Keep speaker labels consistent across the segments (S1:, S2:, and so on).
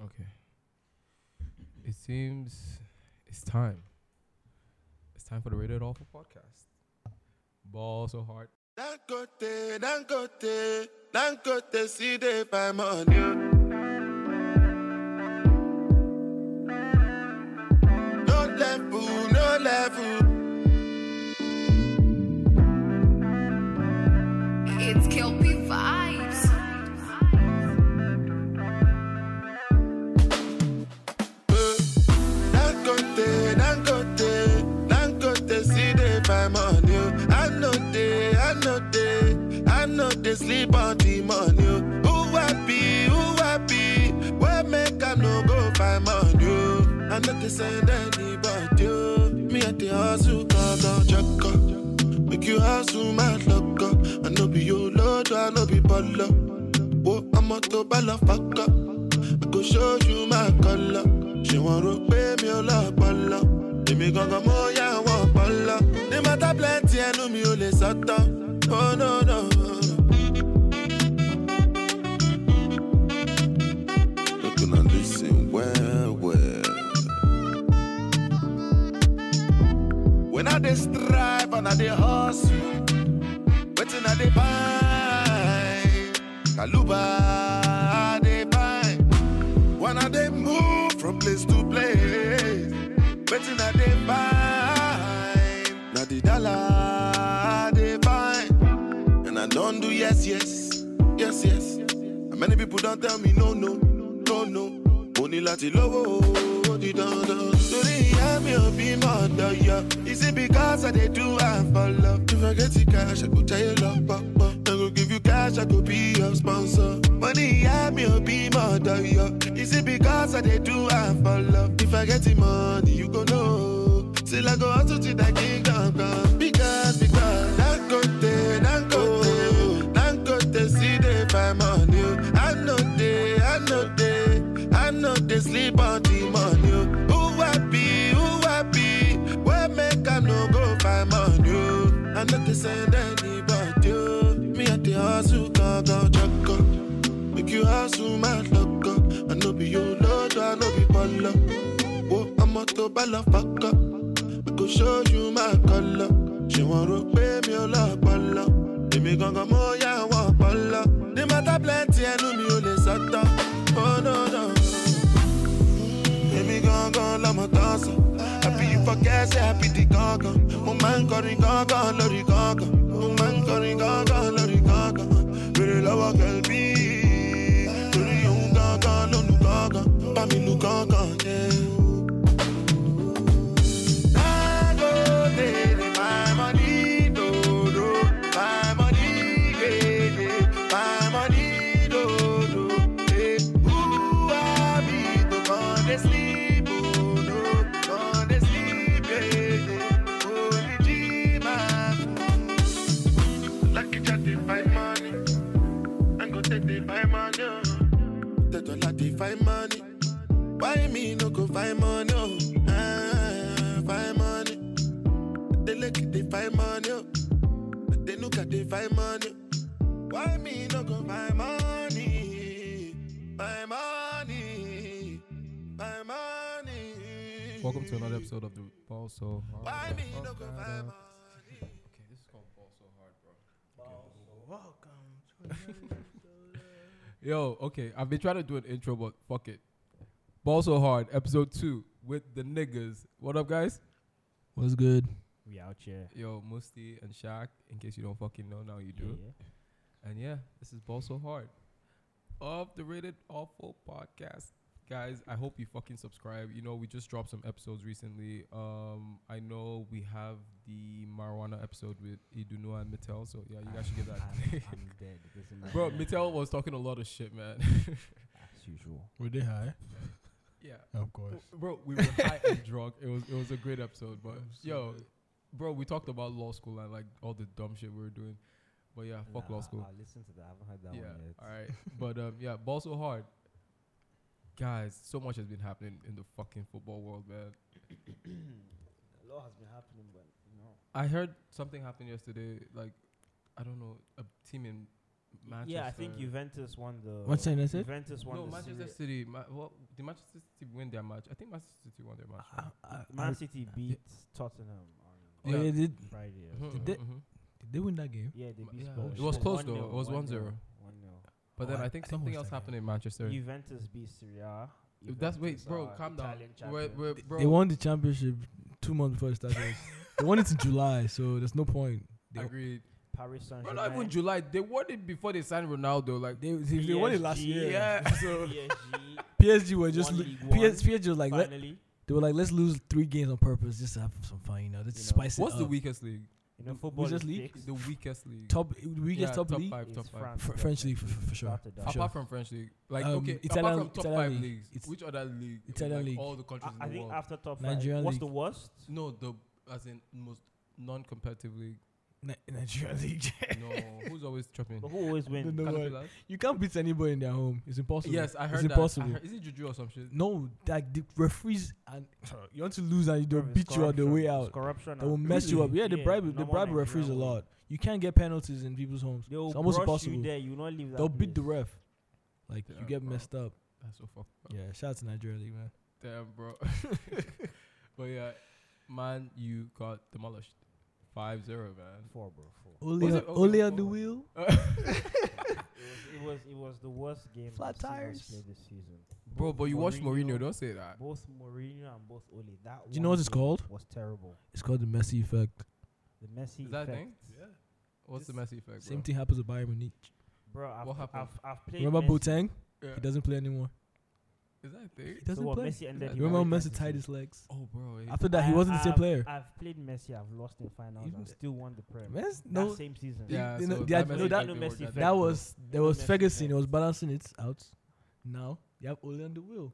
S1: Okay. It seems it's time. It's time for the Rated Awful podcast. Ball so hard.
S2: Dangote, Dangote, Dangote, see they buy money. No level, no level.
S3: It's Kelpie vibes.
S2: eh. Dangote, Dangote, Dangote, see they buy money. I know they, I know they, I know they sleep on the money. Who happy, who happy? Where make I no go buy money? I know they send anybody. oh. Me at the hustle, come down, check Make you hustle, my luck. oh. I know be your lord, I know be baller. Oh, I'm a to baller, fuck up. I go show you my color. She want to pay me a lot, baller. Èmi gangan mo yá wọn baller. Ní mata plenty ẹnu mi ò lè sọ́tọ̀. Oh no no. Looking and listen well, well. When I dey strive and I dey hustle, waiting I dey buy, Kaluba I dey buy. When I dey move from place to place, waiting I dey buy, na the dollar I dey buy. And I don't do yes, yes, yes, yes. And many people don't tell me no, no, no, no. Only lati lowo, ó di dandan. Torí ìyá mi ò bí mọ̀ ọ́dọ̀ yọ. Is it because I dey do am for love? If I get the cash, I go jayé lọ pọ́pọ́. I go give you cash, I go be your sponsor. Mo ní ìyá mi ò bí mọ̀ ọ́dọ̀ yọ. Is it because I dey do am for love? If I get the money, you go know. Still I go hustle till that kingdom come. Because, because, Dangote, Dangote, Dangote, see they buy money. I know they, I know they, I know they sleep on the money. Who happy, who happy, where make I no go buy money? I know they send anybody. Me at the hustle, go, go, chuck, Make you hustle, my luck. I know be your lord, I know be baller. Wo ọmọ tó bá lọ fọkọ, mi kò ṣojú máa kọ lọ. Ṣé wọ́n rò pé mi ò lọ́pọlọ? Èmi gangan mo yá àwọn ọpọlọ. Ní mata plenty ẹnu mi ò lè sọ́tọ̀. Oh no no. Èmi gangan lọmọ tán sọ. Àbí ìfọkẹ́sẹ̀ àbí di gangan. Mo máa ń kọrin gangan lórí gangan. Mo máa ń kọrin gangan lórí gangan. Bèrè lọ́wọ́ kẹ̀lbí. Torí òun gangan lónìí gangan. Bá mi lu gangan jẹ́. eh, eh. oh, eh, oh. Find money, why me no go find money? Oh, ah, find money. They look at they find money. oh. They look at they find money. Why me no go buy money? Buy money. Buy money.
S1: Welcome to another episode of the Ball So Hard.
S2: Why me no go buy money?
S1: Okay, this is called Ball So Hard, bro. Yo, okay, I've been trying to do an intro, but fuck it. Ball So Hard, episode two with the niggas. What up, guys?
S4: What's good?
S5: We out here.
S1: Yo, Musti and Shaq, in case you don't fucking know, now you do.
S5: Yeah.
S1: And yeah, this is Ball So Hard of the Rated Awful podcast. Guys, I hope you fucking subscribe. You know, we just dropped some episodes recently. Um, I know we have the marijuana episode with Idunua and Mittel, so yeah, you guys should get that.
S5: I'm, I'm dead. This is not
S1: Bro, Mittel was talking a lot of shit, man.
S5: as usual.
S4: Were they high?
S1: yeah.
S4: Of course.
S1: Bro, we were high and drunk. It was it was a great episode, but yo, bro, we talked about law school and like all the dumb shit we were doing. But yeah, fuck
S5: Nah,
S1: law school.
S5: I'll listen to that. I haven't heard that
S1: yeah.
S5: one yet.
S1: All right. but um, yeah, ball so hard. Guys, so much has been happening in the fucking football world, man.
S5: A lot has been happening, but you know.
S1: I heard something happened yesterday. Like, I don't know, a team in Manchester.
S5: Yeah, I think Juventus won the.
S4: What's that, that's it?
S5: Juventus won
S1: No,
S5: the
S1: Manchester
S5: Serie-
S1: City. Ma- what did Manchester City win their match? I think Manchester City won their match.
S4: I- I- I-
S5: Man City beat Tottenham
S4: oh,
S5: on
S1: Yeah.
S4: yeah, did,
S5: Friday. or
S1: Mhm,
S5: something.
S4: Did they-
S1: mhm.
S4: did they win that game?
S5: Yeah, they beat
S1: Yeah,
S5: Spurs.
S1: it was close though.
S5: 1-0,
S1: It was 1-0.
S5: 1-0.
S1: But
S4: Oh,
S1: then
S4: I-
S1: I
S4: I
S1: think
S4: think
S1: something
S4: it was
S1: else
S4: that
S1: happened in Manchester.
S5: Juventus beat Serie A.
S1: If that's wait,
S5: Juventus
S1: bro,
S5: are
S1: calm down.
S5: Italian
S1: We're,
S5: champion.
S1: we're,
S4: They-
S1: bro,
S4: They won the championship two months before it started. they won it in July, so there's no point. They,
S1: Agreed.
S5: Paris Saint
S1: Bro, not even July. They won it before they signed Ronaldo. Like
S4: they, they, they won it last
S5: PSG,
S4: year.
S1: yeah.
S4: So
S5: PSG
S4: PSG were just
S5: won
S4: lo-
S5: League
S4: PS,
S5: One,
S4: PSG was like let,
S5: finally.
S4: they were like let's lose three games on purpose just to have some fun, you know. Let's
S5: You know.
S4: spice it
S1: what's the
S4: up.
S1: weakest league?
S5: You know,
S4: the
S5: football
S4: Wizards
S5: is
S4: League?
S5: fixed.
S1: The weakest league.
S4: Top we get
S1: Yeah,
S4: top, league,
S1: five, top
S5: It's
S1: five.
S4: Fr- French league for,
S5: definitely.
S4: for, for sure.
S5: Without a doubt.
S4: For sure.
S1: Apart from French league, like
S4: Um,
S1: okay, apart
S4: Italian-
S1: from top
S4: Italian
S1: five
S4: league.
S1: leagues,
S4: It's-
S1: which other league?
S4: Italian
S1: like
S4: league.
S1: All the countries
S5: I, I
S1: in the
S5: think
S1: world.
S5: after top
S4: Nigerian
S5: five, what's
S4: league.
S5: the worst?
S1: no, the as in most non-competitive league.
S4: Ni- Nigerian league.
S1: no, who's always tripping?
S5: But who always
S4: Don't
S5: wins?
S4: know
S1: Can
S4: why.
S1: it be that?
S4: You can't beat anybody in their home. It's impossible.
S1: Yes, I
S4: It's
S1: heard that. I
S4: impossible.
S1: heard- is it Juju or some shit?
S4: No, like the referees and you want to lose and they
S5: Bruv, it's
S4: beat you on the way
S5: corruption.
S4: out.
S5: It's corruption.
S4: They will
S5: and-
S4: mess you up.
S5: Really?
S4: Yeah, they bribe they
S5: normal
S4: bribe
S5: Nigerian
S4: referees a
S5: will.
S4: lot. You can't get penalties in people's homes.
S5: They will
S4: It's almost
S5: brush
S4: impossible.
S5: you there. You will not leave that.
S4: They'll beat the
S5: place.
S4: ref. Like
S1: Yeah,
S4: you get
S1: bro.
S4: messed up.
S1: That's so fucked. up.
S4: Yeah, shout out to Nigeria League, man.
S1: Damn, bro. but yeah, man, you got demolished. 5 0, man.
S6: Four, bro. Four.
S4: Only,
S1: Was
S4: on,
S1: it- okay,
S4: only on the
S1: well-
S4: wheel.
S5: It was it was the worst game.
S4: Flat
S5: that Seahawks
S4: tires.
S5: played this season.
S1: Bro, but you watched Mourinho,
S5: Mourinho.
S1: don't say that.
S5: Both Mourinho and both Ole. That
S4: Do you know
S5: one
S4: what it's
S5: game
S4: called?
S5: Was terrible.
S4: It's called the Messi effect.
S5: The Messi
S1: Is that a
S5: effect.
S1: thing? Yeah. What's the
S5: This-
S1: Messi effect,
S4: Same
S1: bro?
S4: thing happens with Bayern Munich.
S5: Bro, I've,
S1: What happened?
S5: I've, I've played.
S4: Remember
S5: Messi.
S4: Boateng?
S1: Yeah.
S4: He doesn't play anymore.
S1: Is that a
S4: He
S1: thing?
S5: So
S4: doesn't
S5: what,
S4: play.
S5: Messi ended
S1: that-
S5: your
S4: Remember
S5: contract
S4: Messi
S5: this
S4: tied
S5: season?
S4: his legs.
S1: Oh, bro. eh.
S4: After that, he
S5: I-
S4: wasn't the same
S5: I've-
S4: player.
S5: I've played Messi. I've lost in finals.
S4: Even
S5: and
S4: th-
S5: still won the Prem.
S4: Mes-
S5: that
S4: no,
S5: same season.
S1: yeah,
S4: you know,
S1: so
S4: they had-
S1: Messi
S4: no, that-
S1: effect,
S5: Messi
S1: they were
S5: effect,
S1: that
S4: that
S5: bro.
S4: was there
S5: Even
S4: was
S5: Messi
S4: Ferguson. He
S5: effect.
S4: was balancing it out. Now you have Ole on the wheel.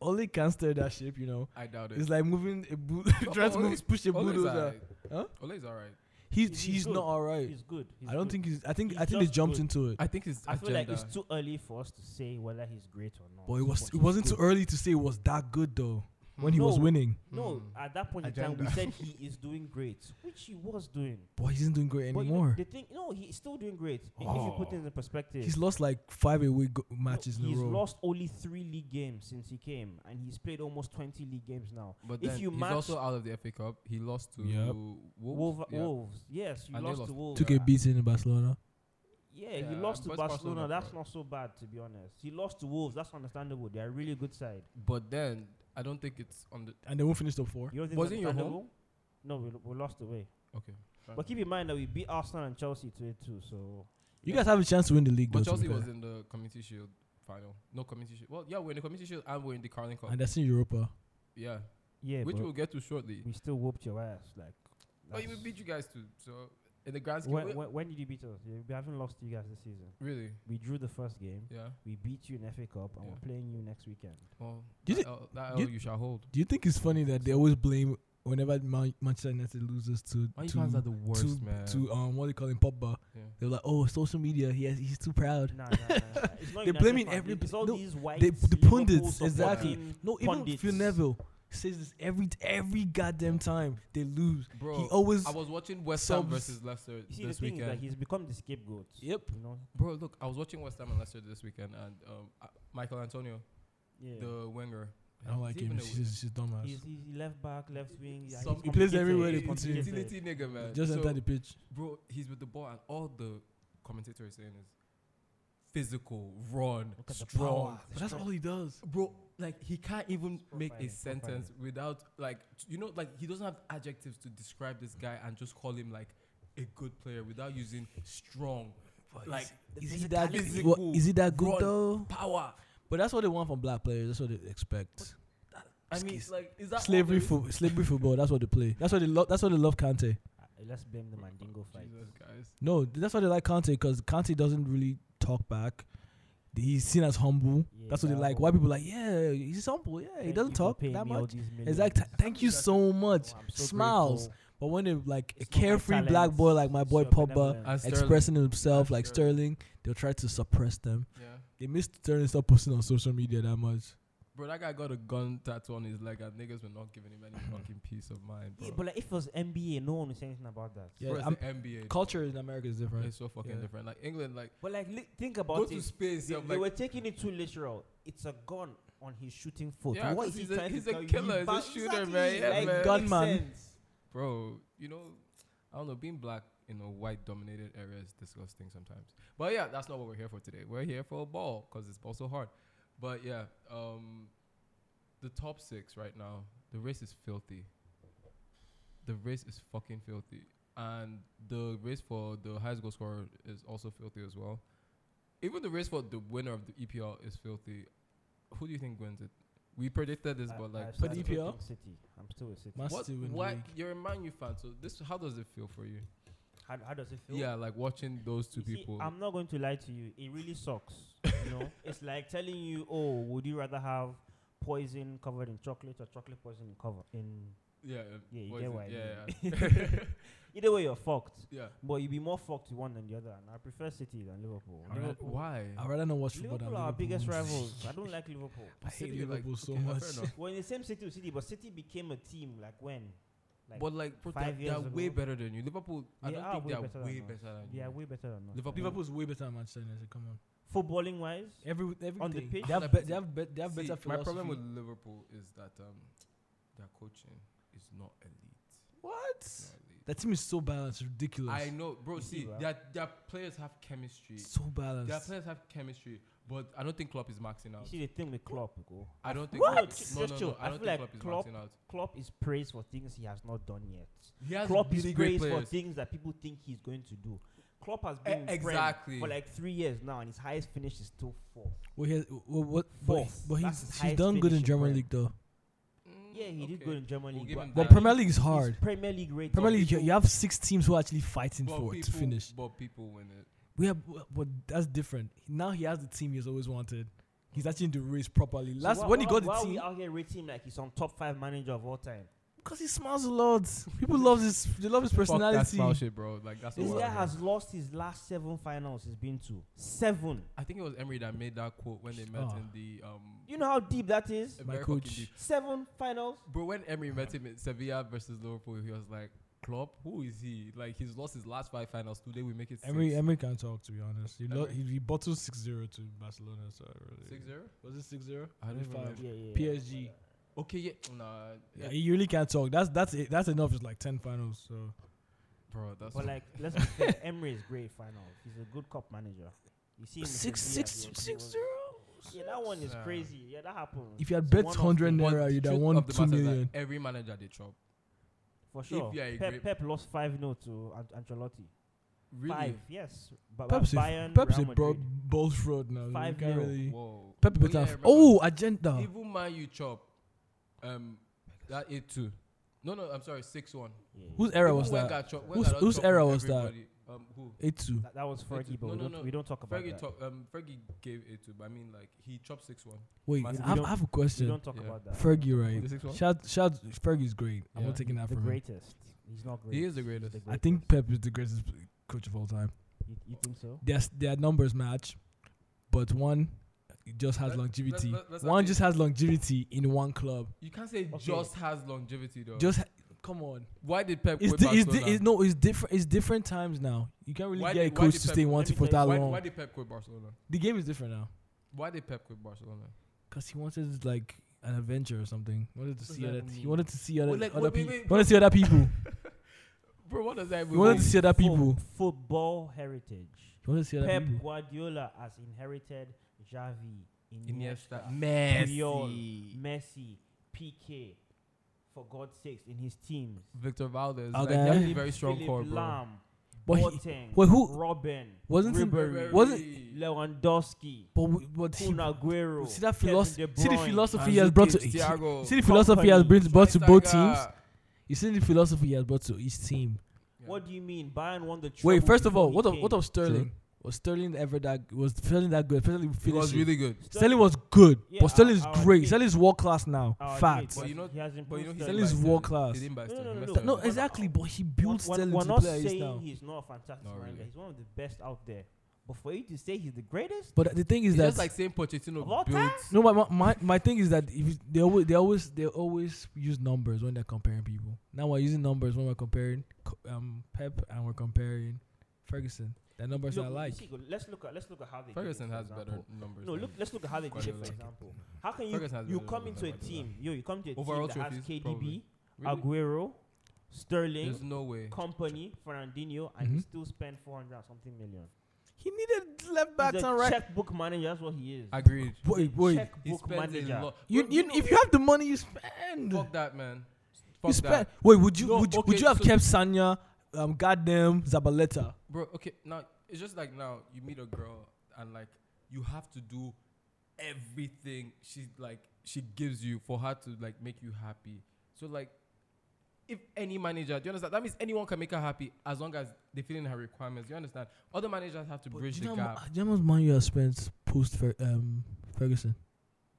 S4: Ole can steer that ship, you know.
S1: I doubt it.
S4: It's like moving a bull
S1: But
S4: trying to
S1: Ole-
S4: move, push a
S1: Ole's
S4: bulldozer.
S1: alright.
S4: Huh?
S1: Ole's alright.
S4: He's
S5: He's-
S4: he's,
S5: he's good.
S4: not alright.
S5: He's good. He's
S4: I don't
S5: good.
S4: think he's. I think
S5: He's
S4: I think they
S5: just
S4: jumped
S5: good.
S4: into it.
S1: I think his
S5: I feel
S1: agenda.
S5: like it's too early for us to say whether he's great or not.
S4: But it was
S5: But
S4: it
S5: he's
S4: wasn't too
S5: good.
S4: early to say it was that good though when he was
S5: No.
S4: winning. Hmm.
S5: No,
S1: Mm.
S5: at that point in time, we said he is doing great, which he was doing.
S4: Boy, he isn't doing great
S5: But you know,
S4: anymore. Oh.
S5: the thing, no, he's still doing great. I- If you put it in perspective,
S4: He's lost like five away go-
S5: no,
S4: matches in a
S5: he's
S4: row.
S5: lost only three league games since he came, and he's played almost twenty league games now.
S1: But
S5: if
S1: then
S5: you
S1: he's
S5: match-
S1: also out of the FA Cup. He lost to
S4: Yep.
S1: Wolves.
S5: Wolves,
S1: Yeah.
S5: Wolves, yes, you
S1: And they
S5: lost,
S1: lost.
S5: to Wolves.
S4: Took a beating in Barcelona.
S5: Yeah,
S1: Yeah,
S5: he lost to
S1: but it's
S5: Barcelona.
S1: Barcelona,
S5: That's
S1: bro.
S5: not so bad, to be honest. He lost to Wolves. That's understandable. They're a really good side.
S1: But then I don't think it's on the
S4: And they won't finish top four.
S5: You don't think
S1: Was
S5: it's
S1: it your home?
S5: understandable? No, we, lo- we lost away.
S1: okay.
S5: But keep in mind that we beat Arsenal and Chelsea today too. So
S4: You
S5: Yeah.
S4: guys have a chance to win the league.
S1: But
S4: though, to be
S1: Chelsea was
S4: fair.
S1: in the Community Shield final. No Community Shield. Well, yeah, we're in the Community Shield and we're in the Carling Cup.
S4: and that's in Europa.
S1: yeah,
S5: yeah,
S1: which
S5: but
S1: we'll get to shortly.
S5: we still whooped your ass. Like,
S1: But we
S5: that's-
S1: beat you guys too. So in the grand scheme,
S5: when,
S1: we-
S5: when, when did you beat us? Yeah, we haven't lost to you guys this season.
S1: really,
S5: We drew the first game.
S1: yeah.
S5: We beat you in FA Cup, and
S1: Yeah.
S5: we're playing you next weekend.
S1: Well,
S4: Do you
S1: that,
S4: thi-
S1: L- that
S4: do
S1: L
S4: you-
S1: you shall hold.
S4: Do you think it's funny that they always blame whenever Man- Manchester United loses to
S1: Man, you
S4: to,
S1: fans are the worst,
S4: to,
S1: man.
S4: to um what do you call him Pogba?
S1: yeah.
S4: They're like, oh, social media. He has, he's too proud.
S5: Nah, nah, nah, nah. It's not
S4: They're
S5: United
S4: blaming
S5: fans.
S4: every-
S5: It's all
S4: no,
S5: these white
S4: the pundits,
S5: Liverpool
S4: exactly.
S5: supporting
S4: No, even
S5: pundits.
S4: Phil Neville says this every every goddamn time they lose.
S1: Bro,
S4: he always
S1: I was watching West Ham
S4: subs-
S1: versus Leicester
S5: You see,
S1: this
S5: the thing is that
S1: weekend.
S5: he's become the scapegoat.
S4: yep.
S5: You know,
S1: Bro, look, I was watching West Ham and Leicester this weekend, and um, uh, Michael Antonio,
S5: yeah.
S1: the winger.
S4: I don't like
S1: He's even
S4: him.
S1: a
S4: She's just, she's dumbass.
S5: He's, he's left back, left wing. Yeah,
S1: Some-
S5: he's
S4: He plays
S5: complicated,
S4: everywhere they
S5: he's
S4: put him.
S5: complicated.
S1: utility nigga, man.
S4: just
S1: So-
S4: entered the pitch.
S1: Bro, he's with the ball, and all the commentator is saying is physical, run,
S5: Look at the
S1: strong.
S5: power.
S4: But that's all he does.
S1: Bro, like he can't even make a
S5: profiling,
S1: sentence without like t- you know, like he doesn't have adjectives to describe this guy and just call him like a good player without using strong, like
S4: Is he that
S1: physicality,
S4: what, is he that good
S1: run,
S4: though?
S1: power.
S4: But that's what they want from black players. That's what they expect.
S1: I mean,
S4: Excuse-
S1: like is that all
S4: Slavery
S1: there is?
S4: for slavery football. That's what they play. That's what they love. That's what they love Kante.
S5: Uh, Let's blame the Mandingo fight.
S1: Oh, Jesus, guys.
S4: No, th- that's why they like Kante because Kante doesn't really talk back. Th- He's seen as humble.
S5: Yeah,
S4: that's what they
S5: that
S4: like. White people are like, yeah, he's humble. Yeah, he
S5: Thank
S4: doesn't
S5: you for
S4: talk
S5: paying
S4: that
S5: me all
S4: much.
S5: these
S4: Exactly.
S5: millions.
S4: Thank you so much.
S5: Oh, I'm so
S4: Smiles.
S5: grateful.
S4: But when they like a
S5: It's not my
S4: carefree black
S5: talent,
S4: boy like my
S5: it's
S4: boy
S5: your
S4: Pogba
S5: benevolence.
S1: And Sterling.
S4: expressing himself like
S1: Sterling.
S4: Sterling, they'll try to suppress them.
S1: Yeah.
S4: They missed Sterling stop posting on social media that much.
S1: Bro, that guy got a gun tattoo on his leg, and uh, niggas were not giving him any fucking peace of mind, bro.
S5: Yeah, but like if it was NBA, no one would say anything about that.
S4: Yeah,
S1: Bro, it's
S4: I'm-
S1: the NBA. bro.
S4: Culture in America is different.
S1: It's so fucking
S4: Yeah.
S1: different. Like England, like
S5: But like li- think
S1: go
S5: about
S1: to
S5: it.
S1: space.
S5: They,
S1: I'm
S5: they
S1: like,
S5: were taking it too literal. It's a gun on his shooting foot.
S1: Yeah,
S5: what
S1: 'cause
S5: is he
S1: he's a-
S5: trying
S1: he's
S5: to
S1: a
S5: tell you?
S1: killer,
S5: He
S1: he's a
S5: ba-
S1: shooter, man.
S5: exactly,
S1: Yeah, man.
S5: like, makes
S4: Gunman.
S5: sense.
S1: bro, you know, I don't know, being black in a white dominated area is disgusting sometimes. But yeah, that's not what we're here for today. We're here for a ball because it's ball so hard. But yeah, um, the top six right now, the race is filthy. The race is fucking filthy. And the race for the highest goal scorer is also filthy as well. Even the race for the winner of the EPL is filthy. Who do you think wins it? We predicted this,
S5: I-
S1: but like,
S5: I
S4: But
S5: still
S4: EPL?
S5: think City. I'm still with City.
S4: Man
S1: what,
S4: City win the
S1: why,
S4: league.
S1: you're a Man U fan, so this how does it feel for you?
S5: How, how does it feel?
S1: Yeah, like watching those two
S5: You see,
S1: people.
S5: I'm not going to lie to you. It really sucks. you know, it's like telling you, oh, would you rather have poison covered in chocolate or chocolate poison in cover in?
S1: yeah, uh,
S5: Yeah, you
S1: what
S5: get
S1: is it?
S5: what I
S1: yeah,
S5: mean.
S1: yeah.
S5: Either way, you're fucked.
S1: yeah.
S5: But you'd be more fucked to one than the other. And I prefer City than Liverpool.
S1: Alright,
S5: Liverpool,
S1: Why?
S4: I'd rather not watch football
S5: Liverpool
S4: than
S5: are our biggest
S4: Liverpool.
S5: rivals. I don't like Liverpool.
S4: I hate
S1: City, like,
S4: Liverpool so
S1: okay, yeah,
S4: much.
S1: fair enough.
S5: We're in the same city with City, but City became a team like when? Like,
S1: but like, bro, they're,
S5: five
S1: they're
S5: years
S1: way
S5: ago.
S1: better than you. Liverpool, I
S5: They
S1: don't
S5: are
S1: think
S5: way
S1: they're
S5: better than
S1: way
S5: us.
S1: better than you.
S5: yeah, way better than us.
S1: Liverpool-
S4: Liverpool's way better than Manchester United. Come on,
S5: Footballing wise,
S4: every everything
S5: On the pitch?
S4: They have, be, they have, be, they have
S1: See,
S4: better.
S1: my
S4: philosophy.
S1: problem with Liverpool is that um, their coaching is not elite.
S4: what?
S1: It's not elite.
S4: That team is so balanced, ridiculous.
S1: I know, bro.
S5: You see,
S1: See,
S5: bro.
S1: their their players have chemistry.
S4: so
S1: Their
S4: balanced.
S1: players have chemistry, but I don't think Klopp is maxing
S5: you
S1: out.
S5: see the thing with Klopp, go.
S1: I don't think
S5: What?
S1: Klopp-
S5: Just
S1: No, no,
S5: chill.
S1: no. I
S5: I
S1: don't
S5: feel
S1: think
S5: like
S1: Klopp is
S5: Klopp-
S1: maxing out.
S5: Klopp is praised for things he has not done yet.
S1: He has
S5: Klopp
S1: really
S5: is
S1: great
S5: praised for
S1: players.
S5: things that people think he's going to do. Klopp has
S1: E-
S5: been in Prem
S1: exactly.
S5: for like three years now, and his highest finish is still four.
S4: Well, he has, well, what? But,
S5: Fourth.
S4: but
S5: That's his
S4: he's he's
S5: highest
S4: done good
S5: finish
S4: in
S5: in
S4: German
S5: Prem.
S4: league though.
S1: Mm,
S5: Yeah, he did
S1: okay.
S5: good in German
S1: We'll
S5: League.
S1: give
S5: but
S1: him
S4: But
S1: that.
S4: Premier League is
S5: his
S4: hard.
S5: Premier League rate.
S4: Premier
S5: of
S4: League, you,
S5: people-
S4: you have six teams who are actually fighting
S1: But
S4: for it to
S1: people-
S4: finish.
S1: But people win it.
S4: Yeah, but, but that's different. Now he has the team he's always wanted. He's actually in the race properly. Last
S5: why-
S4: when he
S5: why-
S4: got the
S5: why are we
S4: team,
S5: out here rating him like he's on top five manager of all time.
S4: because he smiles a lot. People love his, they love his
S1: Fuck that
S4: personality.
S1: smile shit, bro. Like that's the
S5: This
S1: word,
S5: guy
S1: bro.
S5: has lost his last seven finals he's been to. Seven.
S1: I think it was Emery that made that quote when they met
S4: Oh.
S1: in the um.
S5: You know how deep that is?
S1: a
S4: My
S1: very fucking
S4: coach.
S1: deep-
S5: Seven finals.
S1: Bro, when Emery met him in Sevilla versus Liverpool, he was like, "Klopp, who is he? Like he's lost his last five finals. Today we make it
S4: Emery,
S1: six.
S4: Emery can talk to be honest. He, lo-
S1: Emery.
S4: he, he bottled 6-0 to Barcelona. So I really
S1: six zero.
S4: Was it 6-0?
S1: I don't even
S4: Five.
S1: remember.
S5: Yeah, yeah.
S4: PSG.
S1: Okay, yeah, nah,
S4: Yeah,
S1: yeah,
S4: he really can't talk. That's that's it. that's enough. It's like ten finals. So
S1: bro, that's
S5: But like, let's be fair. Emery is great finals. He's a good cup manager. You see him in Sevilla, he was- he was- Yeah, that one is
S1: Yeah.
S5: crazy. Yeah, that happened.
S4: if you had
S5: It's
S4: bet
S5: one of
S4: hundred
S5: the-
S1: But
S4: naira,
S1: the
S4: you'd have
S1: truth
S4: won
S1: of the
S4: two
S1: matter is that
S4: million.
S1: Every manager they chop,
S5: for sure.
S1: you are a great-
S5: Pep, Pep lost five 0 to Ant- Ancelotti.
S1: really.
S5: Five, yes. But
S4: Pep's
S5: Bayern,
S4: a, Pep's a
S5: Real
S4: bro,
S5: Madrid.
S4: bold fraud now.
S5: Five
S4: Five can't
S5: nil.
S4: really.
S1: Whoa.
S4: Pep
S1: But
S4: better.
S1: yeah,
S4: have-
S1: remember,
S4: oh, agenda.
S1: even Man U chop, um, that eight two. No, no, I'm sorry, six one.
S5: Yeah,
S4: Whose
S5: yeah.
S4: era
S1: Even
S4: was
S1: Wenger
S4: that?
S1: chop-
S4: Whose-
S1: Wenger done
S4: whose
S1: chop
S4: era
S1: on
S4: was that?
S1: everybody. Um, who?
S4: Eight two.
S5: That, that was Fergie, but
S1: No,
S5: we,
S1: no,
S5: don't,
S1: no.
S5: we don't talk about
S1: Fergie,
S5: that.
S1: top, um, Fergie gave it to, but I mean, like, he chopped 6 1.
S4: Wait,
S1: Man-
S4: I
S1: we
S4: have,
S5: don't-
S4: I have a
S5: We
S4: question.
S5: don't talk
S1: Yeah.
S5: about that.
S4: Fergie, right?
S1: The 6 1?
S4: Shout, shout. Fergie's great. I'm
S1: Yeah.
S4: not taking that
S5: The
S4: from him.
S5: greatest. He's not great.
S1: He is the
S5: He's
S1: greatest.
S4: I think Pep is the greatest coach of all time.
S5: You, you think so?
S4: Their s- their numbers match, but one just has
S1: Let-
S4: longevity.
S1: let- let's
S4: One
S1: actually-
S4: just has longevity in one club.
S1: You can't say
S5: Okay.
S1: just has longevity, though.
S4: Just ha- come on.
S1: why did Pep
S4: It's
S1: quit
S4: di- it's,
S1: Barcelona?
S4: di- it's no, it's different. It's different times now. You can't really
S1: Why
S4: get
S1: did-
S4: a
S1: why
S4: coach
S1: did
S4: to
S1: Pep-
S4: stay in one
S5: let
S4: team
S5: me
S4: for
S5: tell you
S4: that
S1: why,
S4: long.
S1: why did Pep quit Barcelona?
S4: the game is different now
S1: Why did Pep quit Barcelona?
S4: because he wanted like an adventure or something. Wanted to
S1: What does
S4: see
S1: that
S4: other.
S1: even
S4: He
S1: mean?
S4: wanted to see other.
S1: Well, like,
S4: other
S1: wait, wait,
S4: people.
S1: wait,
S4: Wanted to see other people.
S1: Bro, what does that
S4: He
S1: even
S4: wanted
S1: mean?
S4: to see other people.
S5: Fo- football heritage.
S4: He wanted to see other
S5: Pep
S4: people.
S5: Guardiola has inherited Xavi,
S1: Iniesta,
S5: Iniesta,
S1: Messi,
S5: Puyol, Messi, PK. For God's sakes, in his teams.
S1: Victor Valdez. Like,
S4: Okay.
S1: he has a
S4: Philippe-
S1: very strong
S5: Philipp
S1: core, bro.
S5: Lam,
S4: But he-
S5: Boateng,
S4: well, who-
S5: Robin,
S4: wasn't it-
S5: Ribery,
S4: wasn't-
S5: Lewandowski,
S4: But w- but he,
S5: Kun Agüero,
S4: see that
S5: Kevin
S4: philosophy.
S5: De
S4: See the
S5: Bruyne,
S4: philosophy he has brought to.
S1: Mandzukic,
S4: he-
S1: Thiago,
S4: See the philosophy he has
S5: Company,
S4: brought brought to both teams.
S1: Schweinsteiger.
S4: You see the philosophy he has brought to each team.
S1: Yeah.
S5: What do you mean? Bayern won the
S4: Wait,
S5: treble
S4: first of
S5: before
S4: all,
S5: he
S4: what of
S5: came.
S4: what of Sterling? Was Sterling ever that was Sterling that good? Sterling
S1: He was
S4: finishing.
S1: really good.
S4: Sterling was good,
S5: Yeah,
S4: but Sterling
S5: our-
S4: is
S5: our
S4: great.
S5: mid-
S4: Sterling is world class now.
S5: our mid,
S4: Fact.
S1: But you know-
S5: Ah, he has
S1: But you
S5: improved
S1: know, he's
S5: Sterling.
S4: Sterling is
S1: by
S4: world
S1: Sterling.
S4: class.
S1: He didn't buy
S5: No, no,
S1: Sterling.
S5: no,
S1: He
S5: no.
S1: messed
S4: No,
S1: up.
S5: We're not-
S4: exactly. But he built
S5: We're-
S4: Sterling
S5: we're
S4: to the
S5: not
S4: player he is
S5: saying
S4: now.
S5: he's not a fantastic
S1: Not
S5: manager.
S1: really.
S5: He's one of the best out there. But for you to say he's the greatest,
S4: But the thing is
S1: It's
S4: that
S1: just like saying Pochettino
S5: Of all
S1: built.
S4: no, my, my- my my thing is that if you- they always they always they always use numbers when they're comparing people. Now we're using numbers when we're comparing co- um Pep and we're comparing Ferguson. The numbers
S5: look,
S4: are
S5: you
S4: alike.
S5: see, go- let's look at let's look at how they. did it,
S1: Ferguson
S5: for
S1: has
S5: example.
S1: better numbers.
S5: No,
S1: than-
S5: look. Let's look at how they did it.
S1: Guardiola.
S5: For example, how can you
S1: Ferguson has
S5: you
S1: better
S5: come
S1: numbers
S5: into a
S1: than
S5: team? Yo, you come to a
S1: Overall
S5: team that has
S1: trophies,
S5: KDB,
S1: probably. Guardiola. Really?
S5: Aguero, Sterling,
S1: There's no way.
S5: Company, Fernandinho, and he
S4: Mhm.
S5: still spent 400 and something million.
S4: He needed left
S5: He's a checkbook manager. That's what he is.
S1: Agreed.
S4: Wait, wait.
S1: He
S5: Checkbook
S1: spends a
S5: manager.
S1: lot.
S4: You,
S1: Bro,
S4: you,
S1: know-
S4: if you have the money, you spend.
S1: fuck that man.
S4: you
S1: Fuck
S4: spend.
S1: that,
S4: Wait, would you
S1: No,
S4: would, you- would
S1: okay,
S4: you have
S1: so-
S4: kept Sanya, um, goddamn Zabaleta?
S1: bro. Okay, now it's just like now you meet a girl and like you have to do everything she like she gives you for her to like make you happy. So like. If any manager, do you understand? That means anyone can make her happy as long as they fill in her requirements. Do you understand? Other managers have to
S4: But
S1: bridge
S4: do you
S1: the
S4: know how
S1: gap.
S4: mu- do you know how much money you have spent post Fer- um, Ferguson?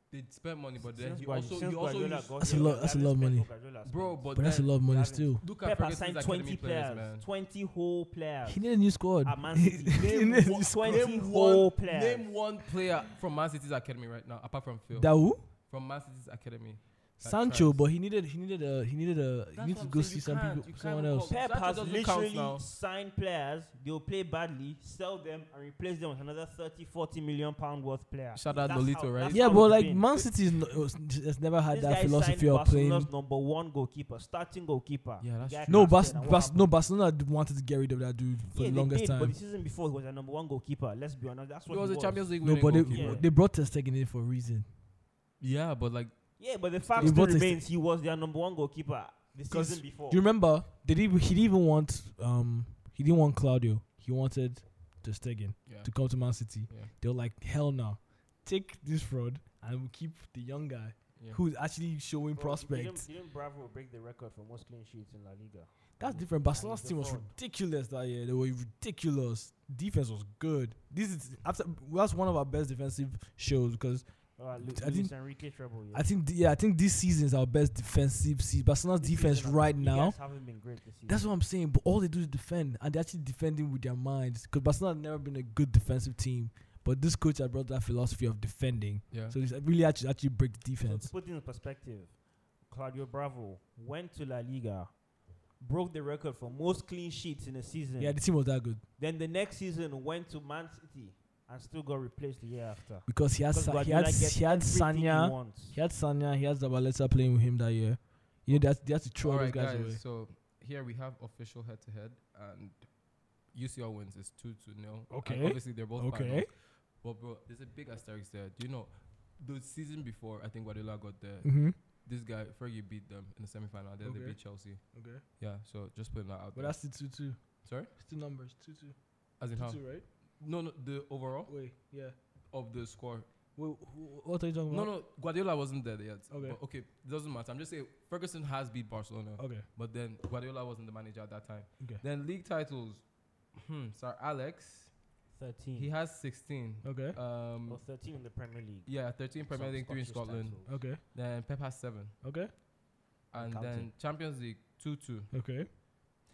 S1: They spend money, but then
S5: Since
S1: he
S5: Guardi-
S1: also
S5: since
S1: he also
S5: Guardiola
S1: used,
S5: got
S4: That's a
S5: here,
S4: lot-
S5: we
S4: that's a
S5: haven't
S4: lot of
S5: spent
S4: money.
S5: what Guardiola
S1: bro.
S5: spent.
S1: But,
S4: But that's a
S1: then
S4: lot of money
S5: Gavin.
S4: still.
S1: look at
S5: Pep has
S1: Ferguson's
S5: signed
S1: academy
S5: 20
S1: players,
S5: players,
S1: man.
S5: 20 whole players.
S4: He needed a new squad.
S5: At Ah, Man City.
S4: He
S5: Name
S4: needed a
S5: one-
S4: new squad.
S5: 20
S1: Name
S5: whole
S1: one,
S5: players.
S1: name one player from Man City's academy right now, apart from Phil.
S4: That who?
S1: from Man City's academy. that
S4: Sancho,
S1: tries.
S4: but he needed he needed a he needed a
S1: That's
S4: he
S1: what
S4: needed to
S1: I'm
S4: go
S1: saying,
S4: see
S1: you
S4: some
S1: can't-
S4: people
S1: you can't
S4: someone
S1: look
S4: else.
S1: up-
S5: Pep
S1: Sancho
S5: has
S1: doesn't count
S5: literally
S1: now.
S5: signed players, they'll play badly, sell them, and replace them with another 30, 40 million pound worth player.
S1: Shout out
S5: That's
S1: Nolito,
S5: how-
S1: right?
S5: that's
S4: Yeah,
S5: how
S4: but
S5: it's
S4: like
S5: been.
S4: Man City is no, was- has never had
S5: This guy
S4: that
S5: signed
S4: philosophy of
S5: Barcelona's
S4: playing.
S5: number one goalkeeper, starting goalkeeper.
S1: Yeah,
S5: The
S1: that's
S5: guy
S1: true.
S4: No,
S5: casted
S4: Bas-
S5: and what
S4: Bas-
S5: happened?
S4: no, Barcelona d- wanted to get rid of that dude for
S5: yeah,
S4: the
S5: they
S4: longest
S5: did,
S4: time.
S5: But the season before, he was their number one goalkeeper. Let's be honest, that's
S1: He
S5: what
S1: was
S5: he
S1: a
S5: was.
S1: Champions League
S4: No,
S1: winning
S4: but they,
S1: goalkeeper.
S5: Yeah.
S4: they brought Testegen in for a reason.
S1: Yeah, but like
S5: Yeah, but the fact
S4: He
S5: still
S4: bought a-
S5: remains, he was their number one goalkeeper the
S4: 'Cause
S5: season before.
S4: Do you remember? They did, he didn't even want um he didn't want Claudio. He wanted Testegen
S1: yeah.
S4: to come to Man City.
S1: Yeah.
S4: They were like, hell no, take this fraud and we'll keep the young guy
S1: Yeah.
S4: who's actually showing
S5: Bro,
S4: prospect.
S5: Didn't, didn't Bravo break the record for most clean sheets in La Liga?
S4: That's different. Barcelona's team was ridiculous that year. They were ridiculous. Defense was good. This is after that's one of our best defensive shows because
S5: Uh, Lu-
S4: I
S5: Luis
S4: think-
S5: Enrique treble. Yeah.
S4: I think th- yeah I think this season is our best defensive season. Barcelona's
S5: This
S4: defense
S5: season,
S4: right
S5: you
S4: now.
S5: guys haven't been great this season.
S4: That's what I'm saying. But all they do is defend, and they're actually defending with their minds. Because Barcelona has never been a good defensive team, but this coach has brought that philosophy of defending.
S1: yeah.
S4: So it's really actually actually break the
S5: So
S4: defense.
S5: to put it in perspective, Claudio Bravo went to La Liga, broke the record for most clean sheets in a season.
S4: Yeah, the team was that good
S5: Then the next season went to Man City and still got replaced the year after.
S4: because he had
S5: Because
S4: Sa- he
S5: Guardiola
S4: had
S5: gets
S4: he had
S5: everything he
S4: Sanya.
S5: wants.
S4: He had Sanya, he had Zabaleta playing with him that year. You know, they had, they had to throw
S1: All
S4: all
S1: right,
S4: those
S1: guys.
S4: guys, away.
S1: So here we have official head to head, and UCL wins is two to nil. And
S4: Okay.
S1: obviously, they're both
S4: Okay.
S1: finals. But bro, there's a big asterisk there. Do you know? The season before, I think Guardiola got there.
S4: Mm-hmm.
S1: This guy Fergie beat them in the semifinal. Then they
S4: Okay.
S1: beat Chelsea.
S4: Okay.
S1: Yeah. So just putting that out.
S4: But
S1: there.
S4: that's the 2 2.
S1: Sorry.
S4: Still numbers. 2 2.
S1: As in
S4: 2
S1: how?
S4: 2, right?
S1: No, no. The overall
S4: Wait, yeah.
S1: of the score
S4: Wait, wh- what are you talking
S1: No,
S4: about?
S1: no, Guardiola wasn't there yet.
S4: Okay.
S1: But okay, it doesn't matter. I'm just saying Ferguson has beat Barcelona,
S4: Okay.
S1: but then Guardiola wasn't the manager at that time.
S4: Okay.
S1: Then league titles, hmm, Sir Alex,
S5: 13.
S1: he has 16.
S4: Hmm. Okay.
S1: Um,
S5: Or 13 in the Premier League.
S1: yeah, 13 Premier
S5: Some
S1: League, three in
S5: Scottish
S1: Scotland.
S5: titles.
S4: Okay.
S1: Then Pep has seven,
S4: Okay.
S1: and
S7: counting.
S1: then Champions League two two.
S4: Okay.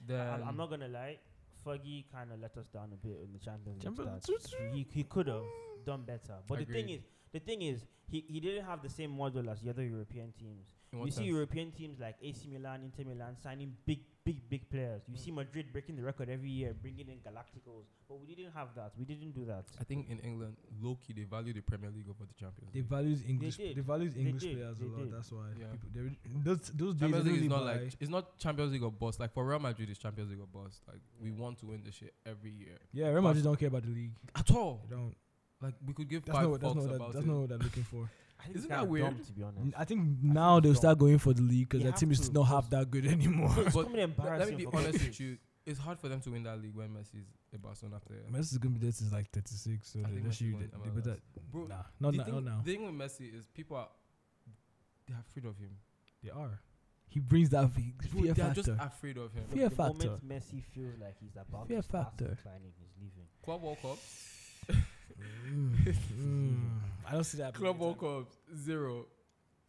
S1: Then
S5: I- I'm not gonna lie, Fergie kind of let us down a bit in the Champions League.
S4: Champions-
S5: starts. He he could have done better, but the thing
S1: Agreed.
S5: is, the thing is, he, he didn't have the same model as the other European teams.
S1: in
S5: You
S1: what
S5: see
S1: sense?
S5: European teams like AC Milan, Inter Milan signing big, big, big players. You
S1: Hmm.
S5: see Madrid breaking the record every year, bringing in Galacticos, but we didn't have that. We didn't do that.
S1: I think in England, low key they value the Premier League over the Champions
S4: They
S1: League.
S4: valued English. They,
S5: did.
S4: valued
S5: They
S4: English
S5: did.
S4: players
S5: They
S4: a lot.
S5: did.
S4: That's why
S1: Yeah.
S4: people. They re- those those
S1: Champions
S4: days. they
S1: League is
S4: really
S1: not
S4: buy-
S1: like it's not Champions League or bust. Like for Real Madrid, it's Champions League or bust. Like we want to win the shit every year
S4: yeah. Real Madrid don't care about the league.
S1: at all.
S4: They don't.
S1: Like we could give
S4: That's
S1: five
S4: not what. That's
S1: fucks
S4: not what.
S1: about
S4: that- That's
S1: it.
S4: not what they're looking for.
S5: I think it's
S1: Isn't that
S5: kinda
S1: weird?
S5: Dumb, to be
S4: N-
S5: honest,
S4: I think now they'll
S5: dumb.
S4: start going for the league
S5: They
S4: because their
S5: have
S4: team is
S5: to,
S4: not
S5: of
S4: half that good anymore.
S1: But
S5: It's becoming
S1: le- let me
S5: embarrassing
S1: be
S5: for
S1: honest with
S5: coaches.
S1: you. It's hard for them to win that league when Messi's a Barcelona player.
S4: Messi is gonna be there since like 36, so
S1: I
S4: they,
S1: think
S4: they
S1: Messi
S4: should.
S1: won
S4: They, they
S1: MLS.
S4: better,
S1: Bro,
S4: nah, not,
S1: the
S4: now-
S1: thing,
S4: not now.
S1: The thing with Messi is people are they're afraid of him.
S4: They are. He brings that fe-
S1: Bro,
S4: fear
S1: they're just
S4: factor.
S1: afraid of him.
S5: Look,
S4: Fear
S5: the
S4: factor.
S5: moment Messi feels like he's about
S4: Fear
S5: to start
S4: factor.
S5: declining, he's leaving.
S1: Club World Cup,
S4: Mm, mm. I don't see that.
S1: Club
S4: happening
S1: World
S4: anytime.
S1: Cup zero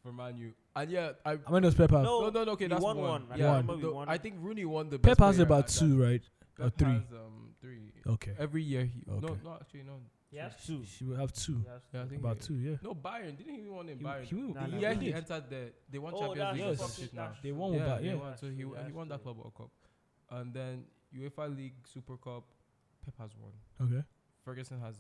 S1: for Manu. And yeah, I
S4: I mean, oh, those Pep.
S5: No,
S1: Uh, no no no okay
S5: we
S1: that's
S5: won
S1: one.
S5: one. I
S1: Yeah,
S4: remember
S1: the-
S5: we won.
S1: I think Rooney won the best
S4: Pep has
S1: player
S4: about
S1: at that-
S4: two, right? Or
S1: Pep
S4: three.
S1: has um three.
S4: Okay.
S1: Every year he no
S4: Okay.
S1: no actually no
S3: He has two.
S4: She will have two.
S3: He has
S1: yeah, I
S3: two.
S1: think
S4: About
S1: he-
S4: two, yeah.
S1: No Bayern didn't even want in
S4: He-
S1: Bayern.
S4: he will-
S3: Nah,
S1: the
S3: nah,
S1: year
S3: he
S1: he
S4: did.
S1: entered the they won
S3: Oh,
S1: Champions League or
S4: that's
S1: some
S4: true,
S1: shit now.
S3: that's
S4: They
S3: true.
S4: won
S5: Oh,
S4: with
S1: yeah,
S4: Bayern.
S1: they
S4: Yeah.
S1: won. So
S3: That's
S1: he
S3: true,
S1: he
S3: that's
S1: won that
S3: true.
S1: Club World Cup, and then UEFA League Super Cup, Pep has won.
S4: Okay.
S1: Ferguson has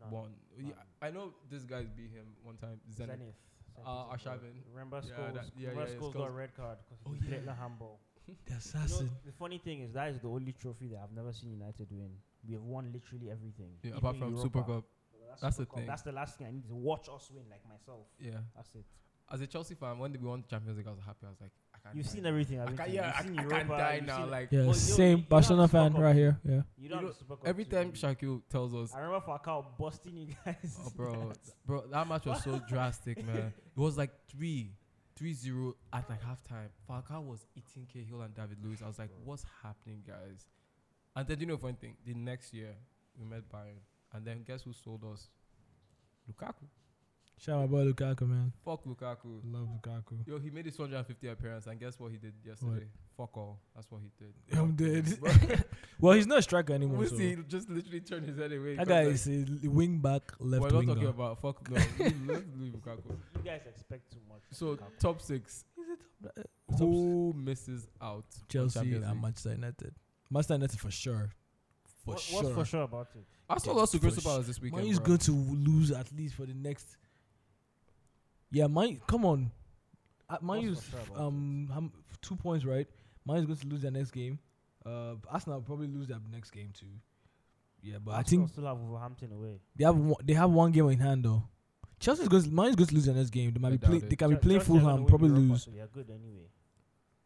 S3: No.
S1: won. Yeah,
S3: none.
S1: I know this guy's beat him one time. Zenit.
S3: Zenith.
S1: Uh, Arshavin.
S3: Remember
S1: Yeah,
S3: Scholes?
S1: that- yeah,
S3: remember
S1: yeah,
S3: Scholes
S1: Scholes.
S3: got a red card because
S1: Oh,
S3: he played
S1: yeah.
S3: La Hambo.
S4: The
S3: You know,
S4: assassin.
S3: the funny thing is that is the only trophy that I've never seen United win. We have won literally everything.
S1: Yeah,
S3: even
S1: apart from
S3: Europa.
S1: Super Cup. That's
S3: Super
S1: the
S3: Cup.
S1: thing.
S3: That's the last thing I need to watch us win, like myself.
S1: Yeah.
S3: That's it.
S1: As a Chelsea fan, when we won Champions League, I was happy. I was like, I can't.
S3: You've
S1: die
S3: seen
S1: now.
S3: everything.
S1: I
S3: I've
S1: can't.
S3: been
S1: Yeah, I,
S3: seen
S1: I can't
S3: Europa,
S1: die
S3: you've
S1: now.
S3: seen-
S1: Like
S4: Yeah,
S3: you know-
S4: same
S3: you know
S4: Barcelona
S3: it's
S4: fan
S3: fuck up.
S4: right here. Yeah.
S3: you don't
S1: you
S3: have the Super Cup
S1: every
S3: to
S1: time
S3: win.
S1: Shakil tells us
S3: I remember Falcao busting you guys.
S1: Oh, bro, bro, that match was so drastic, man. It was like three, three zero at like halftime. Falcao was eating Cahill and David Lewis. I was like, what's happening, guys? And then you know, funny thing, the next year we met Bayern, and then guess who sold us? Lukaku.
S4: Shout out my boy Lukaku, man.
S1: Fuck Lukaku.
S4: Love Lukaku.
S1: Yo, he made his 250 appearance, and guess what he did yesterday? Fuck all. That's what he did.
S4: I'm
S1: Fuck him,
S4: dead.
S1: bro.
S4: Well, he's not a striker anymore.
S1: we
S4: so.
S1: see, he just literally turned his head away.
S4: That
S1: 'cause,
S4: guy
S1: like,
S4: is a l- wing back, left
S1: We're not
S4: winger.
S1: talking about fuck no. leave- leave- leave Lukaku.
S3: you guys expect too much. from
S1: So
S3: Lukaku.
S1: top six.
S4: Top
S1: Who misses out? on
S4: Chelsea
S1: Champions
S4: and
S1: League?
S4: Manchester United. Manchester United for sure. For
S3: What-
S4: sure.
S3: What's for sure about it?
S1: I still lost to
S4: For
S1: Crystal
S4: sure.
S1: Palace this weekend.
S4: Man is
S1: bruh.
S4: going to lose at least for the next. Yeah, man. Come on, uh, man
S3: What's
S4: U's,
S3: for sure about
S4: um hum, two points right. Man is going to lose their next game. Uh, Arsenal will probably lose their next game too. Yeah, but I
S3: Arsenal
S4: think
S3: still have Wolverhampton away.
S4: they have one, they have one game in hand though. Chelsea's going. To, man is going to lose their next game. They might
S1: I
S4: be
S1: doubt
S4: play,
S1: it.
S4: They can be
S3: Chel-
S4: playing
S3: Chelsea are gonna
S4: Fulham.
S3: win
S4: Probably
S3: Europa,
S4: lose.
S3: So they're good anyway.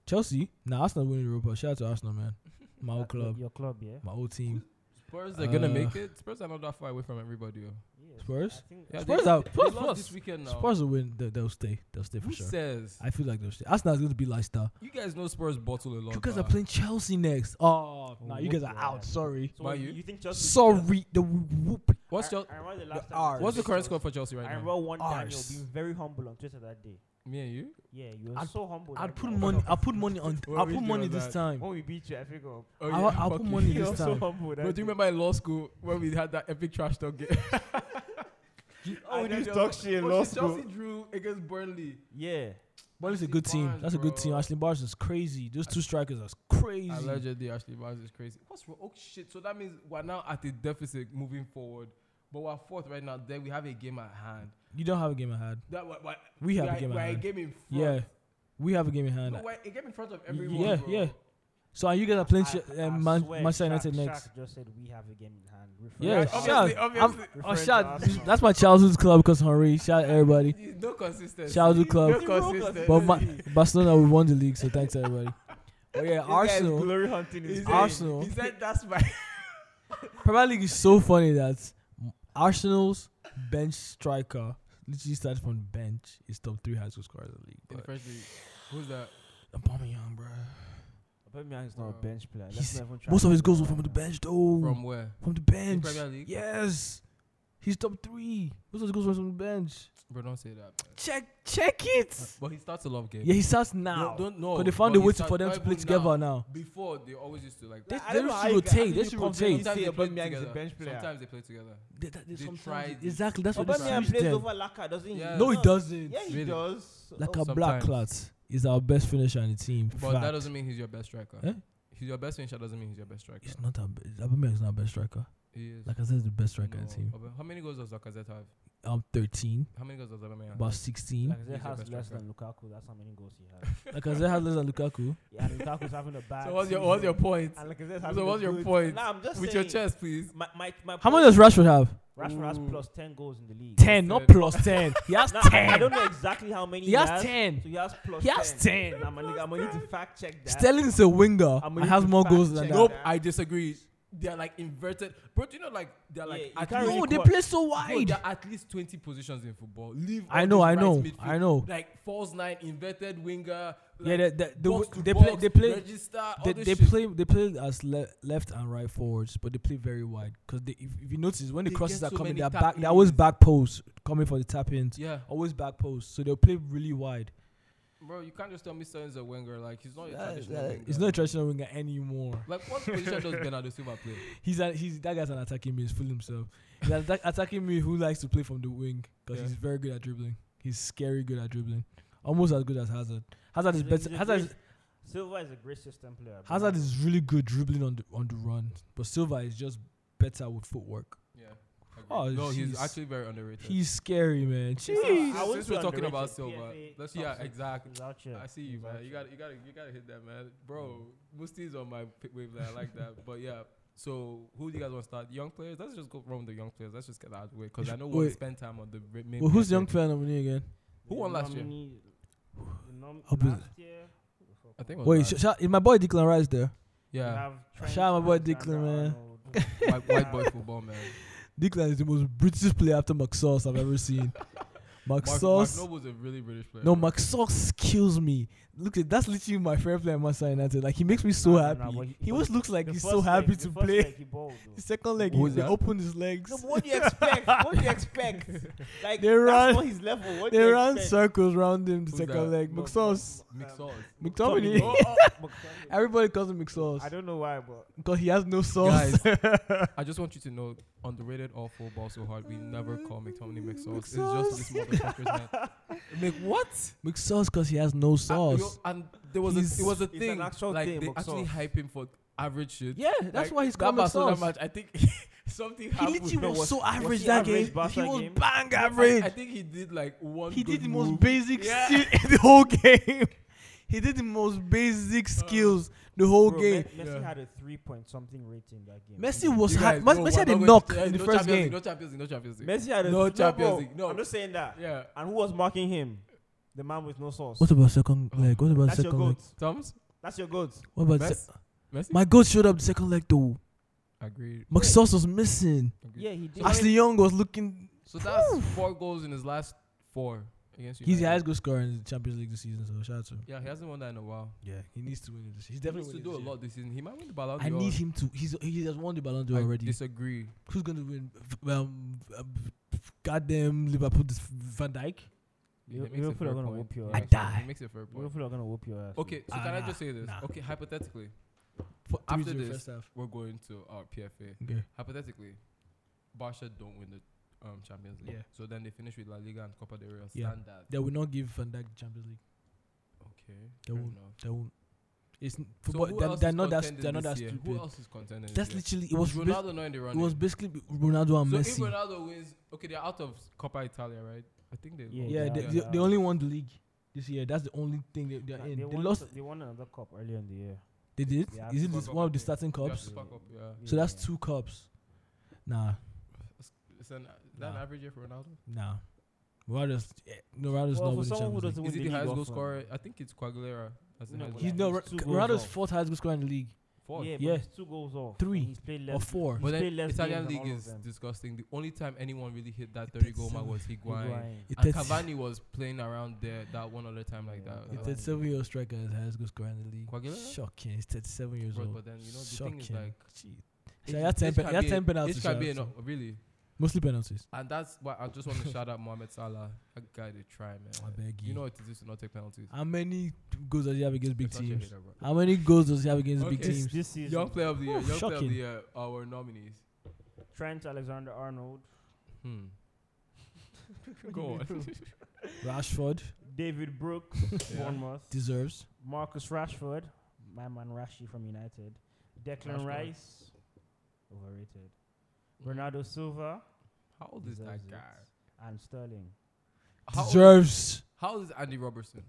S4: Chelsea. Nah, Arsenal winning Europa. Shout out to Arsenal, man. My
S3: Your
S4: old club.
S3: Your club, yeah.
S4: My old team.
S1: Spurs are gonna
S4: Uh,
S1: make it. Spurs are not that far away from everybody. Yo.
S3: Yes,
S4: Spurs?
S3: I think
S1: Yeah,
S4: Spurs
S1: they,
S4: are-
S1: they
S4: Spurs-
S1: lost
S4: Spurs-
S1: this weekend now.
S4: Spurs will win. They, they'll stay. They'll stay for
S1: Who
S4: sure.
S1: says?
S4: I feel like they'll stay. Arsenal is going to be like star.
S1: You guys know Spurs bottle a lot.
S4: You guys are
S1: bruh.
S4: playing Chelsea next. Oh, no,
S3: Oh,
S4: you guys are
S3: yeah.
S4: out. Sorry.
S3: So
S1: Why
S3: you?
S1: you?
S3: you think Chelsea?
S4: Sorry. The whoop.
S1: What's
S3: I-
S1: Chel-
S3: I remember the last
S4: the
S3: time.
S4: Rs.
S1: What's the current
S3: score
S1: score for Chelsea right
S3: I
S1: now?
S3: remember one Daniel
S4: Rs.
S3: being very humble on Twitter that day.
S1: Me and you.
S3: Yeah, you were
S4: I'd-
S3: so humble.
S4: I'll
S3: that
S4: put
S3: day.
S4: money. I'll put money on.
S1: What
S4: I'll
S1: we
S4: put
S1: do
S4: money
S1: on
S4: this
S1: that?
S4: time.
S3: When we beat you, I figure. up.
S1: Oh,
S4: I'll- I'll
S1: fuck
S4: put
S1: you.
S4: money
S3: You
S4: this
S3: were so
S4: time.
S1: Bro,
S3: humble.
S1: do you remember in law school when we had that epic trash talk game?
S3: Oh, we
S1: And then
S3: used
S1: there
S3: to
S1: was-
S3: talk shit in
S1: Oh,
S3: law
S1: shit,
S3: school.
S1: Chelsea drew against Burnley.
S3: Yeah.
S4: But it's a good team.
S1: Barnes,
S4: That's a good team.
S1: bro.
S4: Ashley Barnes is crazy. Those two strikers are crazy.
S1: Allegedly, Ashley Barnes is crazy. What's wrong? Oh shit! So that means we're now at a deficit moving forward, but we're fourth right now. Then we have a game at hand.
S4: You don't have a game ahead.
S1: That we're, we're-
S4: We have
S1: we're,
S4: a game
S1: we're
S4: at
S1: a
S4: hand.
S1: game in front.
S4: Yeah, we have a game in hand.
S1: no, we're a game in front of
S4: Y-
S1: everyone.
S4: yeah,
S1: bro.
S4: yeah. So you guys are playing Ch-
S3: I
S4: uh, Man-
S3: swear
S4: Manchester United
S3: Shaq-
S4: next.
S3: Shaq just said we have a game in hand. referring
S4: Yeah,
S3: to
S1: obviously,
S3: Arsenal.
S4: Shaq. I'm-
S1: obviously.
S4: Oh,
S3: Referring to
S4: shout!
S3: Arsenal.
S4: That's my childhood's club, cause Henry. Shout out everybody.
S1: There's No consistency.
S4: Childhood club.
S1: No consistency.
S4: But Ma- Barcelona we won the league, so thanks everybody. Oh yeah,
S3: This guy is
S4: Arsenal.
S3: glory hunting
S1: He
S3: is
S1: said-
S4: Arsenal.
S1: He said that's my.
S4: Premier League is so funny that Arsenal's bench striker literally started from the bench. Is top three high school scorers in the league.
S1: In the
S4: But
S1: first league, who's that?
S4: Aubameyang, bro.
S5: Aubameyang is not a
S1: Wow.
S5: bench player. Let's
S4: He's-
S5: not even try
S4: Most of
S5: to
S4: his
S5: figure
S4: goals were
S5: out
S4: from the
S5: now.
S4: bench, though.
S1: From
S4: From,
S1: where?
S4: the bench.
S1: Premier League?
S4: Yes, he's top three. Most of his goals were from the bench.
S1: Bro, don't say that. Man.
S4: Check, check it.
S1: But he starts a lot of games.
S4: Yeah, he starts
S1: No,
S4: now.
S1: don't know.
S4: Cause they found a
S1: but he
S4: way to, for
S1: starts-
S4: them
S1: not
S4: to play
S1: even
S4: together now.
S1: Before they always used to like.
S5: They-
S4: They,
S5: I
S4: they
S5: don't know
S4: used
S5: how
S4: to
S5: you guys-
S4: rotate.
S5: how
S4: They
S5: you
S4: used to
S5: confidently
S4: rotate.
S1: Sometimes
S5: say
S1: they play
S5: Aubameyang is a
S1: together.
S5: bench player.
S1: Sometimes they play together.
S4: They- they-
S1: They
S4: sometimes-
S1: tried it.
S4: exactly. That's what they
S1: Aubameyang
S4: tried
S5: Aubameyang
S1: Switch
S5: plays
S4: them.
S5: over Laka, doesn't he?
S1: Yeah.
S4: No, he doesn't.
S5: Yeah, he
S1: Really?
S5: does.
S4: Like
S5: Oh,
S4: a black
S1: sometimes.
S4: clat is our best finisher on the team.
S1: But that
S4: Fact.
S1: doesn't mean he's your best striker.
S4: Eh?
S1: He's your best finisher doesn't mean he's your best striker.
S4: It's not our. be- Aubameyang is not our best striker.
S1: He is.
S4: Like I said, he's the best striker on the
S1: No,
S4: team.
S1: Aubame- How many goals does Lacazette have?
S4: I'm 13,
S1: How many goals does Aubameyang have?
S4: about 16.
S3: Like I
S1: He's your
S3: said, has
S1: best
S3: less
S1: striker.
S3: than Lukaku. That's how many goals he has.
S4: Like I said, has less than Lukaku.
S3: yeah, and Lukaku's having a bad.
S1: So what's your what's your
S3: season.
S1: point?
S3: And like I said,
S1: So what's your point?
S3: Nah, I'm just
S1: With your
S3: saying,
S1: chest, please.
S3: My, my, my
S4: How
S3: point
S4: many does
S3: is
S4: Rashford have?
S3: Rashford has
S1: Ooh.
S3: plus ten goals in the league.
S4: 10, not
S1: said-
S4: plus 10. He has
S3: Nah, I
S4: 10.
S3: don't know exactly how many
S4: He has 10.
S3: So he has plus
S4: He has 10.
S3: Nah, man, nigga, I'm gonna need to fact check that.
S4: Sterling is a winger
S3: I'm
S4: and
S3: gonna
S4: has
S3: need to
S4: more
S3: fact
S4: goals than
S3: check
S4: that.
S1: Nope,
S3: that.
S1: I disagree. They're like inverted. Bro, do you know like they're like
S3: Yeah, you
S1: at
S3: can't
S1: least,
S3: really
S4: No, they
S3: Bro,
S4: play so
S1: bro,
S4: wide.
S1: there are at least twenty positions in football. Leave
S4: I
S1: all
S4: know,
S1: this
S4: I
S1: right
S4: know,
S1: midfield,
S4: I know.
S1: Like false nine, inverted winger. Like
S4: Yeah, they, they, they,
S1: box to
S4: they
S1: box,
S4: play. They play.
S1: Register. all
S4: They,
S1: this
S4: they
S1: shit.
S4: play. They play as le- left and right forwards, but they play very wide. Cause they, if, if you notice, when the
S1: They
S4: crosses
S1: get
S4: are
S1: so
S4: coming,
S1: many
S4: they're
S1: tap
S4: back. They're always
S1: ins.
S4: back posts coming for the tap ins.
S1: Yeah.
S4: always back post. So they'll play really wide.
S1: Bro, you can't just tell me Sterling's a winger. Like he's not a
S5: Yeah,
S1: traditional
S5: yeah.
S1: winger.
S4: He's not a traditional winger anymore.
S1: Like what position does Bernardo Silva play?
S4: He's a, he's that guy's an attacking mid. He's fooling himself. He's an attack, attacking mid who likes to play from the wing because
S1: Yeah.
S4: he's very good at dribbling. He's scary good at dribbling, almost as good as Hazard. Hazard is
S3: He's a- he's
S4: better.
S3: a
S4: Hazard is,
S3: great- Silva is a great system player. but
S4: Hazard is really good dribbling on the on the run, but Silva is just better with footwork.
S1: Yeah. agree.
S4: Oh,
S1: no, he's
S4: jeez.
S1: actually very underrated.
S4: He's scary, man.
S3: Silva-
S4: Jeez.
S1: Jeez.
S3: I wouldn't
S1: Since
S3: say
S1: we're talking
S3: underrated,
S1: about Silva,
S3: PFA
S1: let's- yeah,
S3: top six.
S1: exactly.
S3: He's out here.
S1: I see you,
S3: He's
S1: man.
S3: out
S1: You
S3: here.
S1: gotta, you gotta, you gotta hit that, man, bro.
S4: Mm.
S1: Musti's on my p- wavelength. I like that. But yeah. So who do you guys want to start? Young players. Let's just go from the young players. Let's just get that out of the way because I know we'll
S4: Wait.
S1: spend time on the re- main.
S4: Well, who's
S1: players.
S4: the young player nominee again?
S1: Who
S3: The
S1: won last year?
S3: nominee- the nom-
S4: I'll be-
S3: last year?
S1: I think. it was
S4: Wait,
S1: Ryan.
S4: sh- sh- is my boy Declan Rice there?
S3: We
S1: yeah,
S3: have Trent
S4: Shout out my boy Declan, man.
S1: white,
S3: Alexander-Arnold.
S1: white boy football, man.
S4: Declan is the most British player after Maxos I've ever seen.
S1: Mark, Mark
S4: Maxos,
S1: Noble's a really British player.
S4: no,
S1: bro.
S4: Maxos kills me. Look, at that's literally my favorite player at Manchester United. Like he makes me so
S3: Nah, nah,
S4: happy.
S3: nah, but he-
S4: he always looks like
S3: The
S4: he's so
S3: first
S4: happy
S3: leg-
S4: to
S3: the first
S4: play.
S3: leg he bowled,
S4: The
S3: though.
S4: second leg,
S1: Who
S4: he,
S1: is
S4: they
S1: that?
S4: open his legs.
S5: No, but what do you expect? what do you expect? Like
S4: They
S5: that's
S4: ran-
S5: not his level. What
S4: they
S5: do you
S4: ran
S5: expect?
S4: circles round him. The
S1: Who's
S4: second
S1: that?
S4: leg,
S3: No,
S4: Maxos.
S3: no,
S1: Mixed
S3: um,
S1: sauce.
S4: McTominay.
S3: Oh, oh, McTominay.
S4: Everybody calls him
S3: I
S4: McSauce
S3: don't know why, but
S4: because he has no sauce.
S1: Guys, I just want you to know, underrated awful ball so hard. We never call McTominay McSauce. It's just this motherfucker's man. Mc what?
S4: McSauce because he has no
S1: I- yo,
S4: sauce.
S1: and there was
S4: He's-
S1: a, it was a
S5: It's an
S1: thing.
S5: actual
S1: like
S5: thing,
S1: they
S5: McSauce.
S1: actually hype him for average shit.
S4: yeah, that's
S1: Like,
S4: why he's
S1: that
S4: called
S1: Barcelona
S4: McSauce.
S1: match, I think something
S4: He
S1: happened.
S4: literally
S1: No,
S4: was,
S1: was-
S4: so average
S3: he
S4: that
S3: average
S4: game.
S3: Barca
S4: he was
S3: game?
S4: bang
S1: I-
S4: average.
S1: I, think he did like one.
S4: he did
S1: good
S4: the most
S1: move.
S4: basic
S1: Yeah.
S4: skill in the whole game. he did the most
S1: Uh,
S4: basic skills the whole
S3: bro,
S4: game.
S3: Me- Messi
S1: Yeah.
S3: had a three point something rating that game.
S4: Messi was
S1: You
S4: hard.
S1: guys,
S4: Mes-
S1: no,
S4: Messi
S1: we're
S4: had
S1: not
S4: a
S1: going to-
S4: knock
S1: yeah,
S4: in the
S1: no
S4: first
S1: Champions League,
S4: game.
S1: No Champions League. No Champions League.
S5: Messi had a
S1: No
S5: no
S1: Champions
S5: bro.
S1: League, no.
S5: I'm just saying that.
S1: Yeah.
S5: And who was mocking him?
S3: the man with no sauce.
S4: What about second
S1: Oh,
S4: leg? What about
S5: That's your
S4: second leg?
S5: goat.
S1: Thumbs.
S5: That's your goat.
S4: What about the se-
S1: Messi. Messi.
S4: my goat showed up the second leg though.
S1: Agreed.
S4: McSauce was missing.
S1: Agreed.
S3: Yeah, he did.
S4: Ashley Young was looking.
S1: So that's four goals in his last four against United.
S4: He's the highest goal scorer in the Champions League this season. So shout out to him.
S1: Yeah, he hasn't won that in a while.
S4: Yeah, he needs to win it this year. He's
S1: He
S4: definitely
S1: needs to do
S4: winning
S1: a
S4: this year.
S1: lot this season. He might win the Ballon
S4: I
S1: d'Or.
S4: need him to. He's he has won the Ballon d'Or
S1: I
S4: already.
S1: disagree.
S4: Who's gonna win? F- Um, um, goddamn Liverpool, this Van Dyke.
S1: Yeah,
S3: Liv-
S1: he makes a
S3: Liverpool are
S1: fair
S3: gonna
S1: point.
S3: whoop your
S1: He
S3: ass.
S1: makes a-
S4: die.
S1: He makes a fair point.
S3: Liverpool are gonna whoop your ass.
S1: Okay, so
S4: Ah,
S1: can I
S4: nah,
S1: just say this?
S4: nah.
S1: Okay, hypothetically,
S4: For
S1: After
S4: 3-0
S1: this-
S4: first half.
S1: we're going to uh, our PFA. Hypothetically, Barca don't win the um, Champions League.
S4: Yeah.
S1: So then they finish with La Liga and Copa del Rey.
S4: Yeah.
S1: Standard.
S4: They will not give Van Dijk the Champions League.
S1: Okay.
S4: They
S1: fair
S4: won't.
S1: enough.
S4: They won't. It's
S1: So
S4: n- football.
S1: who
S4: they're,
S1: else
S4: they're
S1: is
S4: not that.
S1: contending
S4: They're not
S1: this
S4: that
S1: year?
S4: stupid.
S1: Who else is contending?
S4: That's
S1: this
S4: literally. It
S1: year?
S4: was.
S1: Is
S4: bas-
S1: Ronaldo not in the
S4: it
S1: running.
S4: was basically b- Ronaldo and
S1: so if
S4: Messi.
S1: Ronaldo wins, okay, they're out of Copa Italia, right? I think they.
S3: Yeah,
S1: lost.
S4: yeah,
S3: Yeah,
S4: they,
S3: yeah.
S4: they, they only won the league this year. That's the only thing they, they're
S3: Nah,
S4: in. They,
S3: won
S4: lost.
S3: so- They won another cup earlier in the year.
S4: They did.
S3: they have
S4: Is
S3: to
S4: it
S1: fuck
S4: this
S1: up
S4: one of
S1: on
S4: the
S1: it.
S4: starting
S1: They have
S4: cups?
S1: to fuck up, yeah.
S4: So that's
S3: Yeah.
S4: two cups. Nah,
S1: It's an, is that an
S4: Nah.
S1: average year for Ronaldo?
S4: nah. Ronaldo's eh, no. Ronaldo's
S3: Well, for
S4: not winning
S3: someone who
S4: Champions League.
S3: doesn't win
S1: Is
S3: the
S1: he the highest
S3: league
S1: goal
S3: often.
S1: scorer? I think it's Quagliera. As the
S3: No,
S1: highest goal
S3: but
S4: He's
S3: like
S1: scorer.
S4: no.
S3: he's
S4: Ra-
S3: two
S4: K-
S3: goals
S4: Ronaldo's
S3: off.
S4: fourth highest goal scorer in the league,
S1: Four.
S3: Yeah, but
S4: Yeah.
S3: he's two goals off. and
S4: Three
S3: He's played
S4: or
S3: less.
S4: four.
S1: But
S3: He's
S1: then
S3: played less
S1: Italian
S3: games than
S1: league
S3: all of
S1: is
S3: them.
S1: disgusting. The only time anyone really hit that
S4: It
S1: 30 goal mark
S4: doesn't-
S1: was Higuain.
S3: Higuain.
S4: It
S1: And
S4: that's-
S1: Cavani was playing around there that one other time like
S3: Yeah,
S1: that.
S4: He's
S3: Cavani.
S1: Uh,
S4: 37 year old striker is highest goal scorer in the league.
S1: Quagliarella?
S4: Shocking. He's 37 years
S1: bro,
S4: old.
S1: but then you know the
S4: Shocking.
S1: thing is like
S4: Shaq, he had 10
S1: it
S4: pen-
S1: can
S4: he had
S1: be-
S4: 10 penalties,
S1: It can
S4: Shaq,
S1: be
S4: so-
S1: enough, really.
S4: Mostly penalties.
S1: And that's why I just want to shout out Mohamed Salah. That guy they try, man.
S4: I beg
S1: You
S4: you.
S1: know what it is to not take penalties.
S4: How many goals does he have against big
S1: You're such a
S4: teams?
S1: hater, bro.
S4: How many goals does he have against big
S1: Okay.
S3: This,
S4: teams?
S3: this season,
S1: Young player of the year,
S4: Ooh,
S1: young player of
S4: shocking.
S1: the year, our nominees.
S3: Trent Alexander-Arnold,
S1: Hmm. Go on.
S4: Rashford
S3: David Brooks,
S1: Yeah.
S3: Bournemouth,
S4: deserves.
S3: Marcus Rashford, my man Rashi from United, Declan
S1: Rashford.
S3: Rice, overrated, Bernardo Silva,
S1: How old is that
S3: deserves it,
S1: guy?
S3: and Sterling
S1: How old-
S4: Deserves.
S1: How old is Andy Robertson?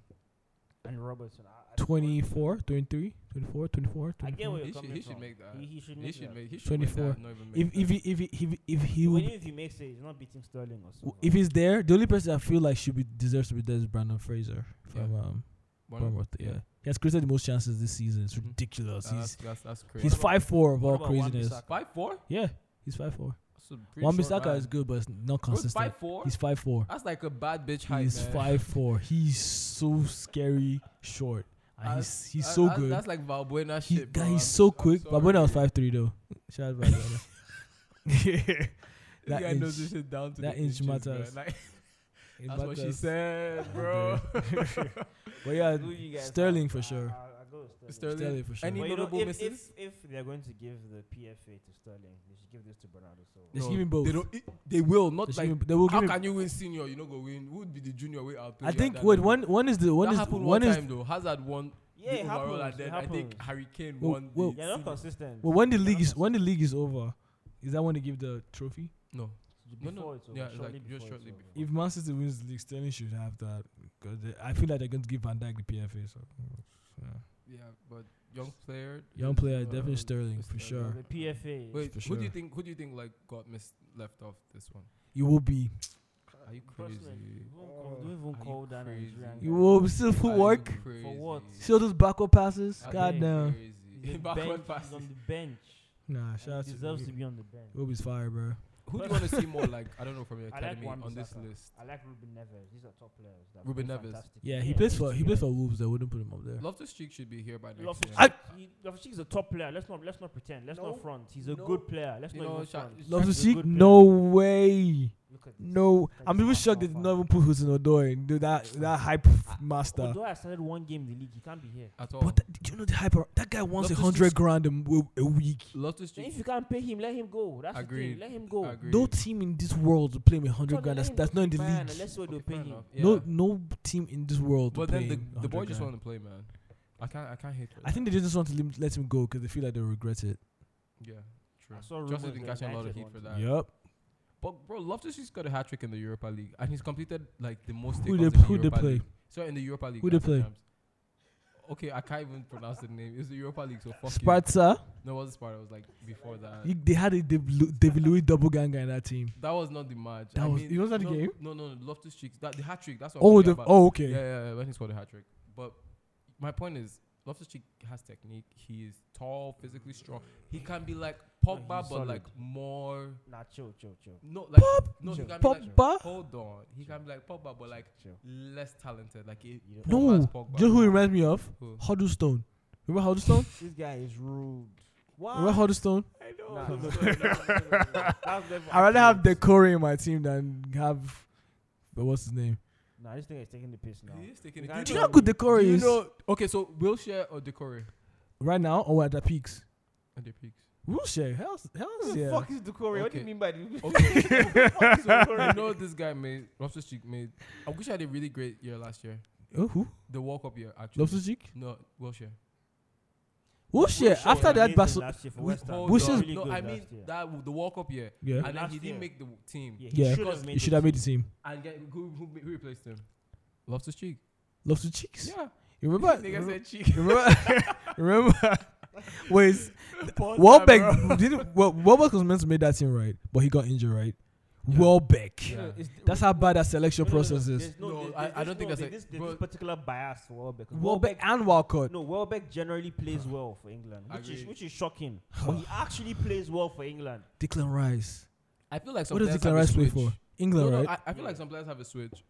S3: and Robertson. I- I don't know.
S4: 24, 23, 24, 24,
S3: I get
S4: 24.
S3: where
S1: He
S3: you're
S1: should-
S3: coming
S1: he should
S3: from.
S1: make that.
S3: He, he should
S1: He
S3: make
S1: should
S3: that.
S1: make. He should make
S4: 24.
S1: that. Not even
S4: If
S1: make
S4: if
S1: that.
S4: he if he if he, if, he
S3: But
S4: would,
S3: even if he makes it, he's not beating Sterling or
S4: w-
S3: Silva.
S4: if he's there, the only person I feel like should be deserves to be there is Brandon Fraser from
S1: Yeah.
S4: um
S1: Why not?
S4: Bournemouth. Yeah.
S1: Yeah.
S4: he has created the most chances this season. It's
S1: Mhm.
S4: ridiculous.
S1: Ah, that's,
S4: he's
S1: that's, that's crazy.
S4: he's five four of
S3: What
S4: all
S3: about Wan-Bissaka?
S4: craziness.
S1: Five four?
S4: Yeah, he's five four.
S1: That's a pretty
S4: Wan
S1: short
S4: Bissaka
S1: man.
S4: is good, but it's not
S1: Bro, it's
S4: consistent.
S1: five four.
S4: He's five four.
S1: That's like a bad bitch height.
S4: he's
S1: man.
S4: five four. He's so scary short, and
S1: Ah,
S4: he's he's
S1: That-
S4: so
S1: that's-
S4: good.
S1: That's like Valbuena
S4: He,
S1: shit.
S4: guy,
S1: bro.
S4: he's
S1: I'm-
S4: so
S1: I'm
S4: quick.
S1: sorry.
S4: Valbuena was five three though. Shout out Valbuena.
S1: This
S4: that
S1: guy knows
S4: inch-
S1: this shit down to
S4: that
S1: the
S4: inch
S1: inches, man.
S4: matters.
S1: Like,
S4: in
S1: That's what she
S4: Barca's.
S1: said, bro.
S4: But yeah,
S8: Who you guys have?
S4: Sterling for
S5: I-
S4: sure.
S5: I, I go with
S1: Sterling.
S5: Sterling.
S4: Sterling for sure.
S1: Any
S5: But you know,
S1: notable
S5: if,
S1: misses?
S5: If, if they're going to give the PFA to Sterling, they should give this to Bernardo Silva.
S4: They should give him both.
S1: They, don't, it- they will not
S4: They should
S1: like.
S4: give him- they will
S1: how
S4: give him-
S1: can you win senior? You not go win. Who would be the junior way out?
S4: I think wait one one is the one
S1: that
S4: is
S1: happened
S4: one
S1: one
S4: is
S1: time though. Hazard won
S5: Yeah,
S1: the
S5: it
S1: overall,
S5: happens,
S1: and then
S5: it
S1: I think
S5: happens.
S1: Harry Kane
S4: Well,
S1: won.
S4: well-
S1: the
S5: They're not
S1: senior.
S5: consistent.
S4: well when the
S5: They're
S4: league
S5: not
S4: is when the
S5: consistent.
S4: league is over, is that when they give the trophy?
S1: no, No,
S5: Before
S1: no,
S5: it's over,
S1: yeah,
S5: shortly
S1: like, just
S5: before it's
S1: shortly
S5: over.
S1: before.
S4: If Man City wins the league, Sterling should have that. 'cause they- I feel like they're going to give Van Dijk the PFA. So yeah.
S1: yeah, but young player,
S4: young
S1: is,
S4: player,
S1: uh,
S4: definitely Sterling for
S1: Sterling.
S4: sure.
S5: The PFA.
S1: Wait,
S4: For
S1: who do you
S4: sure.
S1: think? Who do you think like got missed left off this one?
S4: You will be.
S1: Are you
S5: Personally,
S1: crazy?
S5: Don't call-
S1: Oh,
S5: don't even
S1: are you
S5: call that
S1: crazy?
S5: Nigerian
S4: You
S5: guy.
S4: will still
S1: Are you
S4: footwork.
S1: crazy?
S5: For what?
S4: See all those backward passes.
S1: Are you
S4: God damn.
S5: He's
S1: crazy?
S5: on the bench.
S1: Backward
S5: He's
S1: passes.
S5: on the bench.
S4: Nah,
S5: and
S4: shout out
S5: he
S4: to
S5: deserves to
S4: Iwobi.
S5: be on the bench.
S4: Iwobi's fire, bro.
S1: Who do you want to see more? Like I don't know from your
S5: I like
S1: academy
S5: Wan
S1: on this
S5: Bissaka.
S1: list.
S5: I like Ruben Neves. These are top players. that
S1: Ruben
S5: play
S1: Neves.
S5: fantastic.
S4: Yeah, he plays for he
S5: to
S4: plays
S5: be
S4: for Wolves. They wouldn't put him up there.
S1: Loftus Cheek should be here by next
S5: Loftus
S1: year.
S4: I-
S5: Cheek is a top player. Let's not let's not pretend. Let's
S1: No,
S5: not front. He's a
S1: no.
S5: good player. Let's
S1: You
S5: not
S1: know,
S5: even
S1: Sha-
S5: front. He's
S4: Loftus
S5: a good
S4: Cheek?
S5: player.
S4: No way.
S5: Look at this.
S4: No,
S5: Like,
S4: I'm
S5: he's
S4: even
S5: not
S4: shocked they did
S5: top five.
S4: not even put Hudson Odoi. Do that that hype f- master.
S5: Although I started one game in the league, he can't be here.
S1: at all.
S4: But that, do you know the hype? ar- That guy wants a
S1: Loftus
S4: hundred
S1: Cheek-
S4: grand a, m- a week.
S1: Loftus
S5: Then
S1: Cheek.
S5: if you can't pay him, let him go. That's the
S1: Agreed.
S5: thing. Let him go.
S1: Agreed.
S4: No team in this world will play him a hundred
S5: Tottenham,
S4: grand. That's,
S5: let him
S4: that's
S5: go
S4: not in
S5: to
S4: the
S5: Bayern and
S4: league.
S5: Let's see what
S1: Okay,
S5: they'll
S1: fair
S5: pay him.
S1: enough.
S4: No,
S1: Yeah.
S4: no team in this world. will
S1: But then
S4: pay
S1: the,
S4: him
S1: the boy
S4: 100
S1: just
S4: grand.
S1: want to play, man. I can't I can't hate. For
S4: I think they just want to lim- let him go because they feel like they'll regret it.
S1: that. yeah,
S5: I
S1: true. Justin's
S5: saw rumours
S1: been
S5: that
S1: catching a lot of
S5: United
S1: heat for
S5: want
S1: that.
S4: Yep.
S1: But bro, Loftus Cheek's got a hat trick in the Europa League, and he's completed like the most.
S4: Who
S1: takeouts
S4: they-
S1: in the
S4: who they
S1: Europa
S4: play?
S1: League. So in the Europa League.
S4: Who they
S1: that's the
S4: play?
S1: champs. Okay, I can't even pronounce the name. It's the Europa League, so fuck you.
S4: Sparta.
S1: No, it wasn't Sparta. It was like before that.
S4: you- they had a David Louis double ganga in that team.
S1: That was not the match.
S4: That
S1: I
S4: was-
S1: mean,
S4: it was not the
S1: no,
S4: game?
S1: No, no, no Loftus Cheek. That the hat trick. That's what. I'm
S4: Oh,
S1: talking
S4: the,
S1: about.
S4: oh, okay.
S1: Yeah, yeah, yeah. When he scored a hat trick. But my point is, Loftus Cheek has technique. He is tall, physically strong. He can be like
S5: No,
S1: Pogba,
S5: he's
S1: but
S5: solid.
S1: like more.
S5: Nah, chill, chill, chill.
S1: No, like no, he
S5: Chill.
S1: can be
S4: Pogba?
S1: like. Hold on, he can be like Pogba, but like
S5: Chill.
S1: less talented. Like it,
S5: You don't-
S1: Pogba's
S4: No, do
S1: Pogba.
S4: you know who he reminds me of?
S1: Who?
S4: Huddlestone. Remember Huddlestone?
S5: This guy is rude.
S4: Remember
S5: Why?
S4: Huddlestone?
S1: I
S5: Nah,
S1: know.
S5: no, no, no, no, no, no. That's level
S4: I'd rather have
S5: absolute.
S4: Decore in my team than have. But what's his name?
S5: Nah, this thing is taking the piss now.
S1: He is taking
S5: You
S1: it.
S4: Do
S1: Do you
S4: you know how good Decore
S1: Do you
S4: is
S1: know? Okay, so Wilshire or Decore
S4: right now or at the peaks?
S1: at the peaks.
S4: Wilshire. Hell's,
S8: Who
S4: hell's
S8: the
S4: yeah.
S8: fuck is Decore? What do
S1: Okay.
S8: you mean by this?
S1: Okay.
S8: Fuck is
S1: you
S8: Doucouré?
S1: know what this guy made? Loftus Cheek made. I wish I had a really great year last year.
S4: Oh, who?
S1: The World Cup year, actually.
S4: Loftus Cheek?
S1: No, Wilshire.
S4: Wilshire.
S5: Wilshere
S4: After
S5: was
S4: that,
S5: amazing
S4: Basel.
S5: last year for
S4: Wi-
S5: West Ham.
S1: Hold
S5: He was
S4: Wilshere's-
S1: on.
S5: really
S1: no,
S5: good
S1: I
S5: last
S1: mean
S5: year.
S1: that w- the World Cup year,
S4: Yeah.
S1: and then
S5: Last
S1: he didn't
S5: year.
S1: make the w- team.
S4: Yeah.
S5: Yeah, he should
S1: Because
S5: have made.
S4: You should
S5: the
S4: have made
S5: team.
S4: the team.
S1: And get, who, who, who replaced him? Loftus Cheek.
S4: Loftus Cheeks?
S1: Yeah.
S4: You remember?
S1: Nigga
S4: remember-
S1: said Cheek.
S4: remember, remember. Wait, Welbeck didn't. Well, Welbeck was meant to make that team right, but he got injured, right?
S1: Yeah.
S4: Welbeck.
S1: Yeah.
S5: It's-
S4: That's how bad that selection
S5: No, no, no, no.
S4: process is.
S5: There's No,
S1: No,
S5: there's-
S1: I-
S5: there's-
S1: I don't think
S5: no,
S1: that's
S5: there's
S1: it.
S5: this, there's
S1: Bro-
S5: this particular bias for Welbeck.
S4: Welbeck and Walcott.
S5: No, Welbeck generally plays well for England, which is
S1: Agreed.
S5: which is shocking. but he actually plays well for England.
S4: Declan Rice.
S1: I feel like some
S4: What does
S1: players
S4: Declan
S1: have a
S4: Rice play
S1: switch.
S4: for?
S1: No,
S4: England,
S1: no,
S4: right?
S1: I, I feel like some players have a switch.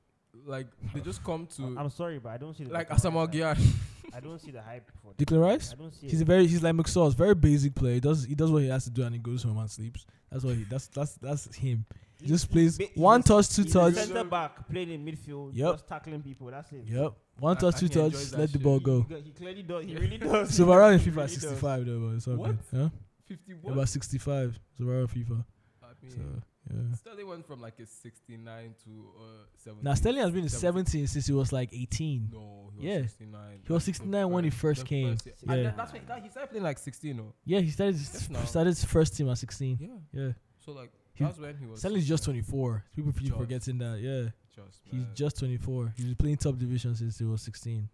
S1: Like they just come to
S5: I'm sorry, but I don't see the
S1: like
S5: Declan Rice
S1: Asamoah
S5: hype.
S1: Gyan.
S5: I don't see the hype for
S4: Declan Rice?
S5: I don't see
S4: He's a
S5: it.
S4: very he's like McSauce, very basic player. He does he does what he has to do and he goes home and sleeps. That's what he that's that's that's him. He just plays
S5: ba- he's
S4: one
S5: a-
S4: touch, two
S5: He's a
S4: touch.
S5: Centre back playing in midfield,
S4: Yep.
S5: just tackling people. That's it.
S4: Yep. One
S1: I-
S4: touch,
S1: I
S4: two
S1: think he
S4: touch,
S1: enjoys that
S4: let the
S1: shit.
S4: ball
S5: He-
S4: go.
S5: He, he clearly does. He really does.
S4: So Varane in
S5: He
S4: FIFA
S5: really
S4: is
S5: does.
S4: sixty five though, but it's okay.
S1: What?
S4: Huh?
S1: Fifty-one.
S4: About sixty five. So Varane FIFA.
S1: I
S4: So
S1: mean,
S4: yeah.
S1: Sterling went from like a sixty-nine to uh, seventy.
S4: Now Sterling has been in seventeen since he was like eighteen.
S1: No, he was
S4: Yeah.
S1: 69.
S4: He was 69 when he first came.
S1: yeah.
S4: Yeah.
S1: that's when that, he started playing like 16, oh.
S4: Yeah, he started
S1: Yes, no.
S4: started his first team at sixteen.
S1: Yeah.
S4: Yeah.
S1: So, like,
S4: He-
S1: that's when he was.
S4: Sterling's just
S1: 69.
S4: twenty four. People keep
S1: Just.
S4: forgetting that, yeah.
S1: Just,
S4: He's
S1: man,
S4: just twenty four. He's been playing top division since he was sixteen.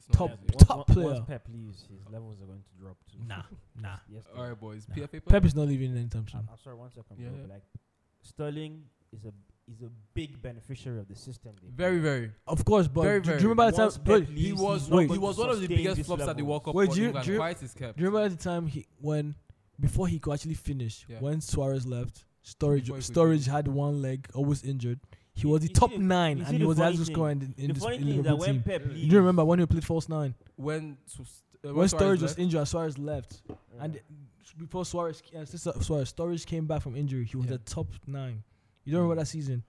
S1: it's not
S4: top-
S1: easy.
S5: Once-
S4: top
S5: once-
S4: player.
S5: Once Pep leaves, his levels are going to drop too.
S4: Nah, nah.
S5: Yes.
S1: All right, boys.
S4: Nah.
S1: PFA
S4: Pep is not leaving anytime
S5: I'm,
S4: soon.
S5: I'm sorry, one second.
S1: Yeah,
S5: bro,
S1: yeah.
S5: but like Sterling is a is a big beneficiary of the system. they
S1: Very,
S5: built.
S1: very.
S4: Of course, but
S1: Very,
S4: do, do
S1: very.
S4: you remember the time?
S5: Once Pep
S4: But, do
S5: leaves,
S1: He
S5: he's
S1: was
S5: not
S1: one,
S4: wait.
S1: he
S5: going to
S1: was one of the
S5: sustain
S1: biggest
S5: this
S1: flops at the
S5: level.
S1: World Cup
S4: Wait,
S1: for
S4: do you-
S1: England.
S4: do you-
S1: Quiet is kept.
S4: you remember the time he when before he could actually finish
S1: Yeah.
S4: when Suarez left, storage
S1: Before he could
S4: storage had one leg, always injured. He
S5: You-
S4: was the
S5: you see
S4: top
S5: the-
S4: nine,
S5: you
S4: and
S5: see
S4: he
S5: the
S4: was the
S5: funny
S4: highest
S5: thing-
S4: scorer in, the- in
S5: The
S4: this
S5: funny
S4: in
S5: thing is that
S4: Liverpool
S5: when
S4: team.
S5: Pep
S1: Yeah.
S5: leaves,
S4: Do you remember when he played false nine?
S1: when so, uh,
S4: When Storage was
S1: left,
S4: injured, and Suarez left,
S5: Yeah.
S4: and before Suarez, uh, since Suarez Storage came back from injury, he was
S1: Yeah.
S4: the top nine. You don't remember that season?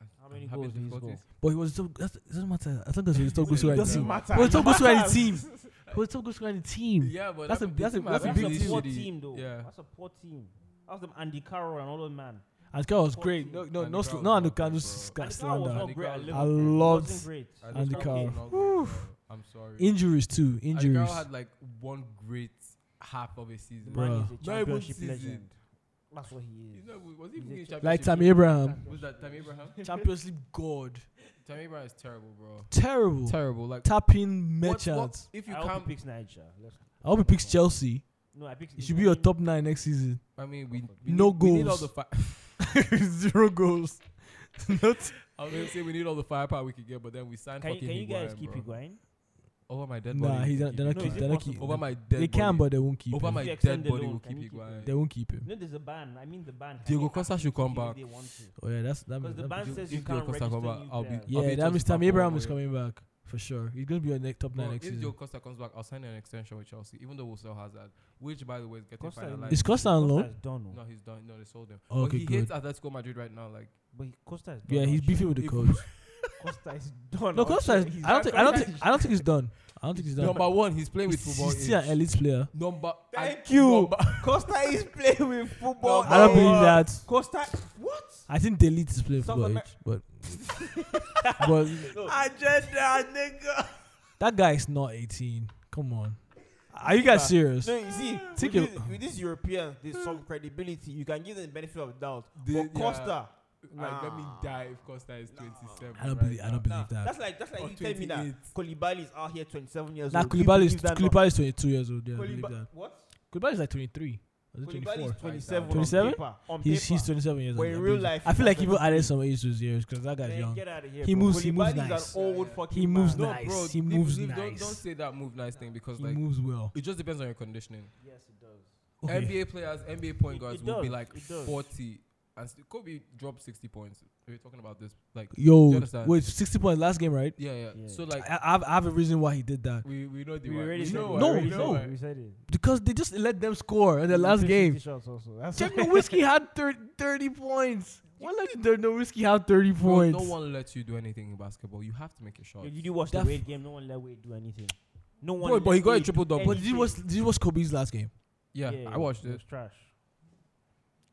S5: I
S3: How many
S1: I'm having
S3: goals did he score?
S1: difficulties.
S4: But he was so. that's- It doesn't matter. As long as he was still good scorer in the
S1: Doesn't
S4: team.
S1: matter.
S4: He was still good scorer in the team. He was still good scorer in the team.
S1: Yeah, but
S4: That's a-
S1: that-
S4: that's a-
S1: the team
S4: that's
S1: are
S4: a
S3: That's
S4: big
S1: really
S3: a poor
S1: shitty.
S3: team, though.
S1: Yeah.
S3: That's a poor team. That's them Andy Carroll and all those man.
S4: And Kyle was great. No,
S3: Andy
S4: no, no,
S1: Carroll
S4: sl-
S1: was
S4: no,
S1: not great, bro.
S3: Andy
S4: and no
S3: Carroll was
S4: slander.
S3: not great at
S1: I
S3: Liverpool.
S4: loved
S3: He wasn't great.
S1: I
S4: Andy
S1: just
S4: Carroll.
S1: can't not go there, bro. I'm sorry.
S4: Injuries too.
S1: Andy Carroll
S4: Injuries.
S1: had like one great half of a season.
S3: The man
S4: Bruh.
S3: is
S4: Not
S3: a
S1: even
S3: championship
S1: season.
S3: legend. That's what he
S1: He's
S3: is.
S1: not, was he
S3: He's
S1: even
S3: a
S1: in
S3: champ-
S4: Like
S1: championship?
S4: Tammy Abraham.
S1: Was that Tammy Abraham?
S4: Champions League god.
S1: Tammy Abraham is terrible, bro.
S4: Terrible.
S1: Terrible. Like
S4: Tapping
S1: what- what-
S4: merchants.
S1: If you
S3: I hope
S1: can't,
S3: he picks Niger. Let's
S4: I hope he picks Chelsea.
S3: no, I picked.
S4: He should be your top nine next season.
S1: I mean, we, we
S4: No
S1: need, We need all
S4: goals.
S1: the fi-
S4: Zero goals. Not
S1: I was gonna say we need all the firepower we could get, but then we signed
S3: Can you,
S1: fucking.
S3: can you guys
S1: Higuain,
S3: keep
S1: bro.
S3: it going?
S1: Over my dead body.
S4: nah,
S1: we
S4: he's
S1: can
S4: not,
S1: keep
S4: they're
S1: it.
S4: not
S3: No,
S4: keep.
S3: is it
S4: They're not
S3: possible?
S4: keep.
S1: Over my dead.
S4: They can,
S1: body.
S4: but they won't keep.
S1: over
S4: him.
S1: my
S3: If you
S1: dead
S3: extend the
S1: body
S3: loan,
S1: will
S3: can
S1: keep
S3: you keep
S1: Higuain.
S4: They won't keep him.
S3: No, there's a ban. I mean, the ban.
S1: Diego
S3: They
S1: Costa
S3: have to
S1: should
S3: keep
S1: come
S3: him if
S1: back.
S3: they want to.
S4: Oh yeah, that's that.
S3: Because the
S4: that-
S3: ban
S1: If
S3: says
S1: you
S3: you
S1: go
S3: can't
S1: Costa
S3: register
S1: come back,
S3: new
S1: I'll be-
S3: players.
S1: I'll
S4: yeah, that
S1: just
S4: means Tammy
S1: baffled
S4: Abraham
S1: with-
S4: is coming back for sure. He's gonna be your ne- top
S1: But
S4: nine next
S1: if
S4: season.
S1: Joe Costa comes back, I'll sign an extension with Chelsea, even though we'll sell Hazard, which by the way is getting
S3: Costa is-
S1: finalized.
S4: Is Costa on loan?
S3: Costa is done.
S1: no,
S3: oh.
S1: he's done. No, they sold him.
S4: Oh,
S1: but
S4: okay,
S1: he
S4: good.
S1: hates Atletico Madrid right now. Like
S3: But he- Costa is done.
S4: Yeah, he's
S3: I'll
S4: beefing with the
S1: If-
S4: coach.
S3: check. Costa is done.
S4: No,
S3: I'll
S4: Costa. Is,
S3: check. He's
S4: I don't
S3: done.
S4: think. I don't think. I don't think he's done. I don't think he's done.
S1: number one, he's playing with
S4: he's,
S1: football.
S4: he's still
S1: age.
S4: an elite player.
S1: Number. I-
S5: Thank you.
S1: Number,
S5: Costa is playing with football.
S4: I don't believe
S5: age.
S4: that.
S3: Oh.
S5: Costa, what?
S4: I think Delete is playing
S5: South
S4: football
S5: Amer-
S4: age, but but
S5: Agenda, nigga.
S4: that guy is not 18. Come on, are you guys
S5: Nah.
S4: serious?
S5: No, you see,
S4: Take
S5: with,
S4: your-
S5: this, with this European, there's some credibility. You can give them the benefit of doubt.
S1: The-
S5: but
S1: yeah.
S5: Costa,
S1: Like, let me
S5: Nah.
S1: die if Costa is 27.
S4: I don't
S1: right
S4: believe. I don't
S1: now.
S4: believe
S5: nah,
S4: that.
S5: that's like that's like
S1: Or
S5: you tell me that
S1: 28.
S5: Kolibali is out here 27 years
S4: Nah,
S5: old. Do you
S4: Koulibaly is
S5: believe that now?
S4: Koulibaly is 22 years old. Yeah, I believe
S5: Kouliba-
S4: that.
S5: what?
S4: Koulibaly is like 23. Or is it
S5: Koulibaly
S4: 24?
S5: is 27.
S4: 27?
S5: On paper, on
S4: He's
S5: paper.
S4: he's 27 years
S5: But
S4: old.
S5: in
S4: I
S5: real
S4: believe.
S5: life,
S4: I feel
S5: he's
S4: like
S5: like
S4: people added some age to his years because that guy's
S5: Man,
S4: young.
S5: get out of here.
S4: He
S5: bro.
S4: moves- he moves
S5: Koulibaly is
S4: nice.
S5: an old
S1: Yeah, yeah.
S5: fucking
S4: He moves
S5: man.
S1: No,
S4: nice.
S1: bro.
S4: he
S1: leave-
S4: moves
S1: leave- Don't,
S4: nice.
S1: don't say that move nice thing because
S4: He
S1: like
S4: moves Oh, well.
S1: it just depends on your conditioning.
S5: Yes, it does.
S4: Okay.
S1: NBA players, NBA point
S3: It-
S1: guards
S3: it
S1: will be
S3: does,
S1: like
S3: it does.
S1: 40. And st- Kobe dropped 60 points. We're talking about this. Like, Do you
S4: Yo,
S1: understand?
S4: wait, 60 points last game, right?
S1: yeah, yeah.
S3: Yeah.
S1: So, like,
S4: I, I have, I have a reason why he did that
S1: we, we know the
S3: We
S1: why.
S3: already
S1: we
S3: said
S1: know
S3: it.
S1: why.
S4: No,
S1: we
S3: we
S1: know
S4: no.
S1: why.
S3: We said it.
S4: because they just let them score in the
S3: He
S4: last
S3: took
S4: game.
S3: 50 shots also. That's
S4: Check Nowitzki had thir- 30 points. Why let the Nowitzki have 30
S1: Bro,
S4: points?
S1: no one lets you do anything in basketball. You have to make a shot.
S3: Did you watch the
S4: That
S3: Wade game? No one let Wade do anything. No one.
S1: Bro, but he
S3: let
S1: got a
S3: Wade do
S1: triple double.
S4: but this was this was Kobe's last game.
S1: Yeah,
S3: anything.
S1: I watched
S3: It
S1: it.
S3: was trash.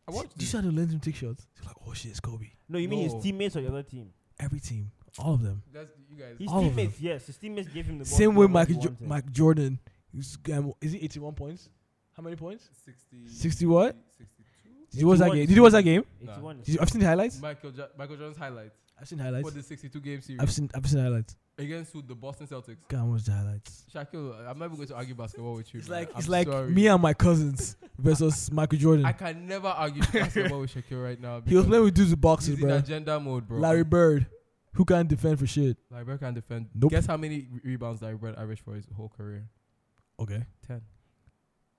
S1: I watched
S4: Did you
S1: it.
S4: see how they let him take shots? It's like, oh shit, it's Kobe.
S3: No, you mean
S1: No.
S3: his teammates or the other team?
S4: Every team, all of them.
S1: That's, you guys.
S3: His
S4: All of
S3: teammates, yes. His teammates gave him the ball.
S4: Same
S3: to do
S4: way,
S3: what he
S4: Michael jo-
S3: wanted.
S4: Mike Jordan. Is, um, is he 81 points? How many points?
S1: 60,
S4: 60 what?
S1: 62?
S4: It was that
S3: 61.
S4: game. Did it was that game?
S1: Nah.
S3: 81 is
S4: Did you, I've seen the highlights.
S1: Michael, jo- Michael Jordan's highlights
S4: I've seen highlights.
S1: for the 62 game series
S4: I've seen I've seen highlights.
S1: against who? The Boston Celtics.
S4: God, I watched the highlights.
S1: Shakil, I'm never going to argue basketball with you.
S4: It's
S1: man.
S4: like
S1: I'm
S4: it's like
S1: sorry.
S4: me and my cousins versus Michael
S1: I
S4: Jordan.
S1: can never argue basketball with Shakil right now.
S4: He
S1: because
S4: was playing with dudes with
S1: he's
S4: boxes,
S1: in
S4: bro.
S1: agenda mode, bro.
S4: Larry Bird, who can't defend for shit.
S1: Larry Bird can defend.
S4: Nope.
S1: Guess how many re- rebounds Larry Bird averaged for his whole career?
S4: Okay,
S1: Ten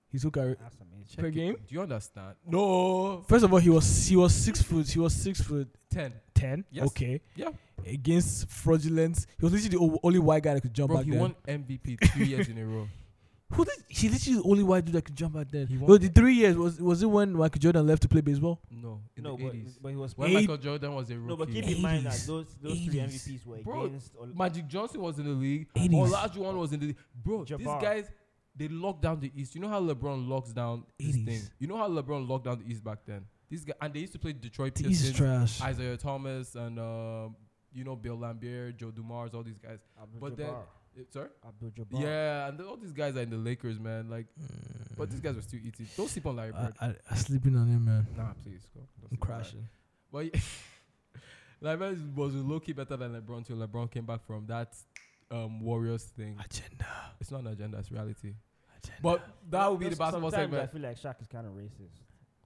S4: he's so carry.
S3: That's amazing.
S1: Check it.
S4: game?
S1: Do you understand? No,
S4: First of all, he was he was six foot. He was six foot
S1: ten.
S4: ten.
S1: Yes.
S4: Okay.
S1: Yeah.
S4: Against fraudulent, he was literally the o- only white guy that could jump
S1: Bro,
S4: back
S1: he
S4: then.
S1: won MVP three years in a row.
S4: Who did he literally the only white dude that could jump back then?
S1: He won-
S4: Well, the three years was was it when Michael Jordan left to play baseball?
S1: No, in
S3: No,
S1: the
S3: but,
S1: eighties.
S3: but he was.
S1: When
S4: Eight-
S1: Michael Jordan was a rookie.
S3: No, but keep in mind that
S4: 80s.
S3: those those three
S4: 80s.
S3: MVPs were
S1: Bro,
S3: against. Ol-
S1: Magic Johnson was in the league.
S4: 80s.
S1: Olajuwon was in the league. Bro, these
S3: Jabbar.
S1: guys, they locked down the East. You know how LeBron locks down this
S4: 80s.
S1: thing? You know how LeBron locked down the East back then? These guys, and they used to play Detroit
S4: He's
S1: Pistons,
S4: trash.
S1: Isaiah Thomas, and, um, you know, Bill Lambert, Joe Dumars, all these guys. but then-
S3: Abdul-Jabbar.
S1: Eh, Sorry?
S3: Abdul-Jabbar.
S1: Yeah, and all these guys are in the Lakers, man. Like, But these guys were still eating. Don't sleep on Larry
S4: I,
S1: Bird.
S4: I, I'm sleeping on him, man.
S1: nah, please. Go. Don't
S4: I'm
S1: sleep on Larry.
S4: crashing.
S1: But yeah, Larry Bird was low key better than LeBron till LeBron came back from that um, Warriors thing.
S4: Agenda.
S1: It's not an agenda, it's reality.
S4: Agenda.
S1: But that would be the
S3: Sometimes
S1: basketball
S3: I
S1: segment.
S3: feel like Shaq is kind of racist.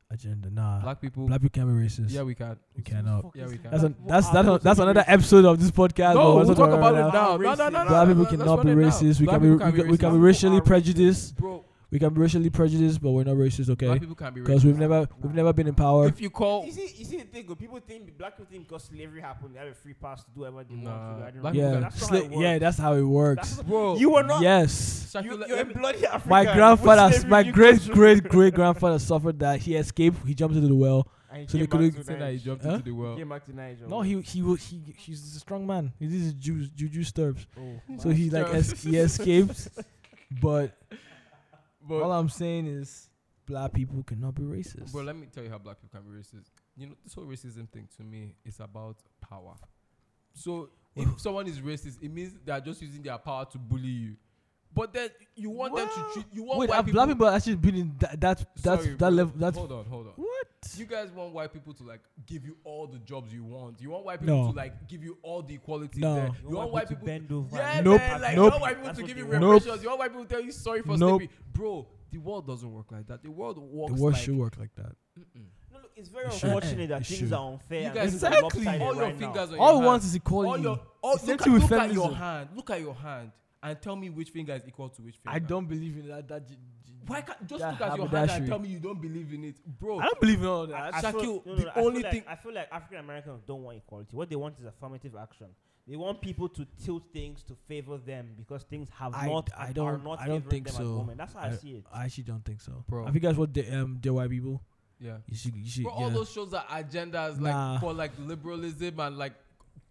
S4: Agenda. Nah. Black,
S1: Black people.
S4: people can be racist.
S1: Yeah, we can.
S4: we cannot.
S1: Yeah, we can.
S4: That's a,
S3: Black people
S4: that's
S3: are
S4: that's,
S3: not
S4: a, that's
S3: to be
S4: another
S3: racist.
S4: episode of this podcast. but
S1: no,
S4: we're
S1: we'll
S4: not
S1: talk
S4: talking
S1: about
S4: right
S1: it now.
S4: now.
S1: No, no, no, no.
S4: Black people
S1: no, let's
S4: cannot
S1: run
S4: be
S1: it now.
S4: racist. We
S1: Black
S4: can
S1: people
S4: be we,
S1: can't
S4: can-
S1: racist.
S4: we can
S3: Black
S4: be
S3: people
S4: racially
S3: are racist.
S4: prejudiced.
S1: Bro,
S4: we can be racially prejudiced, but we're not racist,
S1: Black
S4: okay?
S1: people can't be
S4: Because
S1: racist.
S4: we've never we've never been in power.
S1: If you call,
S5: You see, you see the thing. though, People think black people think because slavery happened, they have a free pass to do whatever they
S1: Nah,
S5: want. regarding
S1: black
S5: race.
S1: people
S4: Yeah,
S5: that's not how
S4: sla-
S5: it
S4: yeah,
S5: works.
S4: that's how it works.
S5: That's not-
S1: bro,
S5: you were not.
S4: Yes,
S5: you,
S1: Shakula-
S5: you're a
S1: let me-
S5: bloody African.
S4: my
S5: What
S4: grandfather,
S5: slavery
S4: my
S5: you
S4: great
S5: control-
S4: great great grandfather suffered that. He escaped. He jumped into the well.
S5: And he
S4: so they
S5: came back
S4: couldn't
S5: to
S1: say that he
S5: Niger.
S1: jumped
S4: Huh?
S1: into the well.
S5: Came back to Niger.
S4: No, he he was he he's a strong man. He is Jew Juju Sturbs.
S5: Oh,
S4: So
S5: wow.
S4: he like es- he escaped. But
S1: But,
S4: all I'm saying is, black people cannot be racist.
S1: bro, let me tell you how black people can be racist. You know, this whole racism thing to me is about power. So if someone is racist, it means they are just using their power to bully you. But then you want them to
S4: Well,
S1: treat you want
S4: Wait,
S1: white
S4: have
S1: people.
S4: black people actually been in that that that,
S1: Sorry,
S4: that
S1: bro.
S4: level? That
S1: hold on, hold on.
S4: what?
S1: You guys want white people to like give you all the jobs you want. You want white people
S4: No.
S1: to like give you all the equality
S4: No.
S1: there.
S4: You
S1: You want white people
S3: bend over.
S1: Yeah,
S4: Nope.
S1: man. Like,
S4: Nope.
S1: you want white people to give you
S4: Nope.
S1: reparations. You want white people to tell you sorry for
S4: Nope.
S1: sleeping. Bro, the world doesn't work like that. The world works
S4: The world
S1: like
S4: should work like that.
S1: Mm-mm.
S5: No, look, it's very
S4: It should.
S5: unfortunate
S4: It
S5: that things
S4: should.
S5: are unfair.
S1: You
S5: and
S1: guys-
S5: things are
S4: Exactly.
S5: lopsided
S1: all your
S5: right now.
S1: fingers on
S4: All
S1: your
S4: we want is equality.
S1: all your all,
S4: It's
S1: look, at,
S4: empty with
S1: look at your
S4: feminism.
S1: hand. Look at your hand and tell me which finger is equal to which finger.
S4: I don't believe in that. That j- j-
S1: Why can't just
S4: that
S1: look at your hand
S4: haberdashery.
S1: and tell me you don't believe in it, bro?
S4: I don't believe in all that.
S1: I-
S5: feel-
S1: Shaquille,
S5: no, no,
S1: the
S5: no, I feel
S1: only
S5: like-
S1: thing-
S5: I feel like African Americans don't want equality. What they want is affirmative action. They want people to tilt things to favor them because things have
S4: I-
S5: not.
S4: I
S5: and
S4: don't-
S5: Are not
S4: I don't
S5: favoring
S4: think
S5: them At the
S4: so.
S5: moment. That's how I, see it.
S4: I actually don't think so.
S1: Bro.
S4: Have you guys watched the um DIY people?
S1: yeah.
S4: You should. You should
S1: Bro, all
S4: yeah.
S1: those shows are agendas like
S4: Nah.
S1: for like liberalism and like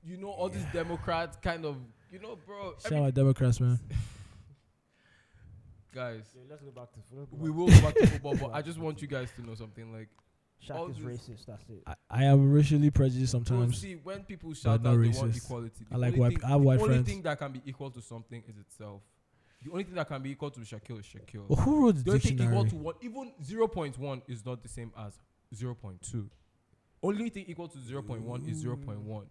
S1: you know all these Democrats kind of you know, bro.
S4: Shout
S1: every-
S4: out Democrats, man.
S1: guys,
S5: Yeah, let's go back to. Let's go
S1: we
S5: back.
S1: will go back to football, but I just want you guys to know something. Like, all
S5: Shaq is
S1: this-
S5: racist. That's it.
S4: I, I am racially prejudiced
S1: bro,
S4: sometimes.
S1: see, when people shout
S4: not
S1: out, they want
S4: racist.
S1: equality. The
S4: I like
S1: only
S4: white.
S1: thing-
S4: I have white
S1: the only
S4: friends.
S1: thing that can be equal to something is itself. The only thing that can be equal to Shaquille is Shaquille.
S4: Well, who wrote
S1: The
S4: Oh, the
S1: only thing equal
S4: dictionary?
S1: to one, even 0.1 is not the same as 0.2. Only thing equal to 0.1 is 0.1.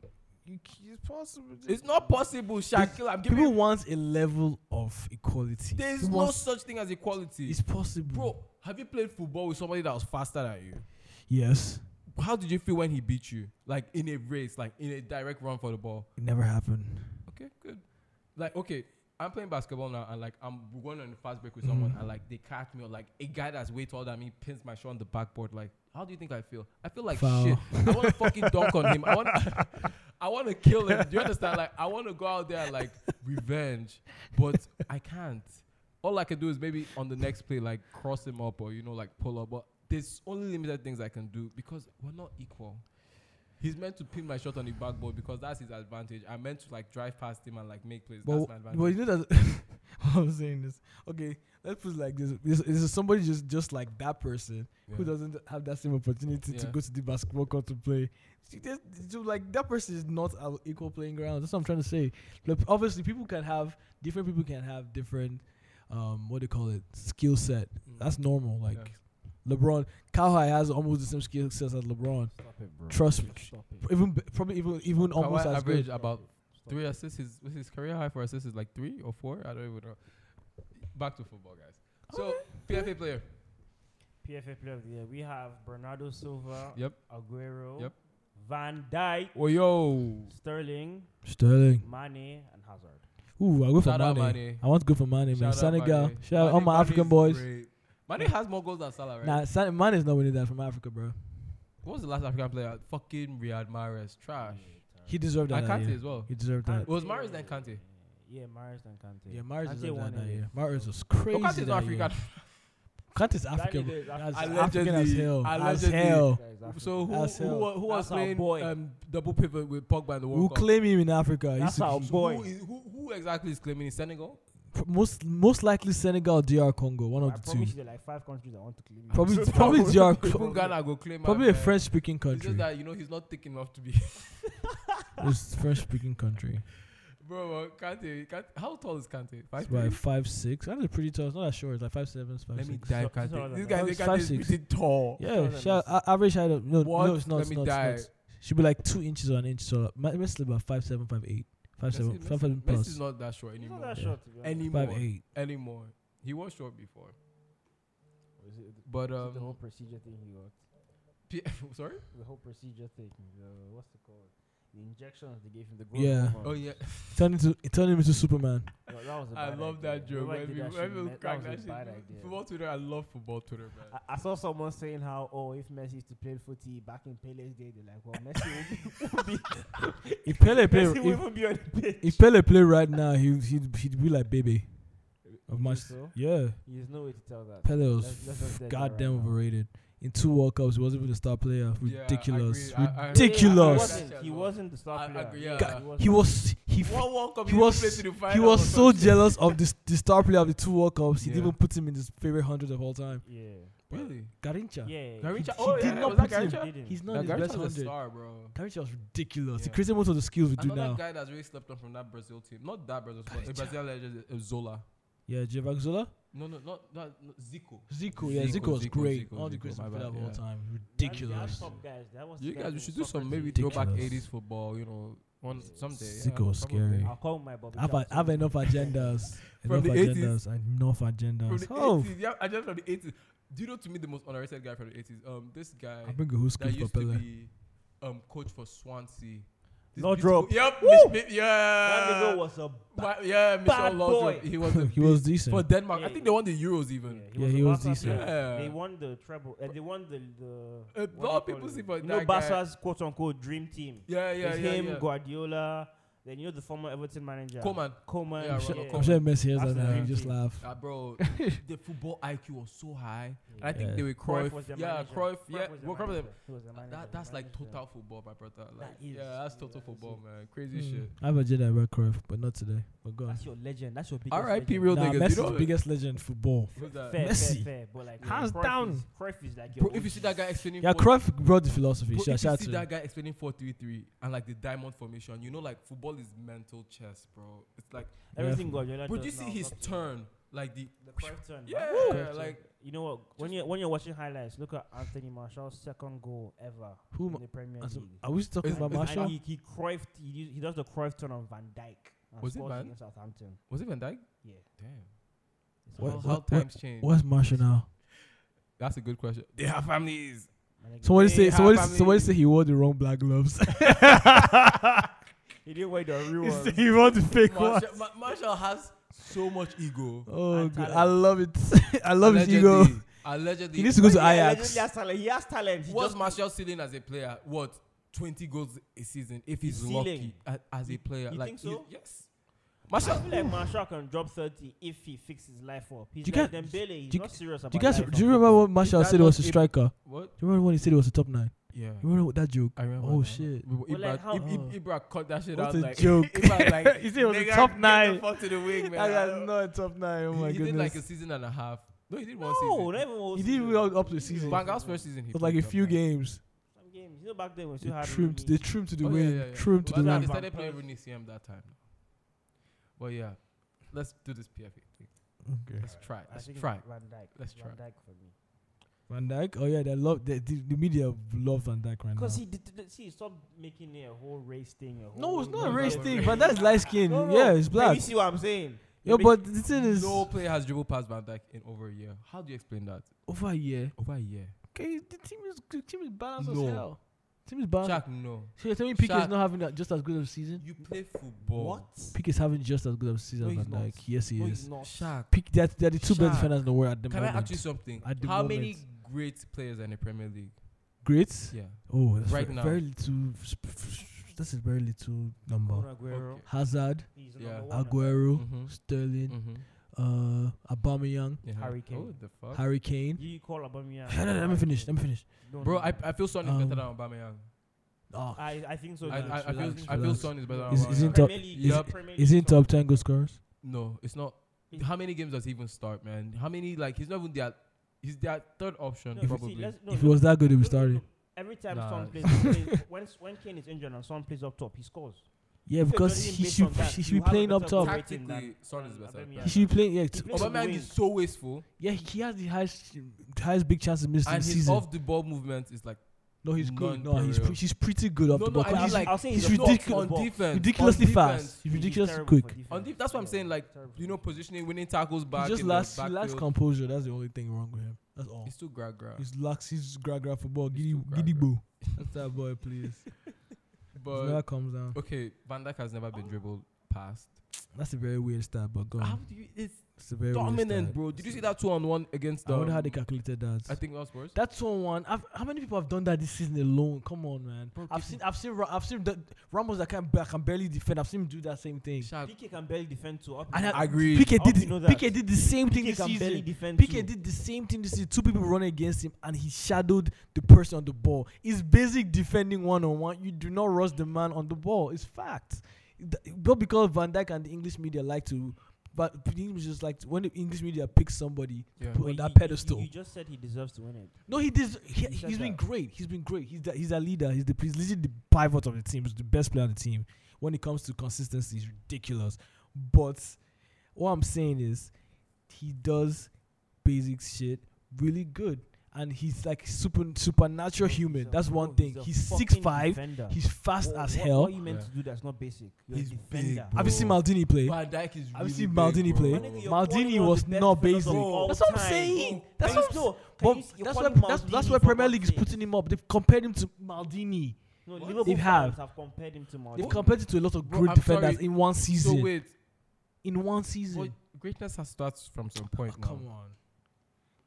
S4: It's possible.
S1: It's not possible, Shaquille. I'm giving
S4: People
S1: you.
S4: want a level of equality.
S1: There is
S4: People
S1: no
S4: want-
S1: such thing as equality.
S4: It's possible.
S1: Bro, have you played football with somebody that was faster than you?
S4: Yes,
S1: How did you feel when he beat you? Like in a race, like in a direct run for the ball.
S4: it never happened.
S1: Okay, good. Like, okay, I'm playing basketball now, and like I'm going on a fast break with someone,
S4: Mhm.
S1: and like they catch me, or like a guy that's way taller than me pins my shoe on the backboard. Like, how do you think I feel? I feel like
S4: Foul.
S1: shit. I want to fucking dunk on him. I want, I want to kill him. Do you understand? Like, I want to go out there and, like revenge, but I can't. All I can do is maybe on the next play, like cross him up, or you know, like pull up. But there's only limited things I can do because we're not equal. He's meant to pin my shot on the backboard because that's his advantage. I meant to like drive past him and like make plays.
S4: But,
S1: that's my advantage.
S4: but you know that I'm saying this. Okay, let's put it like this. This this is somebody just just like that person who
S1: Yeah.
S4: doesn't have that same opportunity to
S1: Yeah.
S4: go to the basketball court to play. See, there's- so, like that person is not an equal playing ground. That's what I'm trying to say. Like, obviously, people can have different people can have different, um, what do you call it, skill set.
S1: Mm.
S4: That's normal. Like LeBron, Kawhi has almost the same skill set as LeBron.
S5: Stop it, bro.
S4: Trust me.
S5: Stop
S4: Even b- probably even even almost
S1: Kawhi
S4: as
S1: averaged
S4: good.
S1: about
S5: Stop
S1: three
S5: it.
S1: assists. His, was his career high for assists is like three or four. I don't even know. Back to football, guys. So PFA player.
S3: PFA player of the year. We have Bernardo Silva,
S1: Yep.
S3: Aguero,
S1: Yep.
S3: Van Dijk,
S1: Oh yo.
S3: Sterling,
S4: Sterling.
S3: Mane, and Hazard.
S4: Ooh, I go for
S1: Shout out
S4: Mane.
S1: Mane.
S4: I want to go for Mane, man.
S1: Shout out
S4: Senegal.
S1: Mane.
S4: Shout out all
S1: Mane-
S4: my
S1: Mane
S4: African
S1: is
S4: boys.
S1: great. Mane has more goals than Salah, right?
S4: Nah, San- Mane is not winning that from Africa, bro.
S1: What was the last African player? Fucking Riyad Mahrez. Trash.
S4: He deserved that.
S1: And
S4: that
S1: Kante
S4: year.
S1: as well.
S4: He deserved that.
S1: It was Mahrez then Kante.
S3: Yeah, Maris and Kante.
S4: Yeah, Mars is
S3: Kante
S4: that,
S3: won
S4: that
S3: it.
S4: year. Mars was crazy.
S1: Oh, Kante's
S4: that
S1: not
S4: year.
S1: African.
S4: Kante's
S3: That
S4: African.
S3: nigga is
S4: That's
S3: African.
S4: African as
S1: Allegedly.
S4: hell.
S1: Allegedly.
S4: As hell.
S5: That is Africa.
S1: So who,
S4: That's
S1: who,
S4: him.
S1: wa- who was
S5: That's our
S1: playing
S5: boy.
S1: um, double pivot with Pogba in the World
S4: Who
S1: Cup?
S4: claim him in Africa? He
S3: That's
S4: should-
S3: our
S1: So
S3: boy.
S1: Who, is, who, who exactly is claiming in Senegal?
S4: pr- Most most likely Senegal, or DR Congo, one
S3: I
S4: of the two.
S3: promise you, there are like five countries I want to claim.
S4: Probably
S1: So
S4: probably
S1: now-
S4: DR
S1: Even
S4: Co-
S1: Ghana go claim.
S4: probably a
S1: am, uh,
S4: French speaking
S1: It's
S4: country.
S1: just that you know he's not thick enough to be.
S4: It's French speaking country.
S1: bro, bro, Kante, Kante, how tall is Kante?
S4: It's
S1: Five.
S4: by
S1: three?
S4: five six. That is pretty tall. It's not that short. It's like five seven, it's five
S1: Let me
S4: six.
S1: dive
S3: So-
S1: Kante.
S3: so-
S1: This guy,
S4: Five-
S1: this guy
S4: five,
S1: is
S4: six.
S1: pretty tall.
S4: Yeah,
S3: That's
S4: shout, a- average height of no,
S1: What?
S4: no, it's not.
S1: Let
S4: it's
S1: me
S4: not, it's
S1: die.
S4: not. Should be like two inches or an inch. So my Messi about five seven, five eight, five seven,
S1: Messi,
S4: five
S1: Messi,
S4: seven
S1: Messi's
S4: plus,
S1: not that short
S3: He's
S1: anymore.
S3: not that short. To be honest.
S1: Anymore.
S4: five eight.
S1: Anymore. He was short before,
S5: Is it- is
S1: but
S5: it the whole
S1: um,
S5: procedure thing he got.
S1: P- sorry.
S5: The whole procedure thing. The, what's it called? The injections they gave him. The growth
S4: Yeah.
S5: hormone.
S1: Oh yeah.
S4: Turn into turn him into Superman.
S5: That- that was a
S1: I
S5: bad
S1: love
S5: idea.
S1: that joke.
S5: Whoever
S1: When
S5: did
S1: people,
S5: that
S1: when
S5: shit,
S1: people
S5: that
S1: crack
S5: was
S1: that
S5: a
S1: shit.
S5: bad idea.
S1: Football Twitter, I love football Twitter, man.
S5: I, I saw someone saying how oh if Messi used to play footy back in Pele's day they're like well Messi would be,
S4: If Pele play,
S5: Messi would
S4: if,
S5: even be on the pitch.
S4: if Pele play right now, he he'd, he'd be like Bebe of
S5: You
S1: uh,
S4: Manchester.
S5: so?
S4: Yeah,
S5: There's no way to tell that.
S4: Pele was
S5: Let's- let's not take that right
S4: goddamn
S5: now.
S4: overrated. In two World Cups, he wasn't even a star player.
S1: Yeah, I
S4: Ridiculous,
S1: agree. I- I- I-
S4: ridiculous.
S5: He wasn't, he wasn't the
S1: I-
S5: star
S1: I
S5: player.
S1: agree, yeah.
S4: Ga-
S1: he
S4: he was he f-
S1: One World Cup,
S4: he
S1: didn't
S4: was-
S1: play to the
S4: he
S1: final or
S4: was so
S1: something.
S4: jealous of this the star player of the two World Cups. He
S1: Yeah.
S4: didn't even put him in his favorite hundred of all time.
S5: Yeah.
S1: Really?
S4: Garincha.
S5: Yeah.
S1: Garincha-
S5: He-
S1: oh,
S5: he
S1: yeah,
S5: did
S1: was that
S5: not put him.
S1: Garincha?
S5: He didn't.
S4: He's not
S1: That
S4: in his best
S1: Garincha was a
S4: hundred.
S1: star, bro.
S4: Garincha was ridiculous. He
S1: Yeah.
S4: created most of the skills we do
S1: Another
S4: now.
S1: guy that's really slept on from that Brazil team. Not that Brazil, but a
S4: Garincha.
S1: Brazil legend is Zola.
S4: Yeah, Jevac Zola.
S1: No, no, not, not, not Zico.
S4: Zico, yeah,
S1: Zico,
S4: Zico was
S1: Zico,
S4: great.
S1: Zico,
S4: All the
S1: Zico,
S4: greatest
S1: my
S4: player
S1: bad,
S4: of all
S1: yeah.
S4: time.
S5: They had- they had
S4: Ridiculous.
S5: top guys. That was
S1: You
S5: the
S1: guys,
S5: who
S1: we should do some maybe
S5: Socrates.
S1: throwback
S4: Ridiculous.
S1: 80s football, you know, one someday.
S4: Zico
S1: yeah,
S4: was
S1: probably.
S4: scary.
S5: I'll call my Bobby.
S4: I've, had-
S5: Charlton.
S4: I've enough agendas.
S1: From
S4: enough
S1: the 80s.
S4: agendas. Enough
S1: From
S4: agendas.
S1: the
S4: Oh,
S1: 80s, yeah, I just from the 80s. Do you know to me the most underrated guy from the 80s? Um, this guy
S4: I bring a who's
S1: that
S4: for
S1: used to
S4: Pele.
S1: be um coach for Swansea. This beautiful-
S5: Laudrup.
S1: Yep. Miss- mi-
S5: That
S1: yeah.
S5: nigga was a.
S1: Why- yeah, Michel
S5: bad
S1: Laudrup.
S5: boy.
S1: He was a
S4: He
S1: beast.
S4: was decent.
S1: for Denmark. I
S5: Yeah.
S1: think they won the Euros even.
S4: Yeah,
S5: Yeah,
S4: he was
S5: Barca
S4: decent.
S5: player.
S1: Yeah.
S5: They won the treble. Uh, they won the
S1: A
S5: the.
S1: lot
S5: what do
S1: of
S5: you call
S1: people
S5: it?
S1: see for
S5: You know
S1: that guy.
S5: Barca's quote unquote dream team.
S1: Yeah, yeah, yeah.
S5: it's
S1: yeah,
S5: him,
S1: yeah.
S5: Guardiola. Then you know the former Everton manager.
S1: Coman.
S5: Coman.
S1: Yeah,
S4: I'm sure,
S1: Ronald
S4: I'm sure Messi hears
S5: That's
S4: that
S5: the
S4: now.
S5: dream
S4: He just
S5: team.
S4: laugh.
S1: Ah, bro, the football IQ was so high. And I think
S4: Yeah.
S1: they were
S5: Cruyff
S1: Cruyff.
S5: was their
S1: yeah,
S5: manager.
S1: Cruyff. Yeah,
S5: was their
S1: well, Cruyff was
S5: manager.
S1: their-
S5: He was their manager,
S1: That,
S5: their
S1: that's like
S5: manager.
S1: total football, my brother. Like,
S5: That is-
S1: yeah, that's
S5: yeah,
S1: total
S5: that's
S1: football,
S5: it.
S1: man. Crazy shit.
S4: I have a Jedi about Cruyff, but not today. But go on.
S5: That's your legend. That's your biggest.
S1: R.I.P.
S5: legend.
S1: Real
S4: Nah,
S1: niggas.
S4: Messi's
S1: You know,
S4: the biggest legend in football.
S1: who's that?
S5: Fair,
S4: Uh, Messi.
S5: fair, fair. But like,
S4: Hands
S5: Cruyff
S4: down.
S5: Is, Cruyff is like your.
S1: Bro, if you see that guy explaining,
S4: Yeah,
S1: four-
S4: Cruyff brought the philosophy.
S1: bro,
S4: Shout
S1: if you
S4: shout
S1: see
S4: to
S1: that
S4: him.
S1: guy explaining four three three and like the diamond formation, you know, like football is mental chess, bro. It's like,
S5: everything Guardiola
S1: bro,
S5: does
S1: do you see
S5: now
S1: his
S5: is up to
S1: turn? Like the
S5: The Cruyff turn.
S1: yeah,
S5: bro.
S1: like
S5: You know what? When you when you're watching highlights, look at Anthony Marshall's second goal ever
S4: Who
S5: in
S4: ma-
S5: the Premier
S4: As-
S5: League.
S4: Are we still talking
S1: um, Is-
S4: about
S1: is-
S5: And
S4: Marshall?
S5: He, he Cruyffed. He, used- he does the Cruyff turn on Van Dijk. and
S1: Was it
S5: scores
S1: Van?
S5: against Southampton.
S1: was it Van Dyke?
S5: Yeah.
S1: Damn,
S5: It's
S4: What-
S5: all-
S1: how,
S4: what-
S1: how
S4: what-
S1: times change.
S4: Where's Marshall now?
S1: That's a good question. They have families.
S5: and again-
S4: Somebody
S1: They
S4: say
S1: have
S4: somebody
S1: family.
S4: somebody say he wore the wrong black gloves.
S5: He didn't wear the real
S4: he
S5: one.
S4: said he wore the fake one.
S1: Marshall, Ma- Marshall has so much ego.
S4: Oh,
S5: And
S4: God.
S5: talent.
S4: I love it. I love his ego.
S1: Allegedly- Allegedly,
S4: He needs to go to
S5: Yeah,
S4: Ajax.
S5: He has talent. He has talent. He
S1: What's
S5: just-
S1: Martial ceiling as a player? What twenty goals a season if he's
S5: His
S1: lucky
S5: ceiling.
S1: a- as a player?
S5: you
S1: like
S5: think
S1: he-
S5: so?
S1: yes.
S5: I
S1: Martial,
S5: feel like Marshall can drop 30 if he fixes life up. He's
S4: Do you
S5: like
S4: guys-
S5: Dembele. He's
S4: do you-
S5: not serious about
S4: Do you guys
S5: life
S4: do you
S5: and
S4: remember
S5: football.
S4: what Marshall
S1: that
S4: said he was a
S1: not a-
S4: striker?
S1: what?
S4: Do you remember when he said he was a top nine?
S1: Yeah,
S4: You remember that joke?
S1: I remember.
S4: Oh
S1: that.
S4: shit.
S1: We- we-
S5: Well, like,
S1: Ibra,
S5: how- Oh.
S1: Ib- Ib- Ibra cut that shit
S4: What
S1: out
S4: a
S1: like
S4: joke.
S1: Ibra, like,
S4: He said it was a
S1: "Nigga,
S4: top
S1: get the
S4: nine."
S1: fuck to the wing, man.
S4: That
S1: I
S4: guy's
S1: don't-
S4: not a top nine. Oh my
S1: he
S4: goodness.
S1: did like a season and a half. No, he did one
S5: No,
S1: season.
S5: not even all
S4: he did
S5: season.
S4: well up to the season. It
S1: Bangal's first season, he
S4: was like a
S1: played top
S4: few
S1: nine.
S4: games.
S5: Some games. You know, back then when
S4: They
S5: you had
S4: trimmed, they
S5: Rooney,
S4: trimmed to the
S1: Oh, yeah,
S4: wing,
S1: yeah, yeah.
S4: trimmed to
S1: Well, that's
S4: the
S1: why
S4: wing.
S1: They started
S5: Van
S1: playing
S5: Persie.
S1: Rooney CM that time. But yeah, let's do this PFA thing.
S4: Okay.
S1: Let's try.
S5: I
S1: Let's
S5: think it's
S1: try.
S5: Van Dijk.
S1: Let's
S5: Van
S1: try.
S5: Dijk for me.
S4: Van Dyke. Oh yeah, they love the, the, the media love Van Dyke right now.
S5: Because he did, did, see, stop making it a whole race thing. A whole
S4: No, it's
S1: No,
S4: not a
S1: it's
S4: race
S1: not a
S4: thing.
S1: race.
S4: Van Dyke's light skin.
S5: No, no,
S4: Yeah, it's
S5: but
S4: black.
S5: You see what I'm saying?
S4: Yo,
S5: Make-
S4: but the thing is,
S1: No player has dribbled past Van Dijk in over a year. How do you explain that?
S4: over a year.
S1: Over a year.
S4: Okay, the team is the team is balanced
S1: No.
S4: as hell. team is balanced.
S1: Shaq, no.
S4: So you're telling me PK
S1: Shaq.
S4: is not having that just as good of a season?
S1: You play football.
S4: PK is having just as good of a season
S1: No,
S4: as
S1: he's
S4: Van Dyke.
S1: not.
S4: Yes, he
S5: No, he's
S4: is.
S5: not.
S1: Shaq.
S4: Pick that. They're the two
S1: Shaq.
S4: best defenders in the world at the
S1: Can
S4: moment.
S1: I ask you something?
S4: At the
S1: How many
S4: moment.
S1: great players are in the Premier League?
S4: Great.
S1: Yeah.
S4: Oh, that's
S1: Right
S4: ve-
S1: now.
S4: very little. sp- This is very little number.
S5: Kun Aguero.
S1: Okay.
S4: Hazard,
S5: He's
S1: Yeah.
S5: number one.
S4: Aguero,
S1: Mm-hmm.
S4: Sterling,
S1: Mm-hmm.
S4: uh, Aubameyang,
S5: Harry Kane.
S1: Oh, the fuck?
S4: Harry Kane.
S5: You call Aubameyang.
S4: No, no, no, let me finish. Let me finish.
S5: No,
S1: Bro,
S5: no,
S1: I,
S5: no.
S1: I feel Son is
S4: Um,
S1: better than Aubameyang.
S4: Oh,
S5: I, I think so.
S1: I, I,
S5: too.
S1: I feel
S4: relax,
S1: I feel
S4: relax.
S1: Son is better than
S4: Is-
S1: Aubameyang.
S4: is in top-
S5: Premier League,
S1: Yup.
S5: Premier League
S4: is he in
S5: top.
S4: top ten goal scorers?
S1: No, it's not.
S5: Is-
S1: How many games does he even start, man? How many like he's not even their he's their third option
S5: No, see,
S1: probably.
S5: let's- no,
S4: If he
S5: look,
S4: was that good, he'd be
S5: look, look,
S4: starting.
S5: look. Every time
S1: Nah.
S5: Son plays, he plays when when Kane is injured and Son plays up top, he scores.
S4: Yeah,
S5: If you're
S4: because
S5: judging
S4: he
S5: based
S4: should
S5: on that,
S4: he should
S5: you
S4: be
S5: have a
S4: playing up
S5: better
S4: top.
S5: opponent.
S1: Tactically,
S5: than-
S1: Son is
S5: than
S1: better.
S5: Aubameyang.
S1: than
S4: He should be playing. Yeah,
S5: He
S4: t-
S5: plays on the
S1: Aubameyang
S5: wing.
S1: is so wasteful,
S4: yeah, he has the highest highest big chances missed in
S1: and
S4: the
S1: his
S4: season.
S1: off the ball movement is like
S4: No, he's good. No,
S1: Non-player.
S4: he's pre- he's pretty good off
S1: no,
S4: the
S1: no,
S4: ball.
S1: I mean,
S4: he's
S1: like
S5: I'll say
S4: he's
S5: a box,
S4: ridiculous-
S5: a
S1: on
S5: box.
S1: defense,
S4: ridiculously
S1: on
S4: fast.
S1: defense.
S4: He's
S5: He's
S4: ridiculously
S5: terrible for
S4: quick.
S5: defense.
S1: On def- that's what I'm saying, like,
S5: Terrible for
S1: You know,
S5: defense.
S1: positioning, winning tackles back.
S4: He just
S1: in the
S4: lacks he lacks
S1: backfield.
S4: composure. That's the only thing wrong with him. That's all.
S1: He's too gra gra.
S4: He's lacks his gra gra football.
S1: He's
S4: Giddy
S1: too gra-gra.
S4: giddy boo. That's that boy, please. His
S1: But
S4: never comes down.
S1: okay, Van Dijk has never been dribbled. passed.
S4: That's a very weird stat, but go
S1: Oh. How
S4: on.
S1: do you? It's
S4: It's a very weird
S1: dominant,
S4: stat.
S1: bro. Did you see that two on one against?
S4: I wonder how
S1: um,
S4: they calculated that.
S1: I think that was worse.
S4: That's one one. I've, how many people have done that this season alone? Come on, man.
S1: Bro,
S4: I've
S1: give
S4: seen, I've seen, Ra- I've seen the Ramos that can, ba- can barely defend. I've seen him do that same thing.
S1: Shaq,
S5: PK can barely defend too.
S4: And I-
S1: Agreed.
S4: PK
S5: How
S4: did,
S5: do you
S4: the-
S5: know that?
S4: PK did the same thing
S5: PK
S4: this
S5: can barely
S4: season.
S5: defend
S4: PK
S5: too.
S4: did the same thing this season. Two people running against him, and he shadowed the person on the ball. It's basic defending one on one. You do not rush the man on the ball. It's fact. Th- Not because Van Dijk and the English media like to, but the English just like to- when the English media picks somebody
S1: Yeah.
S4: put
S5: But
S4: on
S5: you-
S4: that
S5: you-
S4: pedestal.
S5: You, just said he deserves to win it.
S4: No, he did. He,
S5: He said
S4: has been
S5: that.
S4: great. He's been great. He's the, he's a leader. He's the he's literally the pivot of the team. He's the best player on the team. When it comes to consistency, he's ridiculous. But what I'm saying is, he does basic shit really good, and he's like super supernatural
S5: Bro,
S4: human.
S5: he's a-
S4: That's one
S5: bro,
S4: thing.
S5: a
S4: He's
S5: fucking
S4: six five.
S5: defender.
S4: He's fast
S5: What-
S4: as
S5: what-
S4: hell.
S5: What you meant
S1: Yeah.
S5: to do that's not basic. You're
S1: He's
S5: a
S1: big,
S5: defender.
S1: bro.
S4: Have you seen Maldini play?
S1: Van Dijk is.
S4: I've
S1: really
S4: seen
S1: big,
S4: Maldini
S1: bro.
S4: play.
S5: My nigga, you're
S4: Maldini
S5: calling one of
S4: was
S5: the best
S4: not
S5: defenders of
S4: basic.
S5: all
S4: That's what I'm
S5: time.
S4: saying.
S5: Bro,
S4: That's
S5: can
S4: what I'm
S5: you-
S4: saying.
S5: can
S4: But
S5: you see- you're
S4: that's why
S5: calling
S4: that's, that's
S5: Maldini
S4: why
S5: for
S4: Premier League is
S5: God's sake.
S4: putting him up. They've compared him to Maldini.
S5: No,
S1: What?
S5: Liverpool
S4: They
S5: fans have compared him to
S4: They've
S5: Maldini.
S4: compared it to a lot of
S1: Bro,
S4: great
S1: I'm
S4: defenders
S1: sorry.
S4: in one
S1: So
S4: season.
S1: wait,
S4: in one season.
S1: what, greatness has starts from some point.
S4: Ah,
S1: now.
S4: Come on.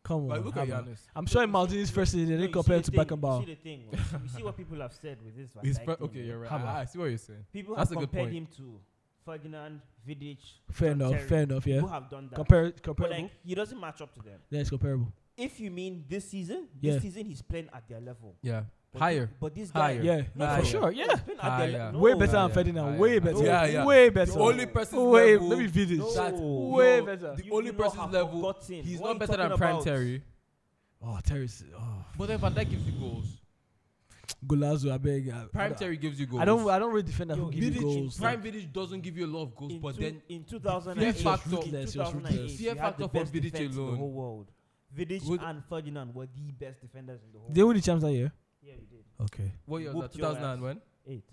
S4: Come
S1: Like,
S4: on.
S1: look at
S4: come on.
S1: Giannis.
S4: I'm sure in
S5: No, you
S4: Maldini's
S5: see-
S4: first season they
S5: no,
S4: didn't
S5: you see
S4: compare it
S5: the
S4: to
S5: thing-
S4: Beckenbauer.
S5: You see the thing. You see- you see what people have said with this. Van
S1: He's
S5: Dijk
S1: fir-
S5: thing,
S1: okay,
S5: bro.
S1: you're right.
S4: Come on.
S1: Ah, I see what you're saying.
S5: People
S1: That's
S5: have
S1: a good
S5: compared
S1: point.
S5: him to Ferdinand, Vidic.
S4: Fair
S5: John
S4: enough.
S5: Terry,
S4: Fair enough. Yeah.
S5: Who have done that?
S4: Compare.
S5: But
S4: Comparable.
S5: like he doesn't match up to them.
S4: yeah, it's comparable.
S5: If you mean this season,
S4: Yeah.
S5: this season he's playing at their level.
S1: Yeah,
S5: But
S1: higher.
S5: thi- but this guy,
S1: Higher.
S4: Yeah. No,
S1: Higher.
S4: for sure. Yeah.
S5: He's playing at their
S1: Higher.
S5: le-
S4: way
S5: no.
S4: better
S1: yeah,
S4: than Ferdinand.
S1: yeah,
S4: way
S1: yeah.
S4: better.
S1: Yeah, yeah.
S4: Way better.
S1: The only person's
S4: Way.
S1: level-
S4: Let me finish.
S5: No.
S1: That's
S5: No.
S4: way better.
S1: The
S5: You
S1: only
S5: will not
S1: person's
S5: have
S1: level.
S5: forgotten.
S1: He's
S5: What
S1: not
S5: are you
S1: better than
S5: talking
S1: Prime
S5: about?
S1: Terry.
S4: Oh, Terry's. Oh,
S1: But then Van Dijk gives you goals.
S4: Golazo. I beg. I, I
S1: Prime
S4: don't-
S1: Terry gives you goals.
S4: I don't. I don't rate defender
S5: Yo,
S4: who gives
S1: Vidic-
S4: you goals.
S1: Prime Vidic doesn't give you a lot of goals,
S5: In
S1: but
S5: two-
S1: then
S5: in 2008,
S1: fear factor-
S5: in
S4: Ruthless, he was
S5: 2008,
S4: ruthless.
S5: he
S1: Fear
S5: had the
S1: factor for
S5: best
S1: Vidic
S5: defense in
S1: alone.
S5: the whole world. Vidic
S1: Would-
S5: and Ferdinand were the best defenders in the whole.
S4: They
S5: world.
S4: won the champs that year.
S5: Yeah, we did.
S4: Okay.
S1: what year was that?
S5: Whooped your ass.
S1: 2009 when?
S5: Eight.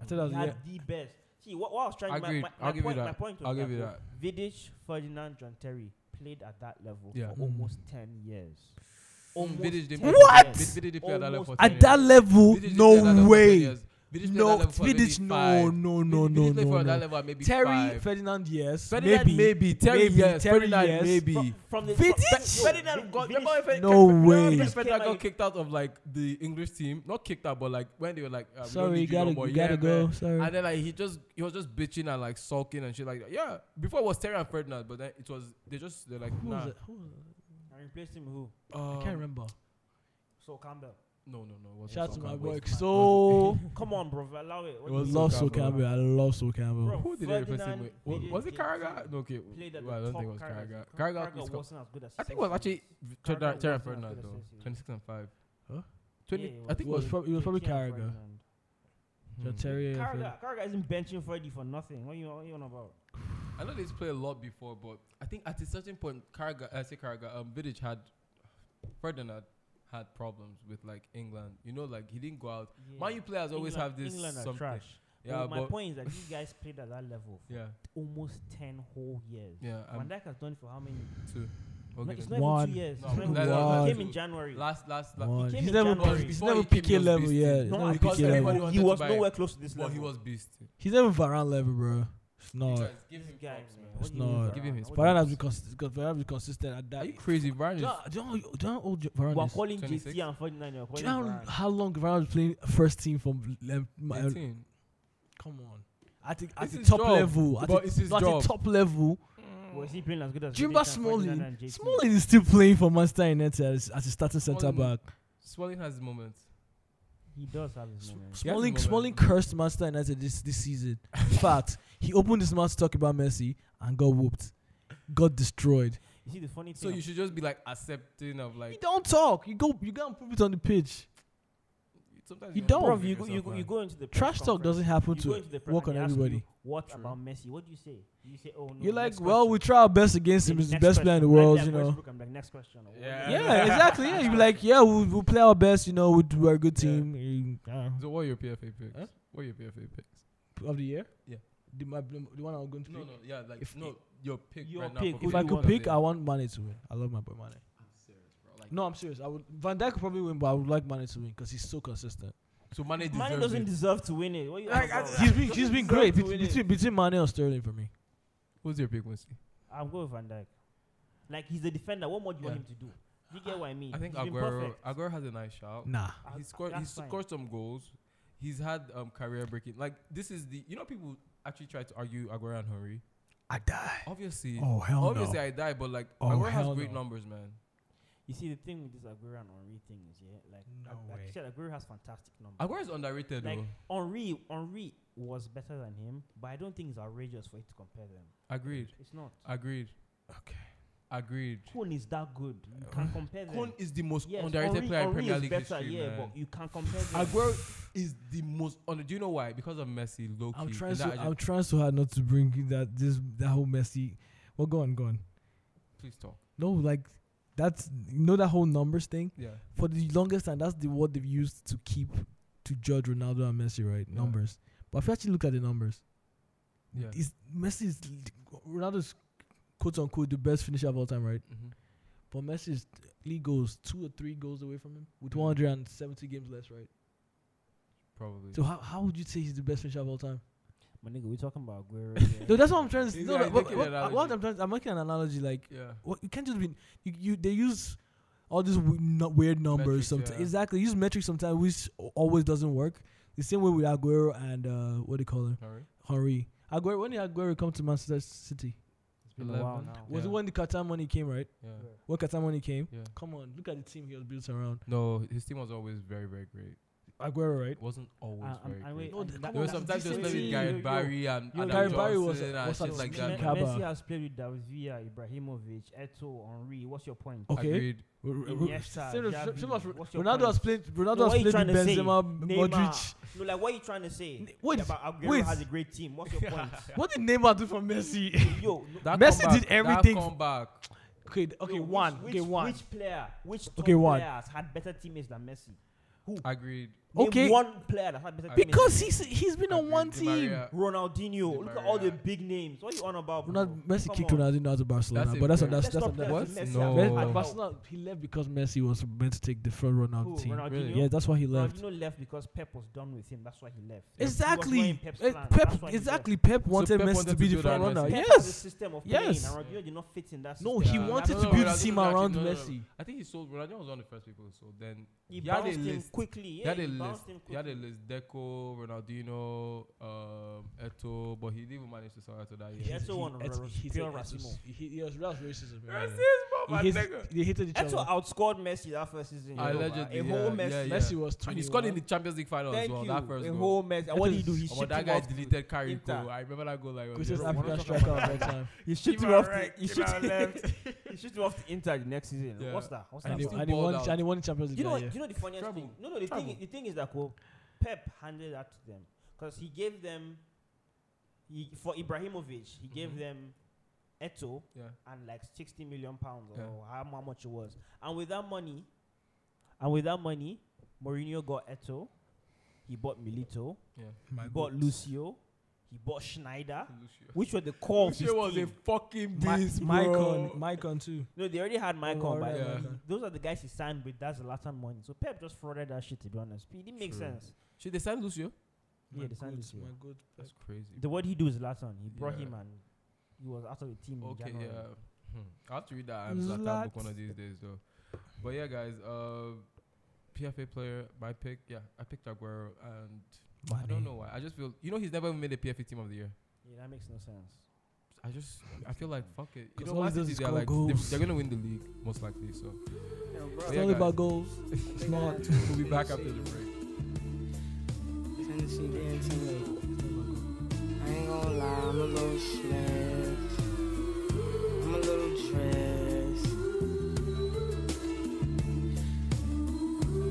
S4: I thought that was
S5: he
S4: the
S5: had
S4: year.
S5: the best. See, what, what I was trying my,
S1: Agreed.
S5: my,
S1: I'll
S5: my
S1: give you
S5: point,
S1: that.
S5: my point was
S1: I'll give you
S5: bro, Vidic, Ferdinand, John Terry played at that level
S1: Yeah.
S5: for
S4: Mm.
S5: almost 10 years.
S1: Mm,
S5: Almost
S1: Vidic didn't
S5: 10
S1: play-
S4: What?
S1: Vid- Vidic didn't play at that level for
S5: Almost-
S1: 10
S4: At that
S1: years.
S4: level,
S1: Vidic didn't play at that
S4: no
S1: level for 10
S4: way.
S1: years. Vidic played at
S4: No,
S1: that level for
S4: Vidic,
S1: maybe
S4: no,
S1: five.
S4: no,
S1: Vidic-
S4: no, no,
S1: Vidic played
S4: no,
S1: for that
S4: no.
S1: level at maybe
S4: Terry,
S1: five.
S4: Ferdinand, yes,
S1: Ferdinand,
S4: maybe,
S1: Terry,
S4: maybe,
S1: yes.
S4: Terry,
S1: Ferdinand,
S4: yes.
S1: maybe.
S5: From the
S4: Vidic?
S5: Fe- Ferdinand got
S1: remember when Fed-
S4: No
S1: remember when
S4: way.
S1: Ferdinand
S5: Came
S1: got
S5: out-
S1: kicked out of like the English team. Not kicked out, but like when they were like, uh, we don't
S4: Sorry,
S1: need
S4: you
S1: you no
S4: gotta,
S1: more.
S4: you
S1: Yeah,
S4: gotta
S1: man.
S4: go. Sorry.
S1: And then like he just he was just bitching and like sulking and shit like that. Yeah, before it was Terry and Ferdinand, but then it was they just they're like
S4: Who was
S1: nah.
S4: it? Who was it?
S5: I replaced him with who?
S1: Um,
S4: I can't remember.
S5: So Campbell.
S1: No, no, no. It wasn't
S4: Shout out to
S1: Sokka,
S4: my
S1: it
S4: boy.
S1: was-
S4: So
S5: Oh, Come on, bro. Allow it.
S1: It
S5: What do you
S1: was
S5: mean?
S4: love
S1: Campbell.
S4: So Campbell. I love So Campbell.
S5: Bro,
S1: Who did they replace him
S5: Ferdinand
S1: with? Was,
S5: did
S1: was it
S5: it, did
S1: Carragher?
S5: it.
S1: No, okay.
S5: Played at
S1: Well, I
S5: the
S1: don't
S5: top.
S1: think it was Carragher.
S5: Carragher.
S1: Carragher
S5: Carragher
S1: was co-
S5: wasn't as good as
S1: I think it was
S5: Cesc.
S1: actually
S5: Carragher
S1: Terry Terry and
S5: wasn't as
S1: Ferdinand
S5: good as
S1: though.
S5: Cesc.
S1: Twenty six and five.
S4: Huh?
S1: Twenty.
S5: Yeah, it
S1: I think it was.
S4: was prob- it was probably
S5: Vidic and
S4: Carragher.
S5: Ferdinand.
S1: Hmm.
S4: Terry,
S5: Carragher, Carragher isn't benching Freddy for nothing. What you what you on about?
S1: I know they used to play a lot before, but I think at a certain point, Carragher, I say Carragher, um, Vidic had Ferdinand had problems with like England. You know, like he didn't go out. Man, you players always
S5: England-
S1: have this
S5: England are
S1: something.
S5: trash.
S1: Yeah,
S5: But my
S1: but-
S5: point is that these guys played at that level for
S1: Yeah,
S5: almost ten whole years.
S1: yeah.
S5: Van
S1: Um,
S5: Dijk has done it for how many?
S1: two.
S5: No,
S1: Okay,
S5: it's
S1: then.
S5: not
S4: One.
S5: even two years.
S1: No,
S5: It's not even
S1: that's-
S5: two years.
S1: that's
S5: He came in
S1: two.
S5: January.
S1: last, last, last.
S4: One.
S5: came
S4: He's
S5: in
S4: never,
S5: January.
S4: he's
S1: Before
S4: never
S1: he came, he
S4: PK
S1: was
S4: level.
S1: beasting.
S4: Yeah, he's
S1: No,
S4: never
S1: I-
S4: PK
S1: because
S5: he
S1: everybody
S4: level.
S5: was,
S1: wanted
S5: he
S1: to
S5: was
S1: buy
S5: nowhere close to this
S1: But
S5: level.
S1: he was beast.
S4: He's never Varane level, bro. It's not.
S1: Guys, give him
S5: These guys,
S1: props,
S5: man.
S1: man.
S5: What do you
S4: It's
S5: mean
S4: not.
S5: Varane?
S1: Give him his
S5: What do you
S4: Varane
S5: mean?
S4: has been consistent. Varane has been consistent at
S1: Are
S4: that.
S1: you crazy? Varane
S4: Do
S1: is
S4: you know- do you know how- do you know how old Varane
S5: We're
S4: is?
S5: calling
S1: 26.
S5: JT and Ferdinand. You're
S4: Do
S5: calling
S4: you know
S5: Varane.
S4: how- how long Varane was playing first team from um, my-
S1: 18.
S4: Come on. At the, at
S1: It's
S4: the
S1: his
S4: top
S1: job,
S4: level, at
S1: but
S4: the,
S1: it's his
S4: no, at the
S1: job.
S4: top level,
S5: Was he playing as good as?
S4: do you remember
S5: Vidic and Ferdinand
S4: Smalling?
S5: and JT?
S4: Smalling is still playing for Manchester United as, as a starting centre
S1: Smalling-
S4: back.
S1: Swelling has his moments.
S5: He does have his
S4: S-
S5: moments.
S1: He has
S4: Smalling,
S1: his
S4: Smalling
S1: moment.
S4: cursed Manchester United this, this season. In fact, he opened his mouth to talk about Messi and got whooped, got destroyed.
S5: You see the funny thing.
S1: So you
S5: ab-
S1: should just be like accepting of
S4: You
S1: like.
S4: don't talk. You go. You go and prove it on the pitch.
S1: Sometimes
S4: you
S1: have
S4: don't.
S1: to
S5: Bro,
S1: forgive
S5: you go, you,
S1: yourself,
S5: go, you
S1: man.
S5: go into the press
S4: Trash talk
S5: conference.
S4: doesn't happen
S5: You go
S4: to
S5: into the press
S4: work
S5: and
S4: on
S5: they ask you,
S4: everybody.
S5: What
S1: True.
S5: about Messi? What do you say? You say, oh no.
S4: You're like,
S5: next
S4: well,
S5: question.
S4: we try our best against him.
S5: Maybe
S4: He's the
S5: next
S4: best
S5: question.
S4: player in the
S5: Like
S4: world,
S5: that
S4: you know.
S5: Westbrook, I'm like, next question. or what?
S1: Yeah.
S4: Yeah, exactly. Yeah, you'd be like, yeah, we'll, we'll play our best. You know, we'll do our good
S1: Yeah.
S4: team. You- yeah.
S1: So what are your PFA picks?
S4: Huh?
S1: What are your PFA picks?
S4: of the year?
S1: Yeah.
S4: The, my, the one I'm going to
S1: No,
S4: pick.
S1: no, yeah, like
S4: If-
S1: no, your pick
S5: Your
S1: right now.
S5: pick,
S1: for
S5: who
S4: If
S5: do
S4: I
S5: you
S4: could
S5: want?
S4: pick, I want Mane to win. I love my boy Mane.
S1: I'm serious, bro. Like,
S4: No, I'm serious. I would Van Dijk would probably win, but I would like Mane to win because he's so consistent.
S1: So Mane deserves
S5: Mane doesn't
S1: it.
S5: deserve to win it. What you
S4: Like,
S5: talking
S4: I-
S5: about?
S4: he's been he's been
S5: Doesn't
S4: great
S5: deserve to
S4: bet-
S5: win it.
S4: between between Mane and Sterling for me.
S1: Who's your pick, Wesley?
S5: I'm going with Van Dijk. Like he's a defender. What more do you want
S1: Yeah.
S5: him to do? Do you get what I mean?
S1: I think
S5: He's been
S1: Aguero.
S5: perfect.
S1: Aguero has a nice shot.
S4: Nah,
S5: I-
S1: He scored. He
S5: that's fine.
S1: scored some goals. He's had um, career breaking. Like this is the you know people actually try to argue Aguero and Henry.
S4: I die.
S1: Obviously,
S4: Oh hell
S1: obviously
S4: no.
S1: I die, but like
S4: Oh,
S1: Aguero has
S4: hell
S1: great
S4: no.
S1: numbers, man.
S5: You see the thing with this Aguero and Henri thing is yeah, like
S4: No
S5: Ag-
S4: way.
S5: like you said, Aguero has fantastic numbers.
S1: Aguero is underrated
S5: Like-
S1: though.
S5: Henri Henri was better than him, but I don't think it's outrageous for you to compare them.
S1: Agreed.
S5: It's not.
S1: Agreed.
S4: Okay.
S1: Agreed.
S5: Kuhn is that good. You can compare them.
S1: Uh, Kun is the most
S5: yes,
S1: underrated
S5: Henry,
S1: player in
S5: Henry
S1: Premier
S5: is
S1: League
S5: better,
S1: history,
S5: yeah,
S1: man.
S5: but you can compare them.
S1: Aguero is the most under. Do you know why? Because of Messi, low key.
S4: I'm trying
S1: in
S4: so
S1: that agenda-
S4: I'm trying so hard not to bring that this that whole messy. Well, go on, go on.
S1: Please talk.
S4: No, like that's you know that whole numbers thing
S1: Yeah.
S4: for the longest time. That's the word they've used to keep to judge Ronaldo and Messi, right?
S1: Yeah.
S4: Numbers. But if you actually look at the numbers,
S1: Yeah.
S4: is Messi is Ronaldo's quote unquote the best finisher of all time, right?
S1: Mhm.
S4: But Messi is league goals two or three goals away from him with
S1: Mhm.
S4: 170 games less, right?
S1: Probably.
S4: So how, how would you say he's the best finisher of all time?
S5: My nigga, we're talking about Aguero.
S4: No,
S5: yeah.
S4: that's what I'm trying to.
S1: You
S4: No,
S1: guys
S4: no, what,
S1: making
S4: what-
S1: an
S4: uh, what I'm trying. I'm making an analogy. Like
S1: yeah.
S4: what you can't just be. You, you they use all these w- no, weird numbers
S1: Metrics,
S4: sometimes.
S1: yeah.
S4: Exactly, use metrics sometimes, which al- always doesn't work. The same way with Aguero and uh, what do you call him,
S1: Sorry.
S4: Henry. Aguero. When did Aguero come to Manchester City?
S5: It's been a while
S1: 11.
S5: now.
S4: Was
S1: Yeah.
S4: it when the Qatar money came? Right.
S1: Yeah.
S4: When Qatar money came.
S1: Yeah.
S4: Come on, look at the team he was built around.
S1: No, his team was always very, very great.
S4: Aguero, right?
S1: It wasn't always
S5: Uh, um,
S1: very
S5: and
S1: great.
S5: wait,
S4: No,
S5: and
S4: th-
S5: that-
S4: come
S1: There was
S4: on,
S1: sometimes
S4: that's
S1: they would
S4: decent
S1: play with
S4: team.
S1: Gary
S5: Yo, yo.
S1: Barry and
S5: yo,
S1: Adam
S4: Gary
S1: Johnson
S4: Barry was-
S1: and
S4: was
S1: shit
S4: an
S1: like
S5: Me-
S1: that.
S4: amazing
S5: Me-
S4: Kaba.
S5: Messi has played with David Villa, Ibrahimovic, Eto, Henri. What's your point?
S4: Okay.
S1: Agreed.
S4: R- r-
S5: Iniesta,
S4: same as-
S5: Xavi,
S4: same as R-
S5: what's your
S4: Ronaldo
S5: point?
S4: has played. Ronaldo
S5: No,
S4: has
S5: what you
S4: played
S5: trying
S4: with
S5: to say?
S4: Benzema,
S5: Neymar.
S4: Modric.
S5: No, like what are you trying to say?
S4: N- wait,
S5: about Aguero
S4: wait.
S5: has a great team. What's your point?
S4: What did Neymar do for Messi?
S5: Yo, no-
S1: That
S4: Messi
S1: comeback-
S4: did everything.
S1: That comeback.
S4: okay, d- okay,
S5: yo, which-
S4: one.
S5: Which,
S4: okay, one.
S5: Which player? Which top
S4: Okay, one.
S5: players had better teammates than Messi?
S1: Agreed.
S5: Name
S4: Okay.
S5: one player that had better teammates.
S4: because he's he's been on
S1: Agreed.
S4: one
S1: Di
S4: team.
S1: Maria.
S5: Ronaldinho. Look at all the
S1: Maria.
S5: big names. What are you on about, bro?
S4: Ronaldo, Messi
S5: Come
S4: kicked
S5: on.
S4: Ronaldinho out of Barcelona,
S1: That's
S4: but that's
S1: it,
S4: on
S1: bro.
S4: that's that's
S5: Let's not
S4: on
S5: play
S4: that.
S1: What?
S5: as if Messi
S1: No.
S5: has
S4: Messi,
S5: had
S1: Oh.
S4: and
S5: help.
S4: Barcelona, he left because Messi was meant to take the front runner
S5: Who,
S4: of the team.
S5: Ronaldinho?
S1: Really?
S4: Yeah, that's why he left.
S5: Ronaldinho left because Pep was done with him. That's why he left. He was not in
S4: Exactly.
S5: Pep's
S4: Eh,
S5: plan.
S4: Pep,
S5: That's why he left.
S4: exactly. Pep wanted
S1: Pep
S4: Messi
S1: wanted
S4: to be
S1: to do
S4: the
S1: that
S4: front runner.
S1: Messi.
S5: Pep has a
S4: Yes.
S5: system of
S4: Yes.
S5: playing, and Ronaldinho did not fit in that system.
S4: No, he
S1: Yeah.
S4: wanted
S1: No,
S4: to
S1: no,
S4: build
S1: Ronaldinho
S4: the team
S1: actually-
S4: around
S1: no, no, no.
S4: Messi.
S1: I think he sold. Ronaldinho was one of the first people who sold. Then
S5: He
S1: He had a
S5: bounced him
S1: list.
S5: quickly.
S1: he
S5: Yeah,
S1: had a list.
S5: bounced him
S1: He had a
S5: quickly.
S1: list: Deco, Ronaldinho, um, Eto, but he didn't even manage to sell Eto that
S4: He-
S1: year.
S5: That's the
S4: he-
S5: one,
S4: it's-
S5: Ronaldo,
S4: he's-
S5: pure
S4: it's-
S5: Racimo.
S4: he- he was- that's racism. yeah.
S1: Racism, my
S4: He hates-
S1: nigga.
S4: They hated each
S5: Eto
S4: other.
S5: outscored Messi that first season. you know,
S1: Allegedly,
S5: A whole
S1: yeah,
S5: Messi.
S1: yeah, yeah.
S4: Messi was 21.
S1: And he scored in the Champions League final as
S5: Thank
S1: well.
S5: you.
S1: That first
S5: a
S1: goal.
S5: whole Messi. And what did he do? He
S1: Oh,
S5: shipped
S1: but that
S5: him
S1: guy
S5: off to-
S1: deleted Carrico.
S5: Inter.
S1: I remember that goal like it was
S4: Greatest
S1: yesterday.
S4: African
S5: Ronaldo-
S4: striker of all time.
S5: He shipped
S1: Keep
S5: him
S1: our
S5: off. to-
S1: right,
S5: He
S1: keep
S5: shipped
S1: our
S5: him. He shipped him off to Inter the next season.
S1: Yeah.
S5: What's that? What's
S1: And
S5: that?
S4: And
S1: he
S4: he,
S1: still
S5: about?
S4: and he
S1: balled
S4: won.
S1: out.
S4: And he won the Champions League.
S5: You know,
S4: that year.
S5: you know the funniest
S1: Trouble.
S5: thing. No, no. The
S1: Trouble.
S5: thing, the thing is that well, Pep handed that to them because he gave them, he, for Ibrahimovic, he gave
S1: Mhm.
S5: them Eto
S1: Yeah.
S5: and like sixty million pounds
S1: Yeah.
S5: or how, mu- how much it was. And with that money, and with that money, Mourinho got Eto, he bought Milito,
S1: Yeah.
S5: he bought Lucio, he bought Schneider,
S1: Lucio.
S5: which were the core of his
S1: Lucio was a
S5: team.
S1: fucking
S4: Ma-
S1: beast, bro.
S4: Maicon, Maicon too.
S5: No, they already had Michael,
S4: Oh,
S5: but
S1: yeah.
S5: he- those are the guys he signed with. That's the Latin money. So Pep just frauded that shit. To be honest, it didn't make
S1: True.
S5: sense.
S1: Should they sign Lucio?
S5: Yeah, they signed Lucio.
S4: My good.
S1: That's crazy.
S5: The what he do is Latin. He brought
S1: Yeah.
S5: him and he was out of the team
S1: Okay,
S5: in January.
S1: yeah. Hmm. I have to read that I'm
S4: Zlat.
S1: Zlatan book one of these days, though. But yeah, guys, uh, PFA player, my pick. Yeah, I picked Aguero, and I don't know why. I just feel, you know, he's never even made a PFA team of the year.
S5: Yeah, that makes no sense.
S1: I just, I feel like, fuck it. You
S4: 'Cause
S1: know,
S4: all he
S1: Man
S4: does
S1: City,
S4: is
S1: they're
S4: score
S1: like,
S4: goals.
S1: they, are gonna win the league most likely. So
S4: It's
S1: Yeah,
S4: not only
S1: guys.
S4: about goals. It's not.
S1: we'll be back after the break.
S9: Tennessee dancing. I ain't gonna lie, I'm a little stressed. I'm a little stressed.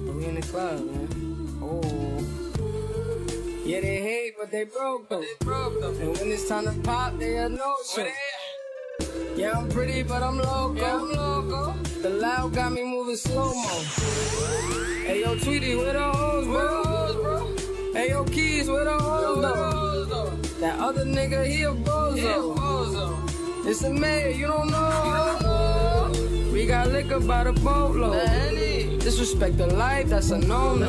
S9: But we in the club, man. Oh. Yeah, they hate, but they broke them. And when it's time to pop, they a no show. Yeah, I'm pretty, but I'm local. The loud got me moving slow mo. Hey, yo, Tweety, where the hoes, bro? Hey, yo, Keys, where the hoes, though? That other nigga, he a bozo. It's a mayor, you don't know. We got liquor by the boatload. Disrespect the life, that's a no no.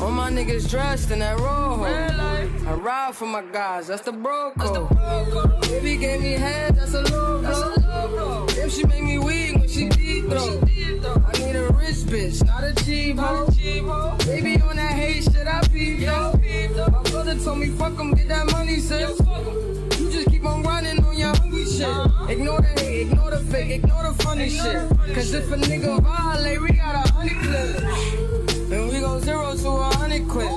S9: All my niggas dressed in that rojo. I ride for my guys, that's the broco. Baby gave me head, that's a low blow. If she make me weak when she deep though. I need a rich bitch, not a cheap hoe. Baby on that hate shit, I peep though. My brother told me fuck 'em, get that money, sis. You just keep on running on your hungry shit. Ignore the hate, ignore the fake, ignore the funny shit. Cause if a nigga violate, we got a honey clip. And we go zero to a hundred quick.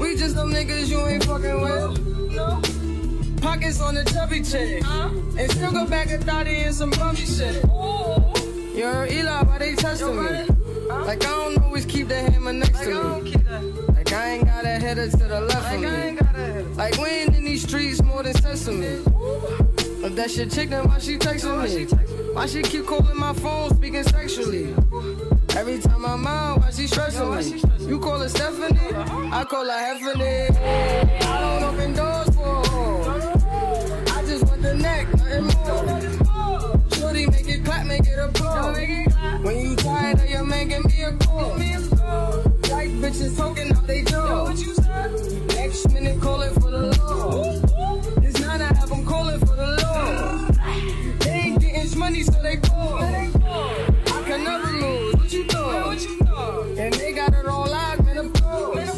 S9: We just them niggas you ain't fucking with. Pockets on the chubby chick. And still go back a thotty and some bummy shit. You're Eli, why they testing me? Like I don't always keep the hammer next to me. Like I ain't got a header to the left of me. Like we ain't in these streets more than sesame. If that shit chick, then why she texting me? Why she keep calling my phone, speaking sexually? Every time I'm out, why she stressing me? You call her Stephanie, I call her Heffany. I don't open doors for her. I just want the neck, nothing more. Shorty, make it clap, make it a pro. When you tired of you making me a call. Like bitches talking out they jaw. Next minute calling for the law. It's not I have 'em calling for the law. They ain't getting money, so they call. I can never lose. What you thought? And they got it all out, man. Of course.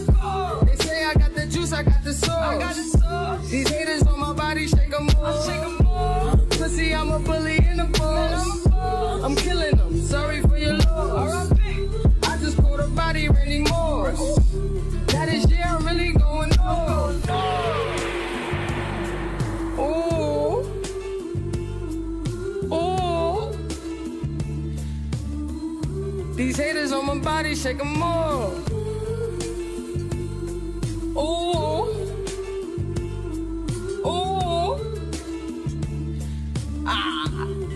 S9: They say I got the juice, I got the sauce. These haters on my body, shake 'em off. Pussy, I'm a bully in the boss. I'm killing them. Sorry for your loss. I just called a body Randy Morris. That is yeah, I'm really going off. Ooh. Ooh. These haters on my body, shake 'em all. Ooh. Ooh. Ah.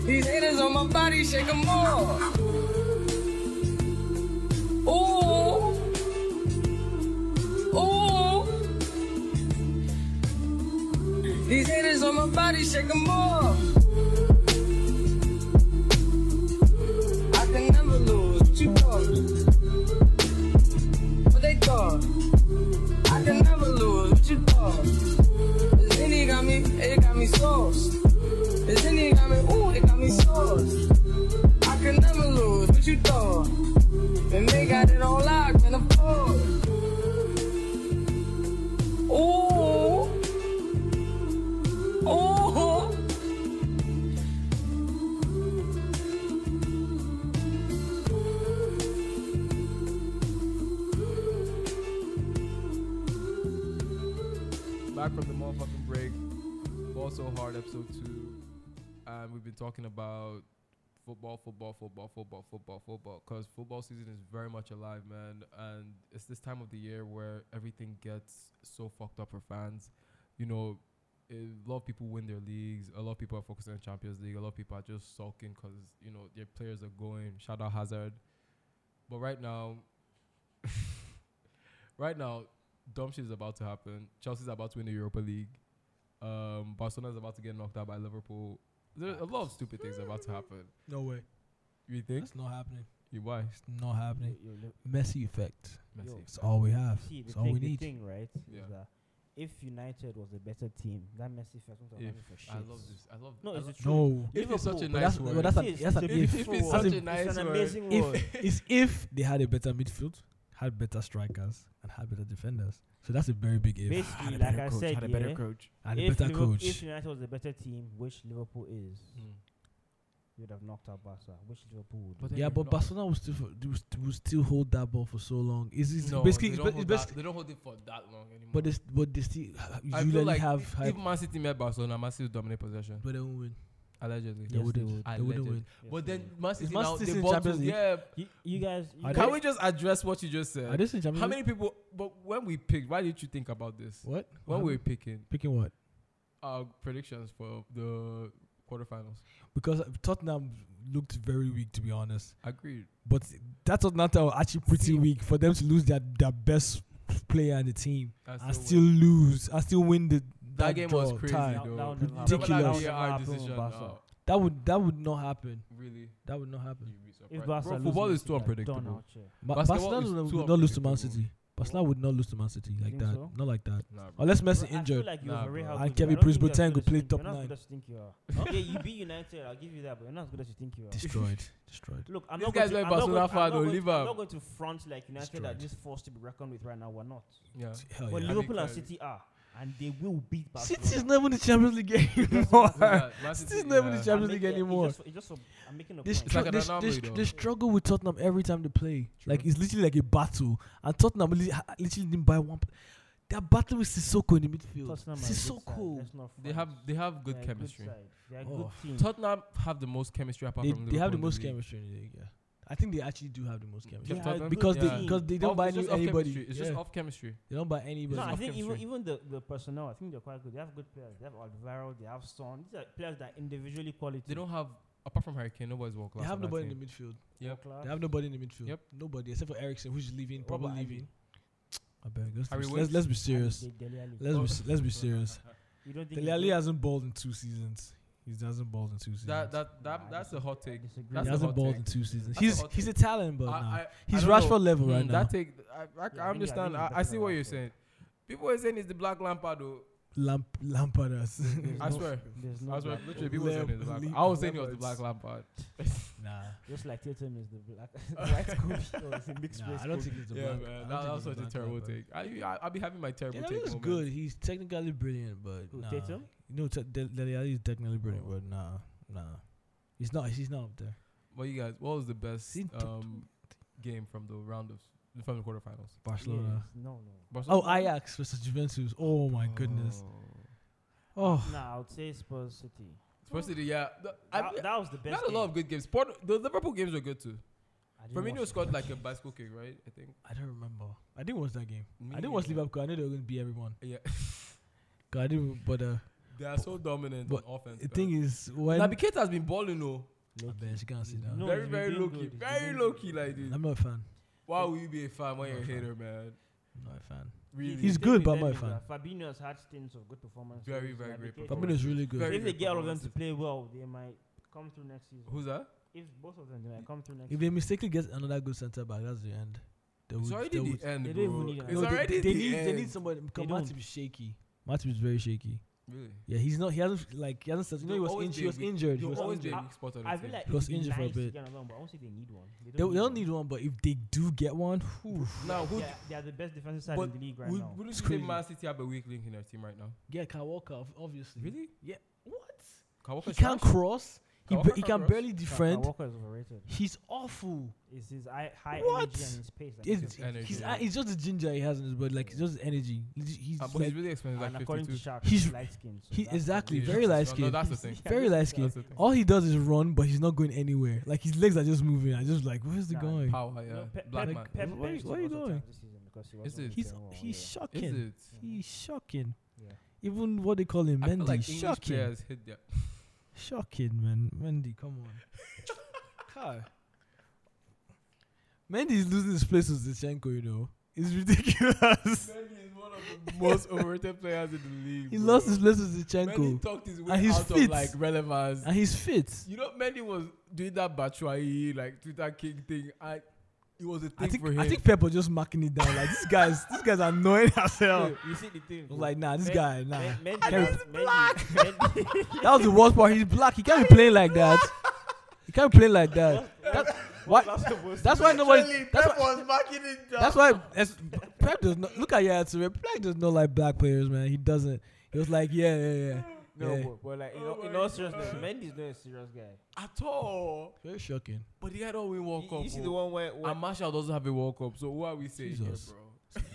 S9: These haters on my body, shake 'em all. Ooh. Ooh. These haters on my body, shake 'em all. I can never lose. What you thought? What they thought? I can never lose. What you thought? This Henny got me, it got me sauce. This Henny got me, ooh, it got me sauce. I can never lose. What you thought? And they got it all locked and of course. Ooh, ooh.
S1: Back from the motherfucking break. Ball so hard, episode two, and we've been talking about football, football, football, football, football, football, because football season is very much alive, man. And it's this time of the year where everything gets so fucked up for fans. You know, a lot of people win their leagues. A lot of people are focusing on Champions League. A lot of people are just sulking because you know their players are going. Shout out Hazard. But right now, right now, dumb shit is about to happen. Chelsea's about to win the Europa League. Um, Barcelona's about to get knocked out by Liverpool. There's a lot of stupid things about to happen.
S4: No way.
S1: You think?
S4: It's not happening.
S1: You why?
S4: It's not happening.
S5: Yo, yo,
S4: Messi effect.
S1: Messi.
S4: It's all we have.
S5: See, the
S4: It's all
S5: thing,
S4: we
S5: the
S4: need.
S5: thing, right? is
S1: Yeah.
S5: that if United was a better team, that Messi first one
S1: If-
S5: for shit.
S1: I love this. I love.
S5: No,
S1: I
S5: it's the
S1: love-
S5: truth.
S4: No.
S1: If it's such a
S5: Liverpool,
S4: But
S1: nice
S4: that's-
S1: word.
S4: but that's an-
S5: It is.
S4: that's an
S5: It's a
S4: if.
S1: if
S5: beautiful
S1: it's
S5: word.
S1: such a
S5: It's
S1: nice
S5: an
S1: word.
S5: amazing word.
S4: If it's if they had a better midfield, had better strikers, and had better defenders. So that's a very big if.
S5: Basically,
S4: Had a
S5: like
S4: better
S5: I
S4: coach,
S5: said,
S4: had a
S5: yeah,
S4: better coach, and a
S5: if,
S4: better
S5: Liverpool-
S4: coach.
S5: if United was a better team, which Liverpool is,
S1: Mm.
S5: you would have knocked out Barca. Which Liverpool would.
S1: But
S5: do?
S1: then
S4: Yeah,
S1: you're
S4: but
S1: not-
S4: Barcelona will still fo- they will, st- will still hold that ball for so long. It's, it's
S1: No,
S4: basically,
S1: they
S4: it's,
S1: don't,
S4: ba-
S1: hold
S4: it's
S1: that,
S4: basically
S1: they don't hold it for that long anymore.
S4: but it's, but they still
S1: I
S4: usually
S1: feel like
S4: have
S1: if,
S4: high,
S1: if Man City met Barcelona, Man City would dominate possession
S4: but they won't win.
S1: allegedly.
S4: They
S5: Yes,
S4: wouldn't.
S5: they would.
S4: They wouldn't
S1: Allegedly.
S4: win.
S5: Yes,
S1: But
S5: they
S1: then
S5: would.
S1: Man City
S4: Man
S1: now
S4: City
S1: they
S4: in
S1: bought
S4: Champions
S1: to,
S4: League?
S1: yeah.
S5: you, you guys, you
S4: Are
S5: guys
S1: Can we just address what you just
S4: Are
S1: said?
S4: they still in Champions
S1: How
S4: League?
S1: many people? But when we picked, why did you think about this?
S4: What?
S1: When
S4: How
S1: we were
S4: many-
S1: picking
S4: picking what?
S1: our predictions for the quarterfinals,
S4: Because Tottenham looked very weak, to be honest.
S1: agreed.
S4: But that Tottenham team were actually pretty
S1: See-
S4: weak for them to lose their, their best player in the team
S1: I
S4: and still lose and still win the
S1: that, game was
S4: draw,
S1: crazy
S4: tie.
S5: That-
S1: though.
S5: that would
S4: never happen. Ridiculous.
S1: Remember that VAR decision.
S5: That would never happen with Barca.
S1: Oh,
S4: That would that would not happen.
S1: really,
S4: That would not happen.
S1: you'd be surprised.
S5: If Barca
S1: Bro,
S5: lose
S1: football
S5: Man
S1: is
S5: City,
S1: too
S5: they're done
S1: unpredictable.
S5: out here.
S4: Ma-
S1: Basketball
S4: Barcelona
S1: is
S4: would
S1: too
S4: not lose to Man
S1: unpredictable.
S4: City. Barcelona would not lose to Man City like
S5: think
S4: that.
S5: so?
S4: Not like that.
S1: Nah, bro.
S4: Unless
S5: Bro,
S4: Messi
S5: I feel
S4: injured.
S5: like you
S1: Nah,
S5: overrate
S1: bro.
S4: And
S5: how good
S4: Kevin
S5: you are. I don't think
S4: Prince
S5: you're as
S4: Boateng could play
S5: good as you think.
S4: top
S5: You're not as
S4: nine.
S5: good as you think you are. yeah, you beat United. I'll give you that, but you're not as good as you think you are.
S4: destroyed. Destroyed.
S5: Look, I'm
S1: These
S5: not
S1: guys
S5: going
S1: are
S5: to, I'm not
S1: Barcelona
S5: going, to- I'm
S1: fan,
S5: not
S1: oh,
S5: going
S1: leave
S5: to, I'm
S1: up.
S5: not going to front like United are
S4: Destroyed.
S5: just forced to be reckoned with right now. We're not.
S1: Yeah.
S4: Hell
S5: but
S4: Oh, yeah.
S1: Liv-
S5: Liverpool and
S1: Because-
S5: City are, and they will beat Barcelona.
S4: City is not even the Champions League anymore.
S1: Yeah, Man
S4: City's
S1: City,
S4: not even the
S1: yeah.
S4: champ- Champions
S5: I'm
S4: League
S5: making- it's
S4: anymore.
S5: just for- it's just for- I'm making a
S4: They,
S5: point.
S1: It's like
S4: stru-
S1: an
S4: they, s-
S1: anomaly,
S4: they, s-
S1: though.
S4: they struggle with Tottenham every time they play. Like
S1: True.
S4: it's literally like a battle, and Tottenham li- ha- literally didn't buy one. p- They're battling with Sissoko in the midfield.
S5: Tottenham are a good side,
S4: Sissoko.
S5: let's not front.
S1: They have they have
S5: They're
S1: good
S5: a
S1: chemistry.
S5: side. They're a
S4: Oh.
S5: good team.
S1: Tottenham have the most chemistry apart
S4: They,
S1: from
S4: they
S1: Liverpool
S4: have the
S1: in
S4: most
S1: league.
S4: chemistry in the league. Yeah, I think they actually do have the most chemistry
S5: Yeah,
S1: Tottenham?
S4: because
S1: Yeah.
S4: they because they don't
S1: Off-
S4: buy
S1: it's
S4: new
S1: just off
S4: anybody.
S1: chemistry. It's just
S4: Yeah.
S1: off chemistry.
S4: They don't buy anybody.
S1: It's
S5: No,
S1: just
S5: I
S1: off
S5: think even,
S1: chemistry.
S5: even the, the personnel, I think they're quite good. They have good players. They have Alvaro, they have Son. These are players that are individually quality.
S1: They don't have apart from Harry Kane, nobody's world class.
S4: they have
S1: on that
S4: nobody in
S1: team.
S4: the midfield.
S1: Yep.
S4: They have nobody in the midfield.
S1: Yep.
S4: Nobody except for Ericsson, who's leaving, probably
S5: about Andy?
S4: leaving. I beg. Let's,
S1: Harry
S4: be-
S1: Winks?
S4: let's, let's be serious. Let's be
S1: Oh.
S4: se- let's be serious.
S5: You don't think
S4: Dele Alli hasn't balled in two seasons. He hasn't balled in two seasons.
S1: That that
S5: Nah,
S1: that
S5: I
S1: that's a hot take.
S4: he
S1: that's a
S4: hasn't
S1: hot
S4: balled
S1: take.
S4: in two seasons.
S1: That's a
S4: he's
S1: hot
S4: he's
S1: take.
S4: Italian, but
S1: I-
S4: now
S1: I- I
S4: he's
S1: don't know.
S4: Rashford level right
S1: Mm,
S4: now.
S1: That take I, I,
S5: think- I
S1: I understand. I, I
S5: think he's
S1: see what
S5: better
S1: you're
S5: than
S1: saying. People are saying it's the black Lampard. Though.
S4: Lamp Lampadas.
S1: I swear.
S5: There's
S1: I was
S5: no black-
S1: literally people were saying it's the
S4: Lem-
S1: black.
S4: Lem-
S1: I was saying it was the black
S4: Lemberts.
S1: Lampard.
S4: nah,
S5: Just like Tatum is the black, the white Kobe, or is it Oh, mixed
S4: nah,
S5: race
S4: I don't
S5: Kobe?
S4: think it's a
S1: Yeah,
S4: black.
S1: man,
S4: I don't
S1: that,
S4: think
S1: that was
S4: it's
S1: such a
S4: black
S1: terrible
S4: Lampard.
S1: take. I, I I'll be having my terrible
S4: Yeah,
S1: take.
S4: he's
S1: moments.
S4: good. He's technically brilliant, but
S5: Who,
S4: nah.
S5: Tatum? Oh.
S4: No, Te- Dele Dele Alli is technically brilliant, but nah, nah. He's not. He's not up there.
S1: But you guys, what was the best
S4: Seen top
S1: um, game from the round of from the quarterfinals?
S4: Oh, Barcelona.
S5: Yes, No, no.
S4: Oh,
S1: Barcelona?
S4: Ajax versus Juventus. Oh my goodness. Oh,
S5: Nah, I would say Spurs City.
S1: Spurs City, yeah. Th- I-
S5: That, that was the best.
S1: not a lot of good games. Port, the Liverpool games were good too. Firmino
S5: Scott.
S1: scored like a bicycle kick, right? I think.
S4: I don't remember. I didn't watch that game.
S1: Me
S4: I didn't watch
S1: neither.
S4: Liverpool. I knew they were going to beat everyone.
S1: Yeah,
S4: God, I didn't. But uh,
S1: they are so dominant
S4: But
S1: on offense.
S4: the thing is, when
S1: Naby Keita has been balling, though.
S4: I bet you can't see that.
S5: No,
S1: very,
S5: he's been
S1: very
S5: doing
S1: low
S5: good.
S1: key,
S5: He's been
S1: very
S5: doing
S1: low
S5: good.
S1: key, like this.
S4: I'm not a fan.
S1: Why would you be a fan when you're a hater, man?
S4: I'm not a fan.
S1: Really,
S4: He's
S5: If
S4: good,
S5: they
S4: but
S5: beat
S4: I'm not a
S5: them in
S4: fan.
S5: the- Fabinho has had stints of good performances.
S1: Very, very
S5: Naby
S1: great
S5: Keita.
S1: performance.
S4: Firmino's really good.
S1: Very
S5: If they
S1: good
S5: get all of them to
S1: performances.
S5: play well, they might come through next season.
S1: Who's that?
S5: If both of them, they might come through next
S4: If they mistakenly get another good centre back, that's the end. They
S1: It's
S4: would-
S1: already
S4: they
S1: the
S4: would-
S1: end,
S5: They
S1: bro.
S5: don't even need an
S1: it's
S4: No, they-
S1: already
S4: they,
S1: the
S4: need,
S1: end.
S4: they need somebody. Because
S5: don't.
S4: Matip is shaky. Matip is very shaky.
S1: Really?
S4: Yeah, he's not. He hasn't like he hasn't. Started. You know, he
S1: There'll
S4: was,
S1: always
S4: in,
S1: be
S4: he
S1: a
S4: was
S1: weak-
S4: injured. He
S1: there'll
S4: was
S1: always
S4: injured.
S1: be a
S5: I-
S1: weak spot on the
S5: I feel
S1: team.
S5: like
S4: He was
S5: it'd be
S4: injured for a
S5: nice to
S4: bit.
S5: get another one, but I don't think they need one.
S4: They,
S5: They
S4: they don't
S5: one.
S4: need one, but if they do get one, whew,
S1: Now, who?
S5: They are, they are the best defensive side
S1: But
S5: in the league right
S1: would,
S5: now.
S1: Wouldn't
S4: It's
S1: you say
S4: crazy.
S1: Man City have a weak link in their team right now?
S4: yeah, can walk off. Obviously,
S1: Really?
S4: Yeah. What?
S1: Kawhi
S4: He can't cross. He,
S1: Kyle
S4: ba-
S1: Walker
S4: he
S1: can't
S4: can
S1: cross.
S4: barely
S5: Ka- Ka
S4: defend.
S5: Walker is overrated.
S4: He's awful.
S5: It's his high, high
S4: What?
S5: energy and his pace. that
S4: It's,
S5: makes him-
S1: energy.
S4: he's, uh, it's just the ginger he has in his body, like it's just his energy. He's, Ah, he's
S1: Uh, but
S4: like-
S1: he's really expensive,
S5: and
S1: like
S5: according to
S1: 52.
S5: Shark,
S4: He's-
S5: he's light skinned. So
S4: he-
S5: that's
S4: exactly,
S5: probably-
S1: Yeah,
S4: very
S1: so-
S4: light
S1: no,
S4: skinned.
S1: that's the thing.
S5: Yeah,
S4: very
S5: that's-
S4: light
S5: that's
S4: skinned.
S1: That's the thing.
S4: All he does is run, but he's not going anywhere. Like his legs are just moving. I just like, where's the
S5: Nah,
S4: going?
S1: Power, yeah.
S5: No, Pe-
S1: Black
S5: Pep-
S1: man.
S5: Pep
S4: Where-
S5: benched
S4: where
S5: him
S4: you
S5: lots of
S4: going?
S5: times this season because he wasn't
S1: it?
S5: doing
S4: He's
S5: well,
S4: he's
S5: yeah. Mm.
S1: Is
S4: shocking.
S1: it?
S4: He's shocking.
S5: Yeah.
S4: Even what they call him,
S1: I feel
S4: Mendy,
S1: like English
S4: shocking,
S1: players hit their.
S4: shocking, man. Mendy, come on. Car. Mendy is losing his place to Zichenko. You know, it's ridiculous.
S1: Mendy is one of the most overrated players in the league.
S4: he
S1: bro.
S4: lost his place to
S1: Mendy
S4: Zichenko,
S1: talked his way
S4: And he's
S1: out
S4: fit.
S1: of like relevance.
S4: and he's fit.
S1: You know, Mendy was doing that Batshuayi like Twitter king thing. I, it was a thing
S4: I think
S1: for him.
S4: I think Pep was just marking it down. Like this guys, this guy's annoying as hell.
S5: Look, You see the thing.
S4: I was like, nah, this
S5: Men-
S4: guy, nah.
S5: Men- Mendy-
S4: Carry-
S5: Mendy- Mendy-
S4: That was the worst part. He's black. He can't be playing like that. He can't be playing like that. That- why- That's why nobody. That's why.
S1: was marking it down.
S4: That's why. that's- Pep does not look at your answer. Pep does not like black players, man. He doesn't. He was like, yeah, yeah, yeah.
S5: No,
S4: Yeah.
S5: but, but like, in,
S1: Oh
S5: all- in
S1: my
S5: all seriousness,
S1: God.
S5: Mendy's not a serious guy.
S1: At all.
S4: Very shocking.
S1: But he had all win World
S5: You,
S1: Cup.
S5: you see
S1: oh.
S5: the one where, where
S1: And Marshall doesn't have a World Cup, so what are we saying here,
S4: Jesus.
S1: bro?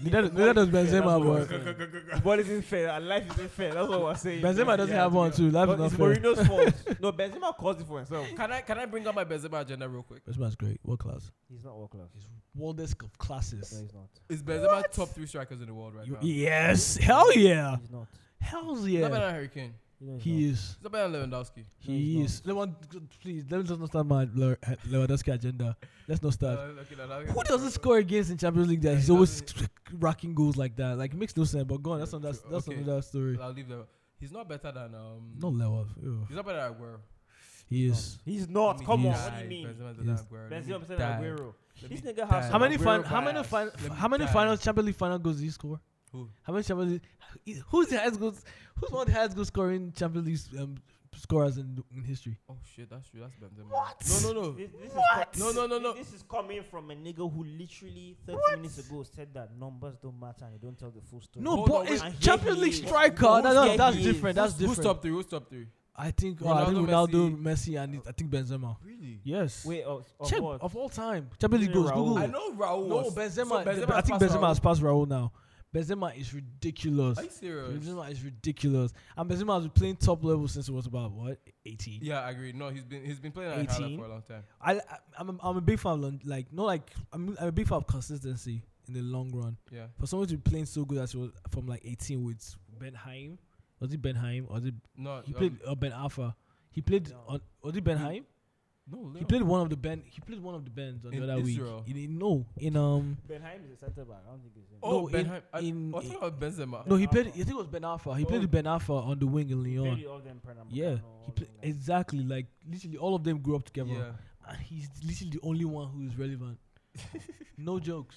S4: Neither, neither does Benzema,
S5: that's
S4: but
S5: what I'm saying. the ball isn't fair and life isn't fair. That's what we're saying.
S4: Benzema doesn't have one too. Life is
S5: But
S4: not
S5: it's
S4: fair.
S5: Mourinho's fault. No, Benzema caused it for himself.
S1: Can I can I bring up my Benzema agenda real quick?
S4: Benzema's great. World class.
S5: He's not world class.
S4: He's worldest of
S5: No,
S4: classes.
S5: he's not.
S1: Is Benzema top three strikers in the world right
S4: You-
S1: now?
S4: yes. Hell
S1: Ah.
S4: yeah.
S5: He's not.
S4: Hell
S1: He's not better
S4: yeah.
S1: than Harry Kane.
S5: You know he's
S4: He is.
S1: He's not better than Lewandowski.
S5: No,
S4: He
S5: he's
S4: is. Lewand, please, let me just not start my Le- Lewandowski agenda. Let's not start.
S1: Uh, okay, Lewandowski-
S4: Who doesn't score against in Champions League that
S1: Yeah,
S4: he's
S1: he
S4: always rocking goals like that? Like, it makes no sense. But go on, that's
S1: Yeah,
S4: another,
S1: true.
S4: that's
S1: Okay.
S4: another story.
S1: I'll leave that. He's not better than um.
S4: No Lewa. ew.
S1: He's not better than Aguero.
S4: He is.
S5: He's not.
S1: I mean,
S5: Come
S1: he
S5: on.
S1: is-
S5: What do you mean?
S1: Benzema's
S4: Yes.
S1: an Aguero. Let me
S5: Benzema Benzema
S1: die.
S5: Aguero.
S1: Let
S5: This
S1: me
S5: nigga has
S1: die.
S4: How many
S5: Aguero
S4: final? How many
S5: bias.
S4: final?
S1: Let me
S4: How many
S1: die.
S4: finals? Champions League final goals did he score?
S1: Who?
S4: How many Champions League? Who's the highest goals? Who's one of the highest goal scoring Champions League um, scorers in, in history?
S1: Oh shit, that's true. That's Benzema. No, no, no.
S5: This, this is
S4: What?
S5: co-
S1: No, no, no, no.
S5: This is coming from a nigga who literally 30 minutes ago said that numbers don't matter and they don't tell the full story.
S4: No,
S1: Hold on,
S4: but
S1: wait.
S4: it's
S5: And here
S4: Champions
S5: he
S4: League
S5: is.
S4: striker.
S5: Who's
S4: No, no,
S5: here
S4: that's
S5: he is?
S4: different. That's
S1: Who's
S4: different.
S1: top three? Who's top three?
S4: I think oh, I think
S1: Ronaldo,
S4: Ronaldo, Messi, and I think Benzema.
S1: Really?
S4: Yes.
S5: Wait, of, of
S4: Champ
S5: what?
S4: of all time. Champions League
S5: Isn't
S4: goals.
S5: it Raul?
S4: Google.
S1: I
S4: it.
S1: know Raul.
S4: No,
S1: was- so
S4: Benzema. the- I think
S1: passed
S4: Benzema
S1: Raul.
S4: has passed Raul now. Benzema is ridiculous.
S1: Are you serious?
S4: Benzema is ridiculous. And Benzema has been playing top level since he was about what 18.
S1: Yeah, I agree. No, he's been he's been playing at
S4: 18.
S1: Hala for a long time.
S4: I, I I'm a, I'm a big fan of Lon- like not like I'm, I'm a big fan of consistency in the long run.
S1: Yeah.
S4: For someone to be playing so good as he was from like 18 with Ben Haim, was it Ben Haim or was it
S1: No.
S4: he
S1: um,
S4: played uh, Ben Alpha? He played on was it Ben Haim?
S1: No.
S4: He
S1: Leon.
S4: played one of the Ben. He played one of the Bens on
S1: In
S4: the other
S1: Israel.
S4: week. In, no, in um
S5: Benheim is a centre back. I don't think he's in.
S1: Oh,
S4: no,
S1: Ben.
S4: in-
S1: Hi- I-
S4: in-
S1: I thought about Benzema.
S4: no he
S5: Ben
S4: played. I
S5: Arfa.
S4: think it was Ben Alpha. He
S5: Oh.
S4: played with Ben Alpha on the wing in
S5: He
S4: Lyon.
S5: played all them Pernambucano,
S4: Yeah,
S5: all
S4: he
S5: them
S4: pla-
S5: guys.
S4: exactly like literally all of them grew up together.
S1: Yeah.
S4: and he's literally the only one who is relevant. no jokes.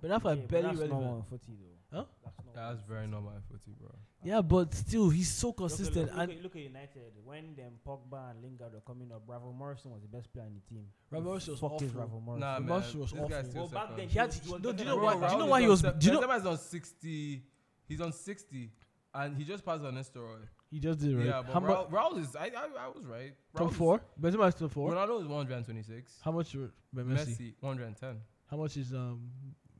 S4: Ben Affleck
S5: Yeah, but
S4: barely
S5: that's
S4: relevant.
S5: normal in footy though.
S4: Huh?
S5: That's, normal in
S1: That's
S5: footy.
S1: very normal in footy, bro.
S4: Yeah, but still, he's so
S5: Look at-
S4: consistent.
S5: Look,
S4: and
S5: at, look at United. When them Pogba and Lingard were coming up, Bravo Morrison was the best player in the team.
S4: Ravel Morrison was
S5: Fuck this
S4: awful.
S5: Bravo Morrison.
S1: Nah, man.
S4: Martial was
S1: this guy's
S4: awful.
S1: still
S5: Well, back
S1: second.
S5: then,
S4: he had.
S5: he was
S4: no, do you know
S5: better
S1: Bro,
S4: why?
S5: than
S4: Do you know
S1: Raul
S4: why
S1: is
S4: he
S1: on
S4: was?
S1: se-
S4: Do you know?
S1: Benzema is on 60. He's on 60, and he just passed on Nestor. Roy.
S4: He just did right.
S1: Yeah,
S4: How
S1: but
S4: mu-
S1: Raul, Raul is. I, I I was right.
S4: top
S1: Raul is-
S4: four. Benzema is top four.
S1: Ronaldo is 126.
S4: How much? Messi.
S1: Messi,
S4: Messi.
S1: 110.
S4: How much is um?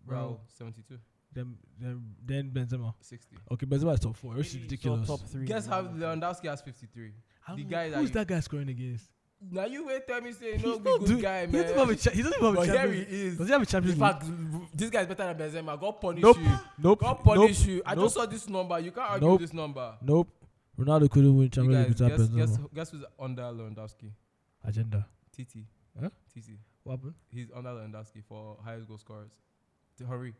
S1: Raul,
S4: Raul.
S1: 72.
S4: Then then then Benzema.
S1: 60.
S4: Okay, Benzema is top four.
S5: Maybe
S4: Which is
S5: he saw
S4: ridiculous.
S5: Top three
S1: Guess
S5: in
S1: how
S5: Europe.
S1: Lewandowski has 53.
S4: How-
S1: the guy that
S4: who's
S1: you-
S4: that guy scoring against?
S1: Now you wait tell me say
S4: He's
S1: no
S4: not
S1: be good
S4: doing-
S1: guy
S4: He doesn't
S1: man.
S4: even have a. Cha- he doesn't even have
S1: but
S4: a
S1: here he
S4: Champions.
S1: is.
S4: Does he have a Champions
S1: In
S4: League?
S1: fact, this guy is better than Benzema. God punish
S4: Nope.
S1: you.
S4: Nope.
S1: God
S4: Nope.
S1: punish you. I
S4: Nope.
S1: just saw this number. You can't argue
S4: Nope.
S1: this number.
S4: Nope. Ronaldo couldn't win
S1: You
S4: Champions
S1: guys,
S4: League without
S1: guess, guess,
S4: Benzema.
S1: guess who's under Lewandowski?
S4: Agenda.
S1: TT.
S4: Huh?
S1: TT.
S4: What happened?
S1: He's under Lewandowski for highest goal scorers. T- Hurry.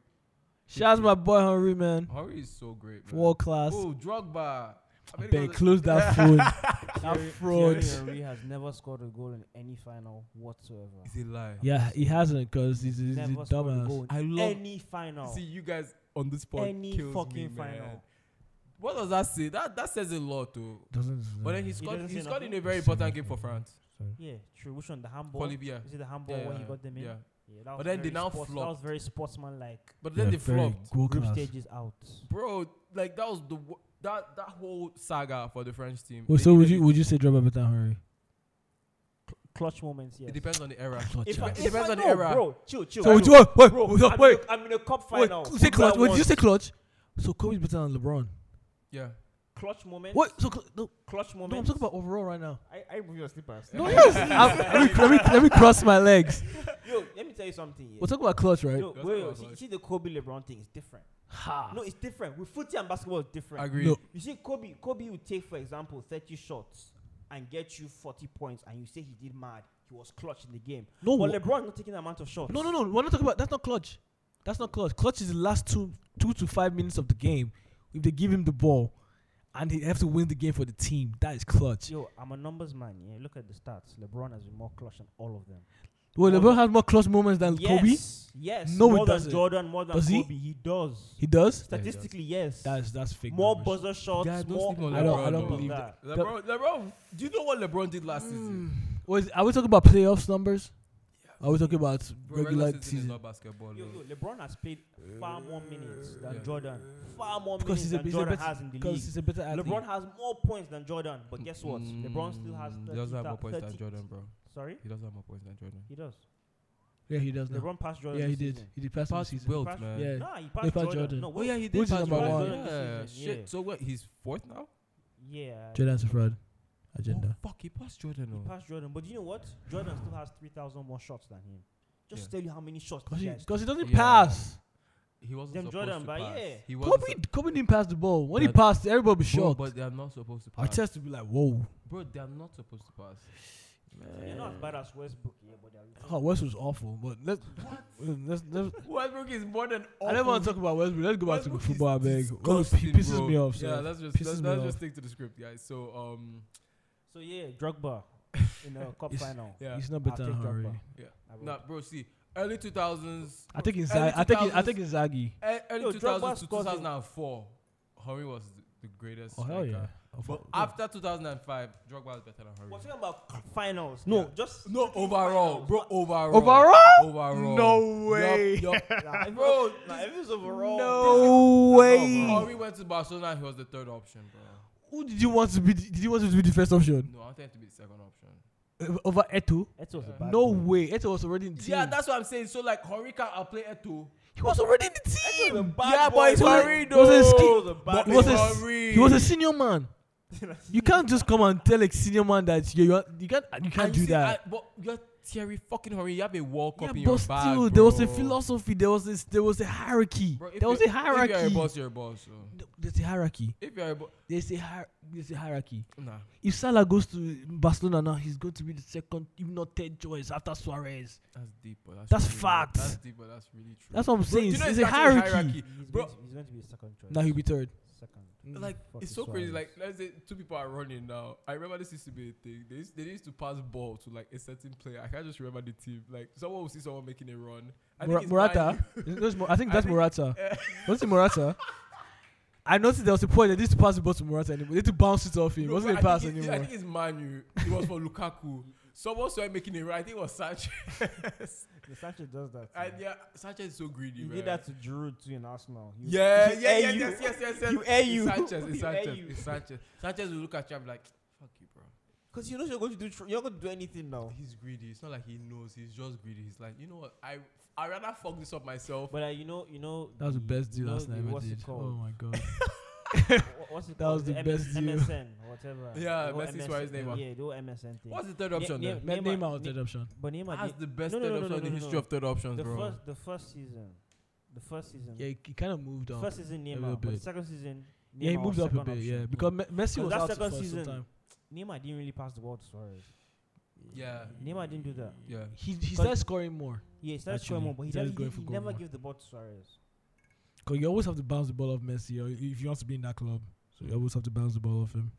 S4: Shouts my boy Henry, man.
S1: Hurry is so great. Man.
S4: World class.
S1: Oh, Drogba. How many
S4: Ben,
S1: goals-
S4: close that phone. that
S5: Thierry-
S4: fraud.
S5: Thierry Henry has never scored a goal in any final whatsoever.
S1: It's a lie.
S4: Yeah, he hasn't because he's, he's a
S5: never scored a
S4: dumbass.
S5: goal
S1: I
S5: in
S1: love.
S5: any final.
S1: See you guys on this pod.
S5: Oh. Any
S1: kills me,
S5: fucking
S1: man.
S5: final.
S1: What does that say? That that says a lot, though.
S4: Doesn't.
S1: But then he
S5: He
S1: scored.
S5: doesn't
S1: He,
S5: say
S1: scored in
S5: nothing.
S1: a very
S4: He
S1: important
S4: said
S1: game for
S4: nothing.
S1: France.
S5: Yeah, true. Which one? The handball.
S1: Bolivia.
S5: Is it the handball
S1: Yeah,
S5: when he
S1: yeah,
S5: got them in?
S1: yeah.
S5: Yeah, that was
S1: But then they
S5: very
S1: now
S5: sports- That was
S1: flopped.
S5: very sportsman like.
S1: But then they flopped,
S4: Goal
S5: Group
S4: class.
S5: stages out.
S1: bro. Like that was the wo- that that whole saga for the French team.
S4: Well,
S1: They
S4: Oh, so would
S1: needed
S4: you
S1: it.
S4: would you say Drogba better than Henry?
S5: Clutch moments. Yes.
S1: It depends on the era.
S4: Clutch
S5: If I,
S4: ass.
S5: if
S1: depends
S5: I
S1: on the
S5: know,
S1: era.
S5: Bro, chill, chill.
S4: So
S5: I
S4: would you
S5: know.
S4: wait wait
S5: Bro,
S4: wait
S5: I'm,
S4: wait,
S5: In, I'm in a cup
S4: wait,
S5: final.
S4: say
S5: Who
S4: clutch.
S5: do I
S4: Wait, did
S5: want?
S4: you say clutch? So Kobe's better than LeBron.
S1: Yeah.
S5: clutch moment?
S4: What? So cl- no,
S5: Clutch moment?
S4: no, I'm talking about overall right now.
S5: I, I move your slippers.
S4: No, yes. I'm- let, me, let me let me cross my legs.
S5: Yo, let me tell you something. Yeah.
S4: We're talking about clutch, right?
S5: Yo,
S1: That's
S5: wait,
S1: what I
S5: wait,
S1: was
S5: see,
S1: like.
S5: see the Kobe LeBron thing is different.
S4: Ha.
S5: No, it's different. With footy and basketball, it's different.
S1: Agreed.
S4: No.
S5: You see, Kobe, Kobe would take, for example, 30 shots and get you 40 points, and you say he did mad. He was clutch in the game.
S4: No,
S5: but
S4: wha-
S5: LeBron not taking the amount of shots.
S4: No, no, no. We're not talking about. That's not clutch. That's not clutch. Clutch is the last two, two to five minutes of the game. If they give him the ball, and they have to win the game for the team, that is clutch.
S5: Yo, I'm a numbers man. Yeah, look at the stats. LeBron has been more clutch than all of them.
S4: Well,
S5: Hold
S4: LeBron
S5: on.
S4: has more clutch moments than Kobe.
S5: Yes. Yes.
S4: No, he
S5: more than
S4: doesn't.
S5: Jordan, more than
S4: Does he?
S5: Kobe. He? does.
S4: He does.
S5: Statistically, yes.
S4: That's that's fake.
S5: more
S4: numbers.
S5: buzzer shots.
S1: Guys, don't
S5: more
S1: sleep on
S4: I don't-
S1: LeBron,
S4: I don't
S1: though.
S4: believe
S5: that.
S1: LeBron, LeBron, do you know what LeBron did
S4: Hmm.
S1: last season?
S4: Was, are we talking about playoffs numbers? Are we talking about
S1: Bro,
S4: regular,
S1: regular season is
S4: season?
S1: not basketball.
S5: Yo,
S1: though.
S5: yo, LeBron has played far more minutes than
S1: Yeah.
S5: Jordan. Far more
S4: Because
S5: minutes
S4: he's a,
S5: than
S4: he's a
S5: Jordan
S4: better.
S5: has in the
S4: because
S5: league.
S4: he's a better athlete.
S5: LeBron has more points than Jordan, but guess what? LeBron still has.
S1: Mm,
S5: 30,
S1: He doesn't have more points
S5: 30
S1: than Jordan, bro.
S5: Sorry,
S1: He doesn't have more points than Jordan.
S5: he does.
S4: Yeah, he does. Now.
S5: LeBron passed Jordan.
S4: Yeah, he
S5: this
S4: did.
S5: season.
S4: He did pass the
S1: Pass
S4: season.
S1: Wilt,
S5: Pass-
S1: man.
S4: Yeah.
S5: Nah, he passed,
S4: passed
S5: Jordan.
S4: Jordan.
S5: No,
S1: Oh
S5: wait.
S1: yeah, he did.
S4: Which is
S1: pass
S4: number
S1: Jordan.
S4: one.
S1: Yeah,
S5: Yeah.
S1: shit. So what? He's fourth now.
S5: yeah.
S4: Jordan's a fraud. Agenda.
S1: Oh, fuck, he passed Jordan.
S5: He
S1: oh.
S5: passed Jordan, but you know what? Jordan still has three thousand more shots than him. Just
S1: Yeah.
S5: to tell you how many shots
S4: Because
S5: he
S4: he,
S5: has.
S4: 'cause he doesn't
S1: Yeah.
S4: pass.
S1: He wasn't
S5: Them
S1: supposed
S5: Jordan,
S1: to
S5: but
S1: pass.
S5: yeah.
S1: He wasn't
S4: Kobe,
S1: sup-
S4: Kobe didn't pass the ball. When he
S1: That-
S4: passed, everybody was
S1: Bro,
S4: shocked.
S1: but they are not supposed to
S4: Our
S1: pass.
S4: chest to be like, whoa.
S1: Bro, they are not supposed to pass.
S5: So they're not as bad as Westbrook, yeah, but they're.
S4: Oh, West was awful. But let's let's, let's
S1: Westbrook is more than.
S4: I don't want to talk about Westbrook. Let's go back to
S1: Westbrook
S4: football. I
S1: is
S4: beg. Oh, he
S1: disgusting,
S4: pisses
S1: bro.
S4: me off.
S1: Yeah,
S4: So.
S1: let's just
S4: Pisses
S1: let's,
S4: me
S1: let's
S4: off.
S1: just stick to the script, guys. So um,
S5: So yeah, Drogba. in the cup
S4: It's-
S5: final.
S1: Yeah.
S4: He's not
S5: I'll
S4: better than
S5: take Drogba.
S4: Henry.
S1: yeah.
S5: I will.
S1: Nah, bro, see, early 2000s,
S4: I think it's
S1: Early
S4: I think it- I
S1: 2000s.
S4: think it's Zaggy.
S1: e- early
S5: Yo, Drogba
S1: 2000s to
S5: scored in-
S1: 2004, Henry was the, the greatest.
S4: Oh hell
S1: striker.
S4: yeah! Of
S1: But
S4: course.
S1: after 2005, Drogba was better than Henry.
S5: We're talking about c- finals. No, just
S1: No, overall, bro, overall.
S4: Overall?
S1: Overall.
S4: No way.
S1: Yup, yup.
S5: Nah, if bro. Nah, if it's overall,
S4: no way.
S1: Henry went to Barcelona and he was the third option, bro.
S4: Who did you want to be? Did you want him to be the first option
S1: No, I think to be the second option.
S4: Uh, over Eto?
S5: Eto was a bad
S4: No
S5: boy.
S4: way. Eto was already in the team.
S1: Yeah, that's what I'm saying. So, like, Henry can't outplay Eto.
S4: he was already in the
S5: Eto was a
S4: team.
S5: bad
S1: Yeah,
S5: boy.
S1: but it's
S4: He was a-
S1: Henry,
S4: he was a
S1: though.
S4: ski-
S5: Eto was a bad
S4: he was a
S5: boy.
S4: s-
S1: Henry.
S4: he was a senior man. You can't just come and tell a senior man that you you, you can't you can't
S1: And
S4: do
S1: you see,
S4: that.
S1: I- but you're Thierry fucking Henry. You have a World Cup in
S4: yeah,
S1: your
S4: but
S1: bag,
S4: still,
S1: bro.
S4: there was a philosophy. There was this. There was a hierarchy.
S1: Bro, if
S4: there was
S1: you're-
S4: a hierarchy.
S1: If you're a boss, you're a boss. So.
S4: Th- There's a hierarchy.
S1: If you're a boss,
S4: There's a hier- there's a hierarchy.
S1: nah.
S4: If Salah goes to Barcelona now, he's going to be the second, if not third choice after Suarez.
S1: That's deep, but that's
S4: That's
S1: really-
S4: facts.
S1: That's deep, but that's really true.
S4: That's what I'm
S1: Bro, do
S4: saying.
S1: you
S4: It's,
S1: know
S4: it's
S1: it's
S4: a
S1: actually
S4: hierarchy.
S5: He's,
S1: Bro.
S5: Going to, he's going to be a second choice.
S4: Now he'll be third.
S5: second.
S1: Like
S5: Fuck
S1: it's
S5: it,
S1: so crazy.
S5: Suarez.
S1: Like let's say two people are running now. I remember this used to be a thing. They used, they used to pass ball to like a certain player. I can't just remember the team. Like someone will see someone making a run. I
S4: Mor-
S1: it's
S4: Morata.
S1: Man U.
S4: It was Mo- I think
S1: I
S4: that's
S1: think-
S4: Morata. Was it Morata? I noticed there was a point that they used to pass the ball to Morata anymore. They used to bounce it off him.
S1: No,
S4: it wasn't
S1: but
S4: a
S1: I
S4: pass
S1: think it-
S4: anymore.
S1: I think it's Manu. It was for Lukaku. Someone saw him making a run. I think it was Sanchez.
S5: Yeah, Sanchez does that.
S1: and
S5: too.
S1: yeah, Sanchez is so greedy.
S5: he
S1: man.
S5: did that to Giroud too in Arsenal. He was-
S1: Yeah,
S5: he
S1: yeah,
S5: air
S1: yeah,
S5: you.
S1: yes, yes, yes, yes.
S5: You air
S1: It's
S5: you.
S1: Sanchez, it's
S5: You air
S1: Sanchez,
S5: you.
S1: it's Sanchez. Sanchez will look at you and be like, "Fuck you, bro."
S5: Because you know you're going to do. Tr- you're not going to do anything now.
S1: He's greedy. It's not like he knows. He's just greedy. He's like, you know what? I I rather fuck this up myself.
S5: But uh, you know, you know.
S4: That was the best
S5: you
S4: deal
S5: know
S4: last
S5: the-
S4: night I
S5: What's
S4: did.
S5: it
S4: Oh
S5: called?
S4: my god.
S5: Wha- what's it
S4: That
S5: called?
S4: was the best deal.
S5: MSN, whatever.
S1: Yeah,
S5: The whole
S1: Messi's wife's name, ah.
S5: Yeah, the whole MSN thing.
S1: What's the third
S5: Ne-
S1: option?
S5: ne-
S1: then?
S4: Man,
S5: Neymar-
S4: name out
S5: Ne-
S4: third option.
S5: But Neymar
S1: That's
S5: did-
S1: the best
S5: no, no,
S1: third
S5: no,
S1: option
S5: no,
S1: in the
S5: no,
S1: history
S5: no.
S1: of third options,
S5: the
S1: bro.
S5: first, the first season, the first season,
S4: Yeah, he, he kind of moved on.
S5: first season
S4: a
S5: Neymar,
S4: little
S5: but the
S4: bit.
S5: second season. Neymar
S4: yeah, he
S5: was
S4: moved up a
S5: second
S4: bit.
S5: option.
S4: Yeah, because Me- Messi
S5: Because
S4: was
S5: that
S4: out for
S5: second
S4: quite some
S5: season-
S4: time.
S5: Neymar didn't really pass the ball to Suarez.
S1: yeah,
S5: Neymar didn't do that.
S1: yeah.
S4: He he started scoring more.
S5: Yeah, he started
S4: Actually,
S5: scoring more, but
S4: he
S5: he,
S4: started
S5: never,
S4: going
S5: he,
S4: for
S5: he
S4: goal
S5: never
S4: more.
S5: gave the ball to Suarez.
S4: Cause you always have to bounce the ball off Messi, or if you want to be in that club, so you always have to bounce the ball off him.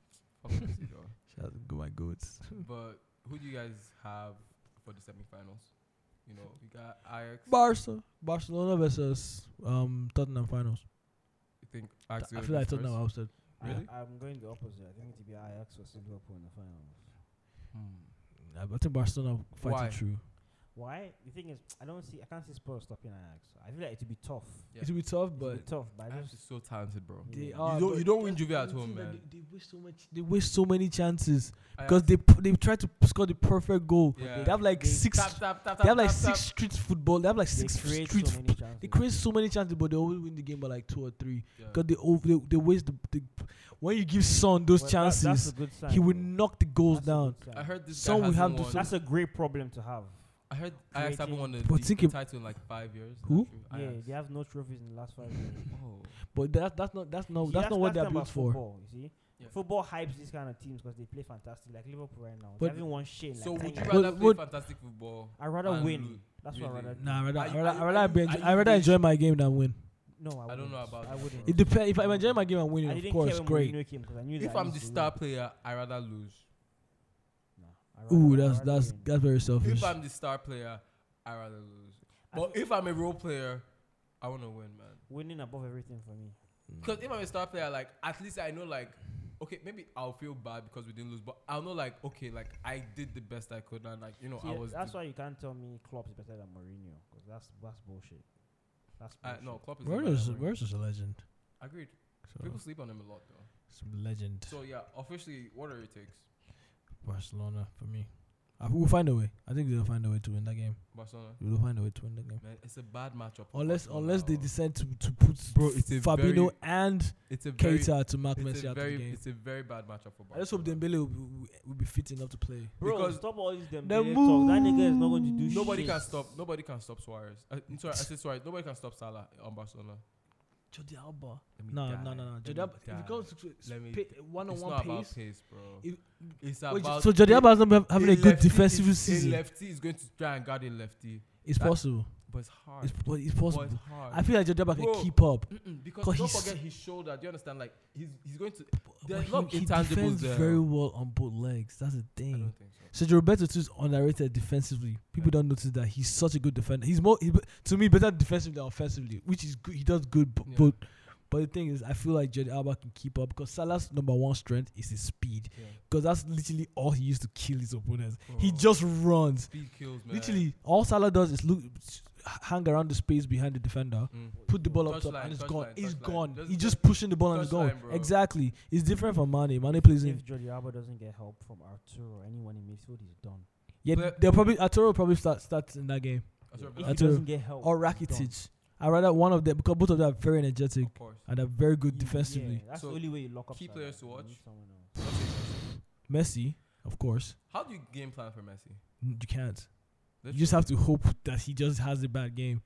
S1: Fuck Messi, bro.
S4: Shout out to my goats.
S1: But who do you guys have for the semifinals? You know, we got Ajax.
S4: Barca, Barcelona versus um Tottenham finals.
S1: I think Ajax.
S4: I
S1: will
S4: feel
S1: be
S4: like Tottenham
S1: first.
S4: ousted.
S1: Really?
S5: I, I'm going the opposite. I think it'll be Ajax versus Liverpool in the finals.
S1: Hmm.
S4: I I think Barcelona will fight
S1: Why?
S4: it through.
S5: Why? The thing is, I don't see. I can't see Spurs stopping Ajax. I feel like it'll be tough.
S1: Yeah.
S4: It'll be tough,
S5: It'll
S4: but
S5: be tough, but I
S1: Ajax
S5: just
S1: is so talented, bro.
S5: Yeah.
S4: they
S5: You
S4: are.
S1: don't-
S4: but
S1: you don't win
S4: that's
S1: Juve
S4: the
S1: at
S4: thing
S1: home,
S4: that
S1: man.
S4: They, they waste so much. They waste so many chances because
S1: Ajax-
S4: they p- they try to p- score the perfect goal.
S1: yeah.
S4: They have like
S5: They
S4: six.
S1: Tap, tap, tap,
S4: they
S1: tap,
S4: have like
S1: tap,
S4: six street football. They have like
S5: they
S4: six
S5: create
S4: street.
S5: so many
S4: foot-
S5: chances.
S4: They create so many chances, but they always win the game by like two or three.
S1: tap. Yeah.
S4: Because they, over, they they waste the, the when you give Son those
S5: Well, that- that's
S4: chances,
S5: a good sign,
S4: he will
S5: though.
S4: knock the goals
S5: That's a
S4: down.
S5: good sign.
S1: I heard this
S4: Some
S1: guy
S4: will
S1: hasn't
S4: have to
S1: won.
S5: That's a great problem to have.
S1: I heard Ajax haven't
S5: creating-
S1: won a
S4: But
S1: league
S4: think ab-
S1: title in like five years. Is
S4: Who?
S1: that true?
S5: Yeah,
S1: Ajax.
S5: they have no trophies in the last five years.
S1: Oh.
S4: But that, that's not that's not
S5: See,
S4: that's not what they're
S5: the thing
S4: built
S5: about
S4: for.
S5: Football, you see,
S1: Yeah.
S5: football hypes these kind of teams because they play fantastic. Like Liverpool right now,
S4: But-
S5: they haven't won shit. in, Like
S1: So would
S5: 10
S1: you
S5: years.
S4: But-
S1: rather play
S4: but-
S1: fantastic football?
S5: I rather
S1: and
S5: win.
S1: lose?
S5: That's what I
S1: Really?
S5: rather. do.
S4: Nah, I rather
S1: Are you-
S4: I
S1: are
S4: rather,
S1: you-
S4: I rather,
S1: are
S4: be
S1: you-
S4: enjoy,
S1: are
S4: I
S1: you
S4: rather
S1: rich?
S4: enjoy my game than win.
S5: No, I,
S1: I don't know
S5: wouldn't.
S1: about
S5: I
S1: that.
S5: wouldn't.
S4: It depends. If I'm enjoying my game and winning,
S5: I
S4: of
S5: didn't
S4: course,
S5: care when
S4: great.
S5: Mourinho came 'cause I knew
S1: If
S5: that
S1: I'm
S5: he
S1: the
S5: used to
S1: star
S5: win.
S1: player, I rather lose.
S5: No, I rather-
S4: Ooh,
S5: I
S4: that's
S5: rather
S4: that's
S5: win.
S4: that's very selfish.
S1: If I'm the star player, I rather lose.
S5: I
S1: But
S5: feel-
S1: if I'm a role player, I want to win, man.
S5: winning above everything for me.
S4: Mm.
S1: Because if I'm a star player, like at least I know, like, okay, maybe I'll feel bad because we didn't lose, but I'll know, like, okay, like I did the best I could, and like you know,
S5: See,
S1: I was.
S5: that's
S1: the,
S5: why you can't tell me Klopp's better than Mourinho because that's that's bullshit. That's
S1: I,
S5: bullshit.
S1: no, Klopp is. the
S4: Where
S1: man
S4: is
S1: I want.
S4: where's just a legend?
S1: Agreed.
S4: So,
S1: People sleep on him a lot, though.
S4: some legend.
S1: So yeah, officially, what are your takes?
S4: Barcelona for me. Uh, we'll find a way. I think they'll find a way to win that game.
S1: Barcelona,
S4: We'll find a way to win that game.
S1: man, it's a bad matchup. for
S4: Unless
S1: Barcelona,
S4: unless they
S1: oh.
S4: decide to, to put
S1: Bro, it's a
S4: Fabino
S1: very-
S4: and
S1: it's a very,
S4: Keita to mark
S1: it's
S4: Messi
S1: a
S4: out of the
S1: very,
S4: game.
S1: it's a very bad matchup for Barcelona.
S4: I just hope Dembele will, will, will be fit enough to play.
S5: Bro,
S1: Because-
S5: stop all these them
S4: The
S5: Dembele talk. That nigga is not going to do
S1: Nobody
S5: shit.
S1: can stop. Nobody can stop Suarez. I, I'm sorry, I said Suarez. Nobody can stop Salah on Barcelona.
S4: Jordi Alba.
S1: Let me
S4: No,
S1: die.
S4: no, no, no.
S1: Let
S4: Jordi
S1: me
S4: Alba. If
S1: die.
S4: it comes to
S1: Let me
S4: sp-
S1: it's
S4: one-on-one
S1: not
S4: pace,
S1: about pace, bro.
S4: If-
S1: it's
S4: Wait,
S1: about
S4: so Jordi
S1: a-
S4: Alba is not be hav-
S1: a
S4: having a good
S1: lefty is-
S4: defensive
S1: A
S4: season.
S1: lefty is going to try and guard a lefty.
S4: It's
S1: that-
S4: possible.
S1: but it's hard.
S4: It's, po- it's
S1: But
S4: possible.
S1: it's hard.
S4: I feel like Jojaba can
S1: Bro.
S4: keep up.
S1: Mm-mm, because
S4: 'Cause
S1: don't
S4: he's-
S1: forget his shoulder. Do you understand? Like he's he's going to.
S4: But
S1: There's a lot of
S4: he, he
S1: intangibles
S4: defends
S1: there.
S4: very well on both legs. That's the
S1: I
S4: thing.
S1: don't think so.
S4: Sergio Roberto too is underrated defensively. People
S1: Yeah.
S4: don't notice that he's such a good defender. He's more he, to me better defensively than offensively, which is good. He does good, b-
S1: Yeah.
S4: but but the thing is, I feel like Jordi Alba can keep up because Salah's number one strength is his speed.
S1: Yeah.
S4: Because that's literally all he used to kill his opponents. He
S1: Bro.
S4: just runs.
S1: Speed kills, man.
S4: Literally, all Salah does is look, s- hang around the space behind the defender,
S1: Mm.
S4: put the ball up
S1: Touch
S4: top,
S1: line,
S4: and it's
S1: touch
S4: gone.
S1: line,
S4: It's
S1: touch line.
S4: gone.
S1: Just-
S4: He's
S1: just
S4: just pushing the ball and it's
S1: touch line,
S4: gone.
S1: bro.
S4: Exactly. It's different from Mane. Mane plays in.
S5: If Jordi Alba doesn't get help from Arturo or anyone in midfield, he's done.
S4: Yeah,
S1: But-
S4: they'll probably Arturo will probably start starts in that game
S1: That's what
S5: If
S1: I'm-
S5: he
S4: Arturo
S5: doesn't get help,
S4: or
S5: Oh, he's done.
S4: Rakitic. I rather one of them because both of them are very energetic
S1: Of course.
S4: and are very good
S5: You-
S4: defensively.
S5: yeah, that's
S1: So,
S5: the only way you lock up.
S1: key
S5: Salah.
S1: players to
S5: You need
S1: watch.
S5: someone else.
S4: Messi, of course,
S1: How do you game plan for Messi?
S4: n- you can't. You
S1: Literally.
S4: just have to hope that he just has a bad game.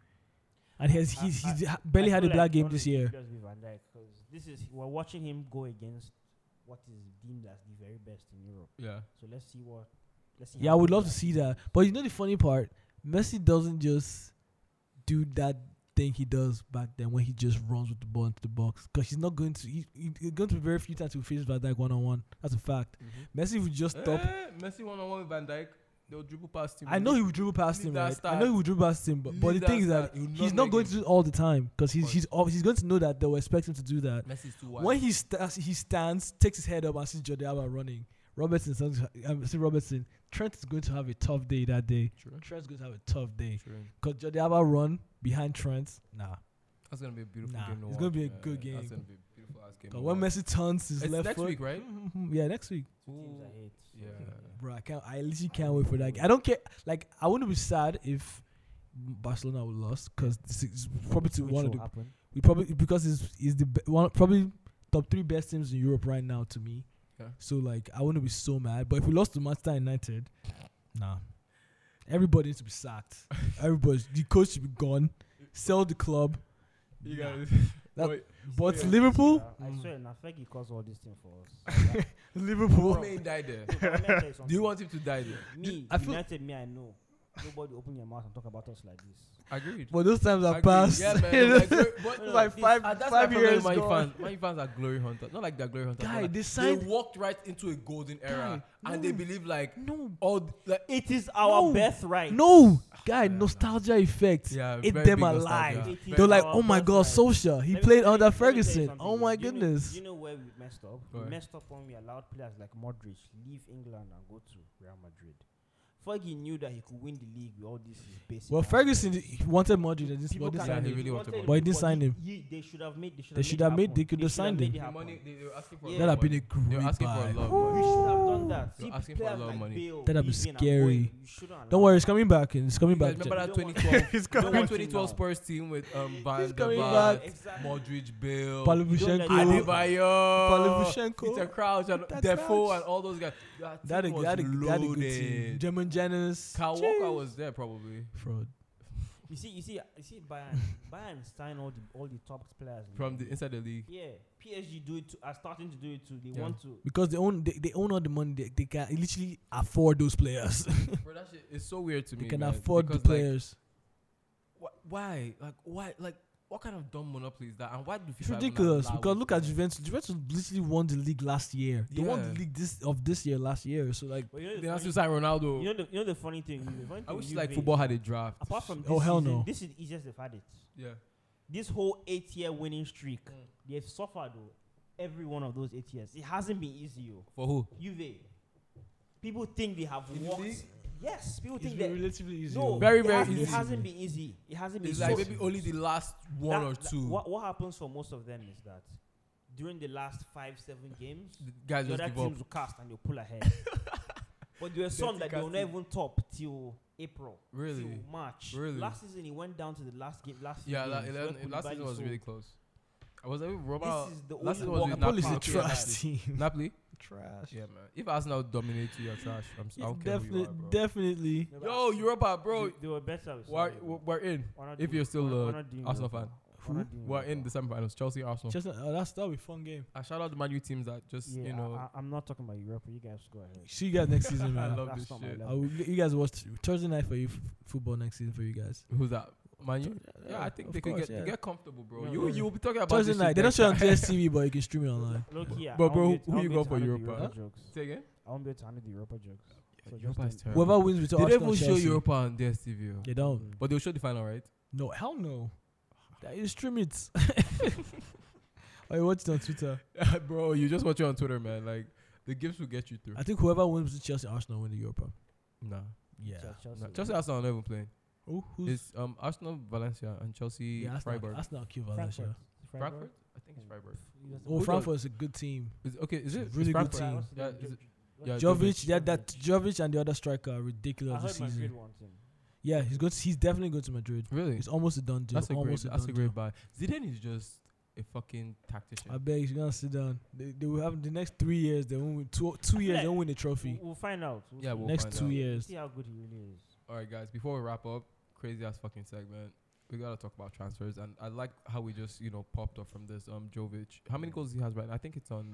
S4: And he's
S5: I-
S4: he's,
S5: I-
S4: he's ha- barely
S5: I
S4: had a
S5: feel
S4: bad
S5: like
S4: game
S5: Ronaldo
S4: this
S5: should
S4: year.
S5: just be Van Dijk 'cause this is we're watching him go against what is deemed as the very best in Europe.
S1: Yeah.
S5: So let's see what. Let's see
S4: Yeah,
S5: how
S4: I would
S5: good
S4: love
S5: he
S4: to
S5: is.
S4: see that. But you know the funny part, Messi doesn't just do that thing he does back then when he just runs with the ball into the box because he's not going to. He, he, he's going to be very few times he will face Van Dijk one on one. That's a fact. Messi would just stop.
S1: Eh, Messi one on one with Van Dijk. They'll dribble past him.
S4: I know he would dribble past
S1: leave
S4: him,
S1: that
S4: right? I
S1: start.
S4: know he would dribble past him, but, but the
S1: Leave that
S4: thing is that
S1: start. He'll
S4: he's
S1: not
S4: not
S1: make
S4: going
S1: it.
S4: to do it all the time because he's
S1: course.
S4: he's al- he's going to know that they'll expect him to do that.
S1: Messi's too wide.
S4: When he starts, he stands, takes his head up, and sees Jordi Alba running. Robertson, sounds- um, see Robertson. Trent is going to have a tough day that day.
S1: True.
S4: Trent's going to have a tough day.
S1: True.
S4: Cause Jordi Alba run behind Trent. Nah.
S1: That's gonna be a beautiful
S4: Nah,
S1: game. To
S4: it's gonna
S1: watch,
S4: be a
S1: man.
S4: good game.
S1: That's gonna be a beautiful ass game. to
S4: Cause when
S1: watch.
S4: Messi turns his
S1: It's
S4: left
S1: next
S4: foot,
S1: week, right?
S4: Mhm, yeah, next week,
S5: Teams
S1: Ooh.
S5: I hate. so-
S1: Yeah.
S4: bro. I can't. I literally can't wait for that. Game. I don't care. Like I wouldn't be sad if Barcelona would lost because this is probably to
S5: Which
S4: one of
S5: will
S4: the
S5: happen.
S4: we probably because it's is the be- one probably top three best teams in Europe right now to me.
S1: Yeah.
S4: So like I wouldn't be so mad. But if we lost to Manchester United, nah, everybody needs to be sacked. Everybody, the coach should be gone. Sell the club.
S1: You
S4: Nah.
S1: guys.
S4: That-
S1: Wait,
S4: But
S1: Yeah. Mm.
S4: Liverpool,
S5: Yeah, I swear, now Fergie caused all this thing for us.
S4: Liverpool.
S1: what may die there?
S5: Look, let me tell you
S1: Do you
S5: something.
S1: want him to die there?
S5: me?
S4: I feel-
S5: United, me, I know. Nobody open your mouth and talk about us like this.
S1: Agreed.
S4: But those times are
S1: Agreed.
S4: past.
S1: Yeah, man. Like, wait, what-
S5: No, no,
S4: like
S5: this-
S4: five,
S1: Ah, that's
S4: five
S1: my problem
S4: years
S1: with my
S4: gone.
S1: fans. My fans are glory hunters. Not like they're glory hunters. but
S4: Guy,
S1: like
S4: they signed-
S1: They walked right into a golden era,
S4: Guy,
S1: and
S4: no.
S1: they believe like
S4: No,
S1: all th- like
S5: It is our
S4: No.
S5: birthright.
S4: no, guy,
S1: Yeah, nah.
S4: nostalgia effect.
S1: Yeah,
S4: Eat
S1: very
S4: them
S1: big nostalgia.
S4: alive.
S5: It is
S4: They're like,
S5: our
S4: oh my God,
S5: birthright.
S4: Solskjaer. He played
S5: Let me tell you-
S4: under
S5: let me tell you
S4: Ferguson.
S5: something.
S4: Oh my
S5: Do you know-
S4: goodness.
S5: do you know where we messed up?
S1: Where?
S5: We messed up when we allowed players like Modric leave England and go to Real Madrid. Fergie knew that he could win the league with all this his basic.
S4: Well, Ferguson
S5: attributes.
S4: he wanted Modric. They just
S5: People
S4: but they
S5: can-
S1: Yeah,
S4: signed
S1: he
S4: him.
S1: really wanted
S5: wanted
S1: Modric.
S4: But he
S5: him,
S4: didn't sign
S5: he-
S4: him.
S5: he- they should have made. They should
S4: They
S5: have
S4: should
S5: made it
S4: have made-
S5: happen.
S4: they could have
S5: should have
S4: signed
S5: made
S4: him.
S5: it happen.
S1: money. They, they were asking for.
S5: Yeah.
S1: a
S4: That'd
S1: lot
S4: have
S1: of
S4: been a
S1: money. They
S4: great
S1: were asking for a
S4: buy.
S1: lot. Of
S5: We
S1: money.
S5: should have done that.
S1: You're
S5: See,
S1: asking for a lot
S5: players
S1: of
S5: like
S1: money.
S5: Bale,
S4: That'd have been
S5: Willian and
S4: scary.
S5: Bowen, you shouldn't allow
S4: Don't worry,
S5: that.
S4: it's coming back. and It's coming
S1: You guys
S4: back.
S1: Remember that
S4: Jack.
S5: Don't want-
S1: 2012?
S4: It's
S1: Remember
S5: coming
S1: that 2012
S5: back.
S1: Spurs team with um, Van
S4: He's
S1: der
S4: coming
S1: Vaart,
S4: back.
S5: Exactly.
S1: Modric, Bale,
S4: Palivushenko.
S5: Adebayo.
S1: Adebayo,
S4: Palivushenko.
S1: Peter Crouch, and
S4: Peter
S1: Defoe,
S4: Crouch.
S1: and all those guys. That team
S4: That a,
S1: was
S4: that a, that a good team.
S1: loaded.
S4: German Janus.
S1: Kyle Walker was there probably
S4: Fraud.
S5: You see, you see, you see, Bayern, Bayern sign all the all the top players in
S1: from
S5: the
S1: the inside the league.
S5: Yeah, PSG do it. To, are starting to do it too. They
S1: Yeah.
S5: want to.
S4: Because they own they, they own all the money. They, they can literally afford those players.
S1: Bro, that shit is so weird to
S4: they
S1: me.
S4: can
S1: man,
S4: afford the
S1: because, like,
S4: players.
S1: Wh- why? Like why? Like what kind of dumb monopoly is that? And why do FIFA
S4: It's
S1: even
S4: ridiculous
S1: allow
S4: because
S1: it?
S4: look at Juventus. Juventus literally won the league last year. They won
S1: Yeah.
S4: the league this of this year last year. So like,
S5: But you know,
S1: They
S5: the
S1: have
S5: funny,
S1: to sign Ronaldo.
S5: you know, the, you know the funny thing. The funny
S1: I
S5: thing
S1: wish
S5: with
S1: like
S5: Juve,
S1: football had a draft.
S5: Apart from this
S4: Oh, hell
S5: season,
S4: no.
S5: This is the easiest they've had it.
S1: yeah,
S5: This whole eight-year winning streak,
S1: Mm.
S5: they've suffered though. Every one of those eight years, it hasn't been easy. Yo.
S1: for who?
S5: Juve. People think they have
S1: In the
S5: walked.
S1: league?
S5: Yes, people
S4: it's
S5: think that.
S4: relatively easy.
S5: No,
S1: Very,
S5: it
S1: very
S5: has- It
S1: easy.
S5: hasn't been easy. It hasn't been
S1: It's
S5: easy.
S1: like
S5: So-
S1: maybe only the last one
S5: that-
S1: or
S5: that-
S1: two
S5: What, what happens for most of them is that during the last five, seven games,
S1: The guys
S5: the
S1: just
S5: other
S1: give up.
S5: teams will cast and they'll pull ahead. but there were some
S1: Dirty
S5: that they'll not
S1: casting.
S5: even top till April,
S1: Really?
S5: till March.
S1: Really?
S5: Last season, he went down to the last game. Last few
S1: Yeah, that,
S5: games,
S1: that,
S5: where
S1: last
S5: Koulibaly
S1: season was
S5: sold.
S1: really close. I was like,
S5: This
S1: Robert
S5: is the
S1: last
S5: only
S1: season was
S5: one-
S1: with
S4: Napoli is a
S1: Napoli.
S4: trash
S1: Yeah,
S4: team.
S1: Napoli.
S4: Trash.
S1: Yeah, man. If Arsenal dominate you, you're trash. I'm, s- I don't care who you
S4: definitely,
S1: are, bro.
S4: definitely.
S5: No, but
S1: Yo, Europa, bro.
S5: They, they were better. with
S1: We're,
S5: Saudi, bro.
S1: we're in.
S5: We're not
S1: if
S5: doing-
S1: you're still,
S5: we're-
S1: uh,
S5: we're not doing
S1: Arsenal fan.
S5: Europa. We're not doing
S1: We're in
S5: Europa.
S1: the semifinals. Chelsea, Arsenal.
S4: Just uh, that's that'll be fun game.
S1: I shout out the Man U teams that just
S5: Yeah,
S1: you know.
S5: I, am not talking about Europa. You guys go ahead.
S4: See you guys next season,
S1: I
S4: man.
S1: love
S5: That's
S1: this
S5: not my
S1: shit.
S5: level.
S4: I will, you guys watch Thursday night for you f- football next season for you guys.
S1: Who's that? Man U? Yeah, I think
S4: of
S1: they could
S4: course,
S1: get,
S4: yeah.
S1: get comfortable, bro.
S4: Yeah,
S1: you
S4: yeah.
S1: you will be talking about
S4: Thursday
S1: this
S4: night.
S1: shit
S4: They don't
S1: next
S4: show it on
S1: time.
S4: TSTV, but you can stream it online.
S5: Look here.
S1: But
S5: I won't
S1: bro, who-
S5: be able to-
S1: who
S5: I won't
S1: you
S5: be
S1: got
S5: able to
S1: for
S5: handle the
S1: Europa?
S5: jokes.
S1: Say again.
S5: I won't be able to handle the Europa jokes. So
S1: Europa
S5: just
S1: is
S5: don't-
S1: terrible.
S4: Whoever wins with
S1: They
S4: Arsenal,
S1: don't even show
S4: Chelsea.
S1: Europa on DSTV.
S4: They don't.
S1: But they'll show the final, right?
S4: No, hell no. That you stream it. I watched it on Twitter.
S1: bro, you just watch it on Twitter, man. Like the gifts will get you through.
S4: I think whoever wins with Chelsea, Arsenal win the Europa.
S1: Nah,
S4: Yeah.
S5: Chelsea- Chelsea
S1: nah.
S5: win.
S1: Chelsea Arsenal are not even playing.
S4: Who, who's
S1: It's um Arsenal, Valencia, and Chelsea
S4: yeah, Arsenal,
S1: Freiburg.
S4: Arsenal kill
S5: Frankfurt.
S4: Valencia.
S1: Frankfurt? I think it's Freiburg.
S4: Oh,
S1: Who
S4: Frankfurt is a good team.
S1: Is, okay, is it
S4: Really good
S1: it's Frankfurt.
S4: team.
S1: Yeah, is it, yeah,
S4: Jovic, that that Jovic and the other striker are ridiculous
S5: I
S4: this
S5: heard Madrid
S4: season.
S5: wants him.
S4: Yeah, he's going. To, he's definitely going to Madrid.
S1: Really,
S4: It's almost a done deal.
S1: that's a great.
S4: almost
S1: That's a
S4: done
S1: great
S4: deal.
S1: buy. Zidane is just a fucking tactician.
S4: I beg you're gonna sit down. They, they will have the next three years. They won't win two two years.
S5: like-
S4: They won't win the trophy.
S5: We'll find out. We'll
S1: Yeah,
S5: see.
S1: we'll
S4: next
S1: find
S4: two
S1: out.
S4: years.
S5: see how good he really is.
S1: All right, guys. Before we wrap up, crazy ass fucking segment. We gotta talk about transfers, and I like how we just you know popped up from this. Um, Jovic, how many goals he has right now? I think it's on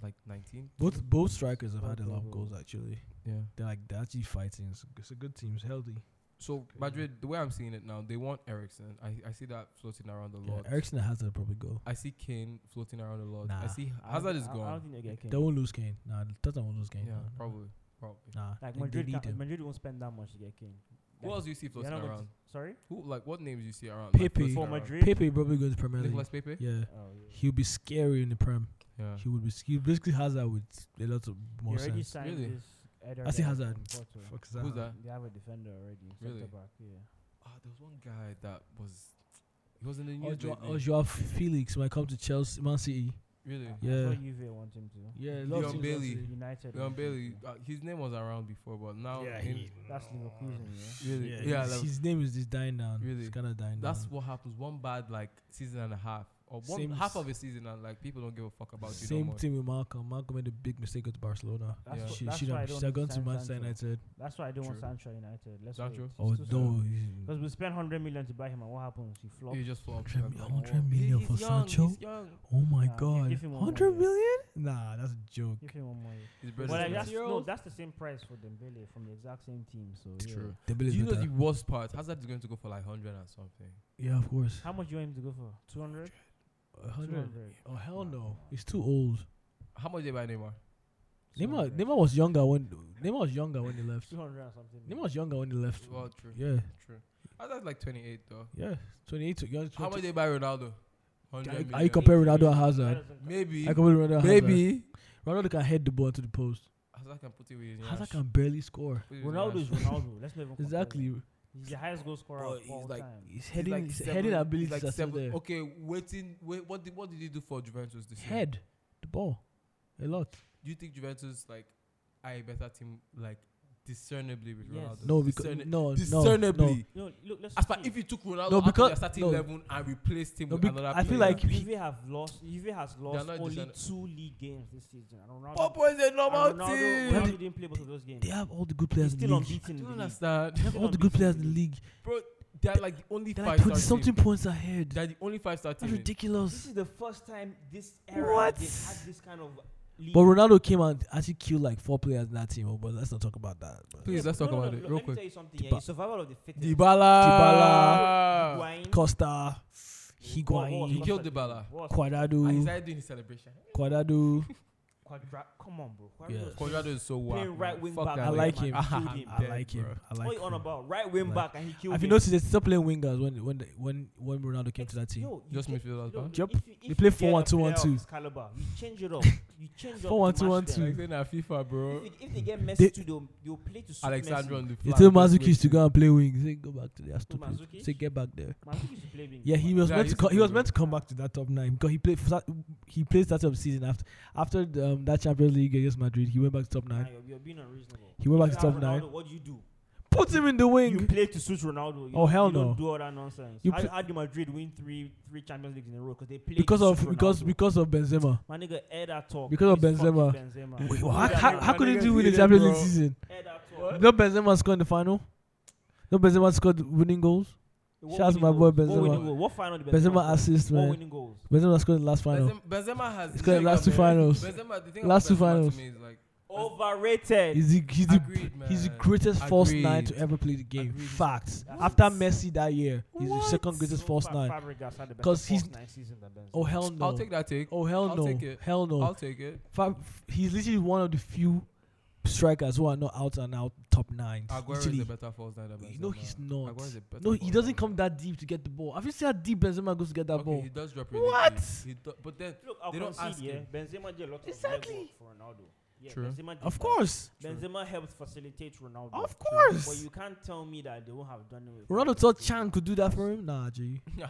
S1: like 19.
S4: Both both strikers have had a
S5: Both
S4: lot of
S5: of
S4: goals
S5: them.
S4: actually.
S1: Yeah.
S4: They're like they're actually fighting. It's, it's a good team. It's healthy.
S1: So Madrid, the way I'm seeing it now, they want Ericsson. I, I see that floating around a
S4: Yeah,
S1: lot.
S4: Ericsson has to probably go.
S1: I see Kane floating around a lot. I
S4: Nah.
S1: see
S5: I don't
S1: Hazard
S5: thi-
S1: is
S5: I- I
S1: gone.
S5: don't think they get
S4: They
S5: Kane.
S4: won't lose Kane. Nah, Tottenham won't lose Kane.
S1: yeah,
S4: Nah, nah, nah.
S1: probably, probably.
S4: Nah,
S5: Like
S4: they- they
S5: Madrid,
S4: need
S5: can,
S4: him.
S5: Madrid won't spend that much to get Kane.
S1: Who else do you see
S5: They're
S1: floating
S5: not going
S1: around?
S5: to- Sorry.
S1: Who like what names do you see around?
S4: Pepe.
S1: like, floating
S5: For
S1: around?
S5: Madrid.
S4: Pepe probably goes to Premier League.
S1: Nicolas Pepe.
S4: Yeah,
S5: Oh, yeah.
S4: he'll be scary in the Prem.
S1: Yeah.
S4: He would be. He basically Hazard with a lot of
S5: They
S4: more
S5: already
S4: sense.
S5: signed
S1: Really?
S5: this. Eder
S4: I see
S5: guy
S4: Hazard.
S5: from Porto.
S4: Fuck
S1: Who's that?
S5: They have a defender already.
S1: Really?
S5: Centre back. Yeah.
S1: Ah, there was one guy that was. He was in the
S4: Or,
S1: news.
S4: jo-
S1: lately.
S4: or Joao Felix might come to Chelsea, Man City.
S1: really.
S4: Yeah.
S5: I saw Juve want him to.
S4: Yeah,
S1: Leon
S4: lots of teams want
S1: Bailey.
S4: to-
S5: United.
S1: Leon
S5: wants him
S1: Bailey.
S5: to.
S1: Uh, his name was around before, but now
S4: Yeah,
S1: in-
S4: he-
S5: That's Leverkusen, yeah.
S1: really,
S4: Yeah,
S1: yeah,
S4: his,
S1: like,
S4: his name is just dying down.
S1: Really?
S4: It's kind of dying
S1: that's
S4: down.
S1: what happens. One bad like season and a half, or one
S4: Same
S1: half
S4: s-
S1: of a season, and like people don't give a fuck about you. no
S4: Same
S1: more.
S4: thing with Malcolm. Malcolm made a big mistake at Barcelona.
S5: That's
S1: Yeah.
S5: wh-
S4: She,
S5: that's
S4: should
S5: why I
S4: have,
S5: don't
S4: should have gone to
S5: sign
S4: Manchester
S5: Sancho.
S4: United.
S5: That's why I don't want
S1: True.
S5: Sancho United. Let's
S1: Sancho?
S4: Oh, no.
S5: Because we spent 100 million to buy him, and what happens? He flopped.
S1: You just flop.
S4: Hundred mi- hundred million for Sancho? Oh my
S5: Nah, give-
S4: god.
S5: give him one more
S4: 100
S5: year.
S4: million? Nah, that's a joke.
S5: Give him one more year.
S1: His
S5: But
S1: brother's
S5: like,
S1: the
S5: that's,
S1: best.
S5: no, that's the same price for Dembele from the exact same team. So
S1: It's
S5: yeah.
S1: true. Do
S4: Dembele is
S1: you know
S4: better.
S1: the worst part? Hazard is going to go for like hundred and something.
S4: Yeah, of course.
S5: How much do you want him to go for? 200?
S4: 100.
S5: 200.
S4: Oh, hell no. He's too old.
S1: How much they buy Neymar?
S4: Neymar,
S5: 200.
S4: Neymar was younger when Neymar was younger when he left.
S5: 200 or something.
S4: Neymar was younger when he left.
S1: Well, true.
S4: Yeah,
S1: True. Hazard's like twenty eight though.
S4: yeah. 28. to- you're
S1: How much
S4: 20
S1: they buy Ronaldo? Hundred.
S4: Are you comparing Ronaldo and Hazard?
S1: Maybe.
S4: I compare Ronaldo and Hazard.
S1: Maybe.
S4: Ronaldo can head the ball to the post.
S1: Hazard can put it with his
S4: Hazard
S1: ass.
S4: can barely score.
S1: Put it with his
S5: Ronaldo
S1: ass.
S5: is Ronaldo. Let's not even compare
S4: Exactly.
S5: them. He's the highest goal scorer
S1: But
S5: of
S1: he's
S5: all
S1: like-
S5: time.
S4: His
S1: He's
S4: heading,
S1: like
S4: his
S1: seven-
S4: heading
S1: he's
S4: abilities
S1: like
S4: are still
S1: seven-
S4: there.
S1: Okay, waiting. Wait, what did what did he do for Juventus this year?
S4: Head the ball a lot.
S1: Do you think Juventus like are a better team like discernibly with
S5: Yes.
S1: Ronaldo?
S4: No, because
S1: Discerni-
S4: no, no,
S1: discernibly.
S4: no.
S5: No, look, let's
S1: As far
S5: see.
S1: if you took Ronaldo
S4: No,
S1: out of
S4: because-
S1: your starting
S4: no.
S1: eleven and replaced him
S4: No,
S1: with
S4: bec-
S1: another
S4: I feel
S1: player,
S4: like he-
S5: Juve have lost. Juve has lost
S1: not
S5: only
S1: decent-
S5: two league games this season. And Ronaldo,
S1: Popo is a
S5: and
S1: normal
S5: Ronaldo,
S1: team.
S4: But
S5: Ronaldo didn't play both of those games.
S4: They have all the good
S5: He's
S4: players in
S5: still
S4: the league.
S1: I
S5: unbeaten. in
S1: don't
S5: the league.
S1: understand,
S4: They have
S5: still
S4: all the good
S5: unbeaten
S4: players
S5: in
S4: in
S5: the
S4: the league.
S1: bro. They're like the only
S4: They're
S1: five
S4: like 20
S1: star
S4: something
S1: team.
S4: points ahead.
S1: They're the only five star team.
S4: That's
S1: in-
S4: ridiculous.
S10: This is the first time this era
S4: What?
S10: they've had this kind of. League.
S4: But Ronaldo came out and actually killed like four players in that team. Oh, but let's not talk about that. But.
S1: Please let's
S10: No,
S1: talk
S10: no,
S1: about
S10: no,
S1: it
S10: no,
S1: real
S10: Let me tell
S1: quick.
S10: you something. Yeah,
S4: Diba-
S10: it's survival of the fittest.
S1: Dybala.
S10: Higuain.
S4: Costa,
S5: What- what was
S1: He
S4: Higuain,
S5: Costa
S1: killed
S5: doing?
S1: Dybala.
S5: What was
S1: And he
S4: Quadrado,
S1: started doing his celebration.
S4: Quadrado.
S5: Quadra- Come on, bro. Quadra
S4: Yeah.
S5: was playing-
S1: Quadrado is so wild.
S10: Playing right wing back.
S4: I like him.
S10: Killed him.
S4: I like him. I like
S5: Oh,
S10: What you on
S4: him.
S10: about? Right wing
S4: Like-
S10: back, and he killed.
S4: Have you
S10: him.
S4: noticed they stopped playing wingers when when they- when when Ronaldo came to that team?
S10: Yo, you
S1: Just
S10: get-
S1: midfielders,
S10: yo,
S1: man.
S10: if
S4: Yep.
S10: you-
S4: They
S10: if you
S4: play
S10: get a
S4: 4-1-2-1-2.
S10: player of this Caliber, you change it up. You change up. to
S4: 4-1-2-1-2.
S10: match them.
S1: Like saying that FIFA, bro.
S10: If, they- if they get Messi
S4: They-
S10: too, they'll, they'll play to suit
S1: Alexander
S10: Messi.
S1: on the
S4: They
S1: flank.
S4: tell Mazzucchi to go and play wing. Say go back to their stupid.
S10: Mandzukic?
S4: Say get back there.
S5: Mandzukic used to play wing.
S4: Yeah, he was
S1: Yeah,
S4: meant
S1: he
S4: to co-
S1: used to
S4: he was
S1: play
S4: meant to come back to that top nine because he played for that, he played that top season after after the, um, that Champions League against Madrid. He went back to top
S5: Nah,
S4: nine.
S5: you're, you're being unreasonable.
S4: He went back to
S5: You have
S4: top nine.
S5: Ronaldo, What do you do?
S4: Put him in the
S5: You
S4: wing.
S5: play to suit Ronaldo. You
S4: Oh, hell
S5: you
S4: no.
S5: Don't do all that nonsense.
S4: You
S5: how,
S4: pl-
S5: how did Madrid win three three Champions Leagues in a row? Because they played
S4: Because
S5: to
S4: of
S5: suit
S4: because
S5: Ronaldo.
S4: because of Benzema.
S5: my nigga air that talk
S4: because of
S5: It's fucking
S4: Benzema.
S5: Benzema.
S4: Wait,
S5: Who
S4: well,
S5: that
S4: how how,
S5: man?
S4: how could he
S1: Ronaldo
S4: do win the
S1: did it,
S4: Champions League
S1: bro.
S4: season?
S5: Air that talk.
S4: No Benzema scored in the final. No Benzema scored winning goals.
S5: What
S4: Shouts
S5: winning
S4: my boy
S5: goals? What winning
S4: Benzema.
S5: goal? What final did
S4: Benzema
S5: score?
S4: assist,
S5: What
S4: man.
S5: winning goals?
S4: Benzema scored in the last final.
S1: Benzema, Benzema has
S4: It's 'cause of
S1: nigga,
S4: last two
S1: man.
S4: finals.
S1: Benzema, the thing
S4: Last two
S1: about Benzema
S4: finals.
S1: To me is like,
S5: Overrated.
S4: He's the, he's, the,
S1: Agreed,
S4: he's the
S1: man.
S4: greatest false nine
S1: Agreed.
S4: to ever play the game.
S1: Agreed.
S4: Facts.
S3: That's
S4: After
S3: it.
S4: Messi that year, he's the second greatest false nine.
S5: Fabregas had the best
S4: 'Cause
S5: false
S4: he's-
S5: nine season than Benzema.
S4: Oh hell
S1: I'll
S4: no.
S1: take that take.
S4: Oh hell
S1: I'll
S4: no.
S1: take it.
S4: Hell no.
S1: I'll take it.
S4: Fab, he's literally one of the few strikers who are not out and out top nines.
S1: Aguero is
S4: Literally.
S1: a better false nine than Benzema.
S4: No, he's not.
S1: Aguero is a better
S4: No, he
S1: false
S4: doesn't
S1: nine.
S4: come that deep to get the ball. Have you seen how deep Benzema goes to get that
S1: okay,
S4: ball?
S1: He does drop really
S4: What?
S1: deep. He do, but then
S5: Look, I'll
S1: They don't ask
S5: concede, yeah.
S1: him.
S5: Benzema did a lot of
S4: Exactly.
S5: legwork for Ronaldo. Yeah,
S1: True.
S5: Benzema did
S4: Of
S5: that.
S4: course.
S5: Benzema helped facilitate Ronaldo.
S4: Of
S5: But
S4: course.
S5: you can't tell me that they won't have done it. with
S4: Ronaldo
S5: Fabregas.
S4: thought Chan could do that for him. Nah, G.
S1: hmm,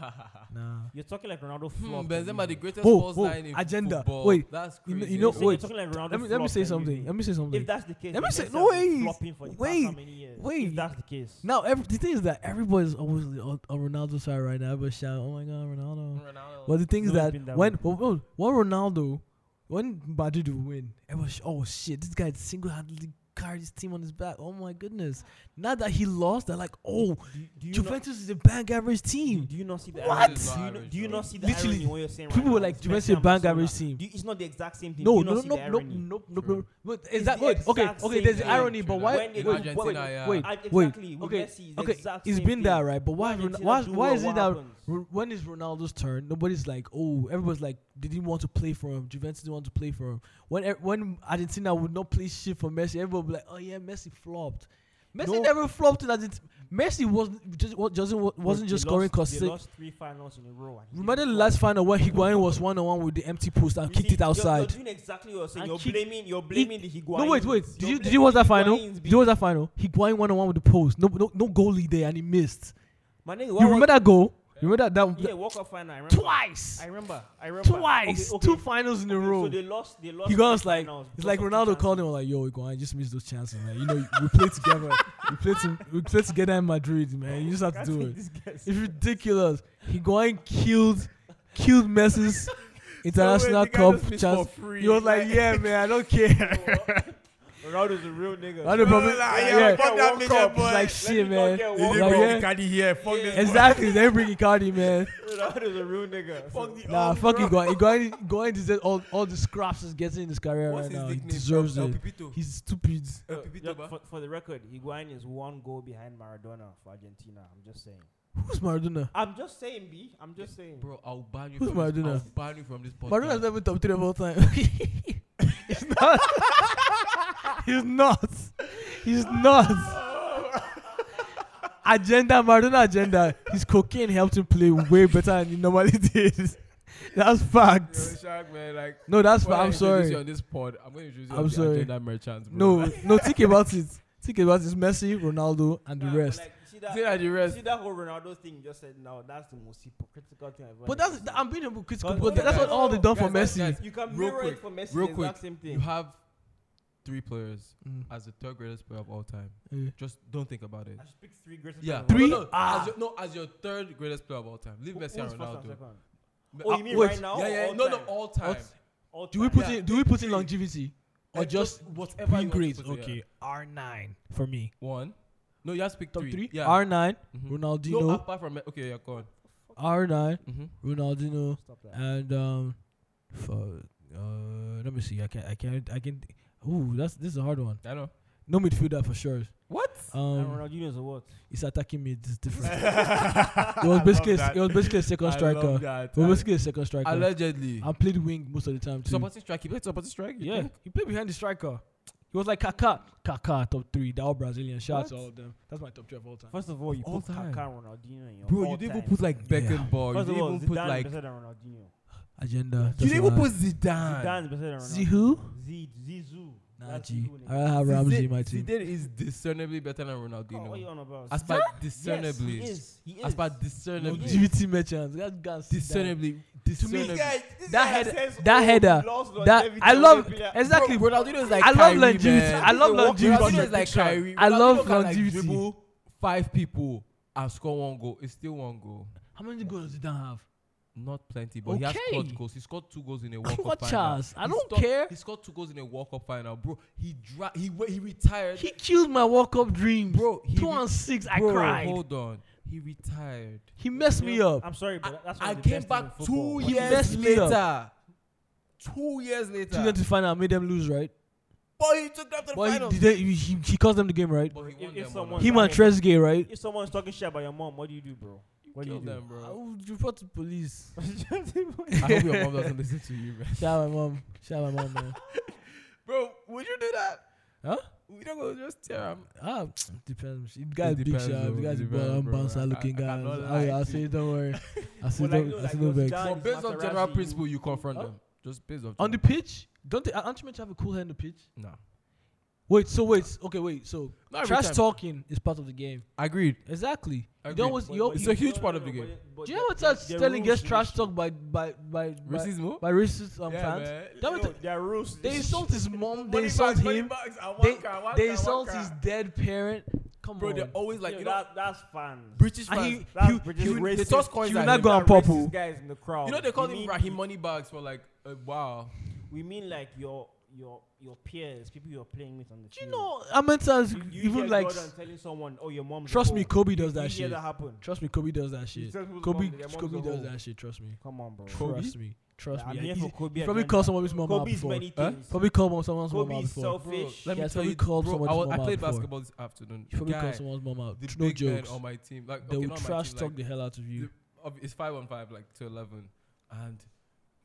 S4: Nah.
S5: You're talking like Ronaldo flopped.
S1: Benzema,
S5: and
S1: the
S5: you-
S1: greatest
S4: Whoa,
S1: false
S4: whoa,
S1: nine in
S4: agenda.
S1: football.
S4: Wait.
S1: that's
S4: You
S1: crazy.
S4: kn- you know-
S5: You're saying-
S4: wait.
S5: you're talking like Ronaldo
S4: Let me let me
S5: flopped
S4: say
S5: and you-
S4: something. Let me say something.
S5: If that's the case,
S4: Let me
S5: then
S4: say-
S5: Messi
S4: no,
S5: has been
S4: wait,
S5: flopping for the past
S4: wait,
S5: how many years?
S4: wait.
S5: If that's the case,
S4: Now, every, the thing is that everybody's always on, on Ronaldo's side right now. Everybody's shouting, "Oh my God, Ronaldo!"
S1: Ronaldo.
S4: But the thing is
S5: No, it's
S4: that,
S5: been that
S4: when
S5: way.
S4: oh, oh, when Ronaldo, when Madrid will win, everyone sh- oh shit, this guy single-handedly carried his team on his back. Oh my goodness! Now that he lost, they're like, oh,
S5: do, do you not,
S4: Juventus is a bang average
S5: do,
S4: team.
S5: do you not see the
S1: What?
S5: irony?
S1: It's not
S5: Do you,
S1: average,
S5: not, do you
S1: bro.
S5: not see the
S4: Literally,
S5: irony in what you're saying?
S4: People
S5: right
S4: were
S5: now
S4: like,
S5: with
S4: Juventus
S5: Messi
S4: is a
S5: and
S4: bang
S5: Barcelona?
S4: average team.
S5: Do you, it's not the exact same thing.
S4: No,
S5: do you not
S4: no, no,
S5: see
S4: no,
S5: the
S4: no,
S5: irony?
S4: no, no,
S1: True.
S4: no. But
S5: It's
S4: is that
S5: the
S4: wait? Okay,
S5: exact
S4: okay.
S5: same
S4: There's the
S5: thing.
S4: irony, but
S1: True,
S4: why?
S5: when
S4: Wait,
S5: it-
S4: wait,
S5: Argentina,
S1: yeah.
S4: wait,
S5: I-
S4: wait.
S5: exactly, with
S4: Okay,
S5: Messi, it's the
S4: okay.
S5: exact
S4: It's
S5: same
S4: been that
S5: thing.
S4: right, but why?
S5: When
S4: Ron-
S5: Argentina
S4: Why?
S5: do
S4: Why
S5: well,
S4: is
S5: what
S4: it that
S5: happens?
S4: Ro- when is Ronaldo's turn? Nobody's like, oh, everybody's like, they didn't want to play for him. Juventus didn't want to play for him. When e- when Argentina would not play shit for Messi, everybody would be like, oh yeah, Messi flopped. Messi
S5: No.
S4: never flopped in Argentina. Messi wasn't just wa- doesn't wa- wasn't
S5: They
S4: just scoring
S5: lost-
S4: cause
S5: they
S4: sake.
S5: lost three finals in a row. and he
S4: Remember the
S5: didn't
S4: last
S5: flop.
S4: final where Higuain was one on one with the empty post and
S5: You
S4: kicked
S5: see,
S4: it
S5: you're-
S4: outside.
S5: You're, doing exactly what you're saying.
S4: And
S5: You're
S4: kick-
S5: blaming. You're blaming the Higuain.
S4: No, wait, wait. Did you did you watch that final? Did you watch that final? He going one on one with the post. No, no, no goalie there, and he missed.
S5: My nigga,
S4: You
S5: what was-
S4: remember that goal? You remember that that
S5: Yeah, walk up final. I remember.
S4: twice,
S5: I remember. I remember.
S4: twice,
S5: Okay, okay.
S4: two finals in a
S5: Okay,
S4: row.
S5: So they lost. They lost.
S4: He
S5: three
S4: goes like
S5: finals
S4: it's
S5: because
S4: like
S5: of two
S4: Ronaldo
S5: chances.
S4: called him like, "Yo, Higuain, just missed those chances, man. You know, we play together. We play to, we play together in Madrid, man. You just have to
S5: Can't
S4: do
S5: take
S4: it.
S5: this guy's-
S4: It's ridiculous. Higuain killed killed Messi's international
S1: the guy
S4: cup
S1: just missed for
S4: chance.
S1: free.
S4: He was like, "Yeah, man, I don't care."
S5: Ronaldo's a real nigga.
S4: I don't probably,
S2: Nah, yeah,
S4: yeah,
S2: fuck that
S1: World
S2: major
S1: Cup.
S2: boy.
S4: It's like
S5: Let
S4: shit,
S5: me
S4: man.
S5: not get
S4: Like,
S5: one
S4: yeah,
S5: wrong.
S2: here. Fuck this.
S4: exactly. They bring Icardi, man.
S5: Ronaldo's a real nigga. So
S2: Fuck the
S4: Nah,
S2: old
S4: fuck
S2: bro.
S4: Igoin. Igoin, Igoin deserves all, all the scraps he's getting in his career
S1: What's
S4: right
S1: his
S4: now. He
S1: nickname?
S4: deserves
S1: El
S4: it.
S1: Pipito.
S4: He's stupid.
S1: El
S5: yeah,
S1: Pipito, ba?
S5: for, for the record, Higuain is one goal behind Maradona for Argentina. I'm just saying.
S4: Who's Maradona?
S5: I'm just saying, B. I'm just saying.
S1: Bro, I'll ban you.
S4: Who's
S1: from this-
S4: Maradona?
S1: I'll ban you from this podcast.
S4: Maradona's never top three of all time. he's not. he's not. He's not. agenda, Maradona agenda. His cocaine helped him play way better than he normally did. That's
S1: Yo,
S4: facts.
S1: Shaq, man, like.
S4: No, that's
S1: when
S4: fact.
S1: I
S4: I'm
S1: introduce
S4: sorry.
S1: you on this pod, I'm going to introduce you
S4: I'm
S1: on
S4: sorry.
S1: the agenda merchants. Bro.
S4: No, no, think about it. Think about it. It's Messi, Ronaldo, and the
S5: Nah, but
S4: rest.
S5: Like, you see that,
S1: See that the
S5: you
S1: rest.
S5: see that whole Ronaldo thing you just said now? That's the most hypocritical thing I've ever
S4: But that's
S5: seen.
S4: I'm being a critical.
S5: Guys,
S4: But that's what
S5: guys,
S4: all they done for
S1: guys,
S4: Messi.
S1: guys,
S5: You can
S1: Real
S5: mirror
S1: quick,
S5: it for Messi.
S1: real
S5: the
S1: quick,
S5: exact same
S1: You
S5: thing.
S1: have three players
S4: Mm.
S1: as the third greatest player of all time.
S4: Yeah.
S1: Just don't think about it.
S5: I should pick three greatest.
S1: Yeah,
S5: players.
S4: Three?
S1: No, no,
S4: Ah.
S1: as your, no, as your third greatest player of all time. Leave
S5: Who-
S1: Messi
S5: who's
S1: and
S5: first and
S1: Ronaldo.
S5: second?
S1: Me-
S5: Oh,
S1: ah,
S5: you mean
S4: wait,
S5: right now?
S1: yeah,
S5: or
S1: yeah,
S5: all
S1: no, no,
S5: time?
S1: all time.
S5: All
S4: Do we
S5: time.
S4: put
S1: Yeah,
S4: in? Do we put
S1: three.
S4: in longevity or
S1: Like,
S4: just
S1: Eh, whatever
S4: being
S1: you want
S4: great?
S1: to put it, yeah.
S4: R nine for me.
S1: One. No, you have to pick
S4: Top
S1: three.
S4: three.
S1: Yeah.
S4: R nine,
S1: Mhm. No,
S4: Ronaldinho.
S1: apart from Me- okay, yeah, go on.
S4: R nine,
S1: Mm-hmm.
S4: Ronaldinho,
S5: Stop that.
S4: and um, for, uh, let me see. I can not I can I can. Ooh, that's this is a hard one.
S1: I know.
S4: No midfielder for sure.
S1: What?
S5: And
S4: Um,
S5: Ronaldinho is a what?
S4: it's attacking me. It's different. it was basically a, it was basically a second striker. It was basically a second striker.
S1: Allegedly.
S4: I played wing most of the time too.
S1: Supporting strike. He played supporting strike. you
S4: Yeah,
S1: think?
S4: he played behind the striker. He was like Kaká. Kaká, top three. They're all Brazilian. Shout out to all of them. That's my top three of all time.
S5: First of all, you
S1: All
S5: put
S1: time.
S5: Kaká Ronaldinho in your
S1: Bro,
S5: all
S1: you didn't
S5: time.
S1: even put like
S4: Yeah.
S1: Beckenbauer.
S5: First
S1: You
S5: of
S1: didn't
S5: all,
S1: even put
S5: Zidane
S1: like.
S5: is better than Ronaldinho.
S4: Agenda.
S1: You didn't even put
S4: That's
S1: Zidane.
S5: Zidane is better than
S4: all I-
S5: Ronaldinho.
S4: Zidane.
S5: Zid, Zizou.
S4: Nah,
S5: That's
S4: G.
S5: Zidane.
S4: I rather have Ramsey in my
S1: Zidane-
S4: team.
S1: Zidane is discernibly better than
S5: Oh, what are you
S1: Ronaldinho.
S5: on about?
S1: As per
S5: yes,
S1: discernibly.
S5: he is. He is.
S1: As per discernibly.
S5: Zidane.
S4: GVT merchants. That's guys.
S1: Discernibly. Discernibly.
S4: That
S5: this guy
S4: header-
S5: says,
S4: that
S5: oh,
S4: header,
S5: lost
S4: That
S5: longevity
S4: I
S5: of
S4: love
S5: the player.
S4: exactly.
S1: Bro, Ronaldinho is like
S4: I love
S1: Kyrie,
S4: longevity.
S1: man.
S4: I love
S5: Walk-
S4: longevity.
S1: Ronaldinho is like Kyrie.
S4: I love
S1: Ronaldinho can, like,
S4: longevity.
S1: dribble five people and score one goal. It's still one goal.
S4: How many goals does Zidane have?
S1: Not plenty, but he has
S4: Okay.
S1: scored goals. He scored two goals in a World
S4: What
S1: Cup final.
S4: chance? I
S1: He
S4: don't
S1: scored-
S4: care.
S1: He scored two goals in a World Cup final, bro. He dra- he wa- he retired.
S4: He killed my World Cup dream,
S1: Bro, he
S4: Two
S1: re-
S4: and six. I
S1: bro,
S4: cried.
S1: Hold on, he retired.
S4: He messed me up.
S5: I'm sorry, but that's one
S1: I
S5: of the
S1: came
S5: best things
S1: back
S5: in
S1: two
S5: football.
S4: He
S1: years
S4: messed me up.
S1: later. Two years
S4: Took them
S1: later.
S4: to final and made them lose, right?
S5: But he took them to the
S4: Well, he,
S5: finals.
S4: did they, he, he he caused them the game, right?
S1: But he
S5: If-
S1: won
S5: if
S1: them
S5: someone-
S1: on
S4: Him and Trezeguet, right?
S5: If someone's talking shit about your mom, what do you do, bro? What do you
S1: Kill
S5: do?
S1: them,
S4: I
S1: bro.
S4: would report to police.
S1: I hope your mom doesn't listen to you, man.
S4: Shout out my mom. Shout out my mom, man.
S1: Bro, would you do that?
S4: Huh?
S1: We don't go just tear him.
S4: Ah, depends. You guys big
S1: depends,
S4: sharp.
S1: bro.
S4: You guys
S1: It
S4: big ball
S1: depends, bro.
S4: bouncer
S1: I-
S4: looking
S1: I
S4: guys. Oh,
S1: cannot
S4: I,
S1: lie
S4: I
S1: to
S4: say
S1: you.
S4: don't worry. I say don't.
S5: Well, like, no,
S4: I
S5: like,
S4: say
S5: it
S4: don't
S5: was
S4: vex.
S5: Ghana.
S1: But
S5: it's
S1: based on general
S5: Materazzi,
S1: principle,
S5: you-
S1: you confront
S4: Huh?
S1: them. Just based off
S4: On the
S1: general-
S4: pitch, don't they, aren't you meant to have a cool head on the pitch?
S1: Nah.
S4: Wait, so wait, okay, wait, so
S1: Not every
S4: trash
S1: time.
S4: talking is part of the game.
S1: Agreed.
S4: Exactly. You
S1: Agreed.
S4: don't always, you,
S1: It's
S4: you-
S1: a huge part of the game.
S4: do you know what that's telling gets trash talked by by by by,
S1: Racismo?
S4: by racist um,
S1: Yeah,
S4: fans?
S1: man.
S4: That would-
S5: Their rules.
S4: they insult his mom. They
S1: Money
S4: insult
S1: bags, money
S4: him.
S1: bags, and one
S4: They,
S1: car, one
S4: they
S1: car, one
S4: insult
S1: car.
S4: his dead parent. Come
S1: Bro,
S4: on.
S1: they're always like,
S5: Like,
S1: you know,
S5: that, that's fans.
S1: British
S4: and
S1: fans.
S4: he,
S5: That's
S4: he,
S5: British
S4: he,
S5: racism.
S1: they toss coins
S4: he
S1: at
S4: will not
S1: him.
S4: go and
S5: Racist
S4: purple.
S5: guys in the crowd.
S1: You know, they call
S5: We
S1: him
S5: mean-
S1: Raheem Moneybags for like a while.
S5: We mean like your your your peers, people you're playing with on the
S4: Do you
S5: field.
S4: know how many times
S5: You- you
S4: even
S5: hear
S4: like
S5: Jordan telling someone, "Oh, your mom's a
S4: trust me,
S5: hoe."
S4: Kobe does
S5: You
S4: that
S5: hear
S4: shit.
S5: that happen.
S4: Trust me, Kobe does that
S5: He
S4: shit.
S5: tells people
S4: Kobe
S5: their mom's a
S4: Kobe does
S5: hoe.
S4: that shit. Trust me.
S5: Come on, bro.
S1: Kobe?
S4: Trust me. Trust
S5: I'm
S4: me.
S5: here
S4: He's-
S5: for Kobe.
S4: he probably
S5: agenda.
S4: called someone's mom out
S5: Kobe is
S4: before.
S5: many
S1: Huh?
S5: things.
S4: Probably called mom- someone's mom
S5: Kobe
S4: out
S5: is
S4: before.
S1: Bro,
S5: selfish.
S1: let me
S4: Yes,
S1: tell
S4: we
S1: you,
S4: called
S1: bro,
S4: someone
S1: I,
S4: to
S1: was,
S4: come
S1: I
S4: out
S1: played
S4: before.
S1: basketball this afternoon.
S4: You probably
S1: Guy,
S4: call someone's mom out.
S1: the
S4: No
S1: big man
S4: jokes.
S1: on my team, like
S4: they
S1: okay,
S4: will
S1: not my
S4: trash
S1: team,
S4: talk
S1: like,
S4: the hell out of you.
S1: the- of- it's five on five, like to eleven, and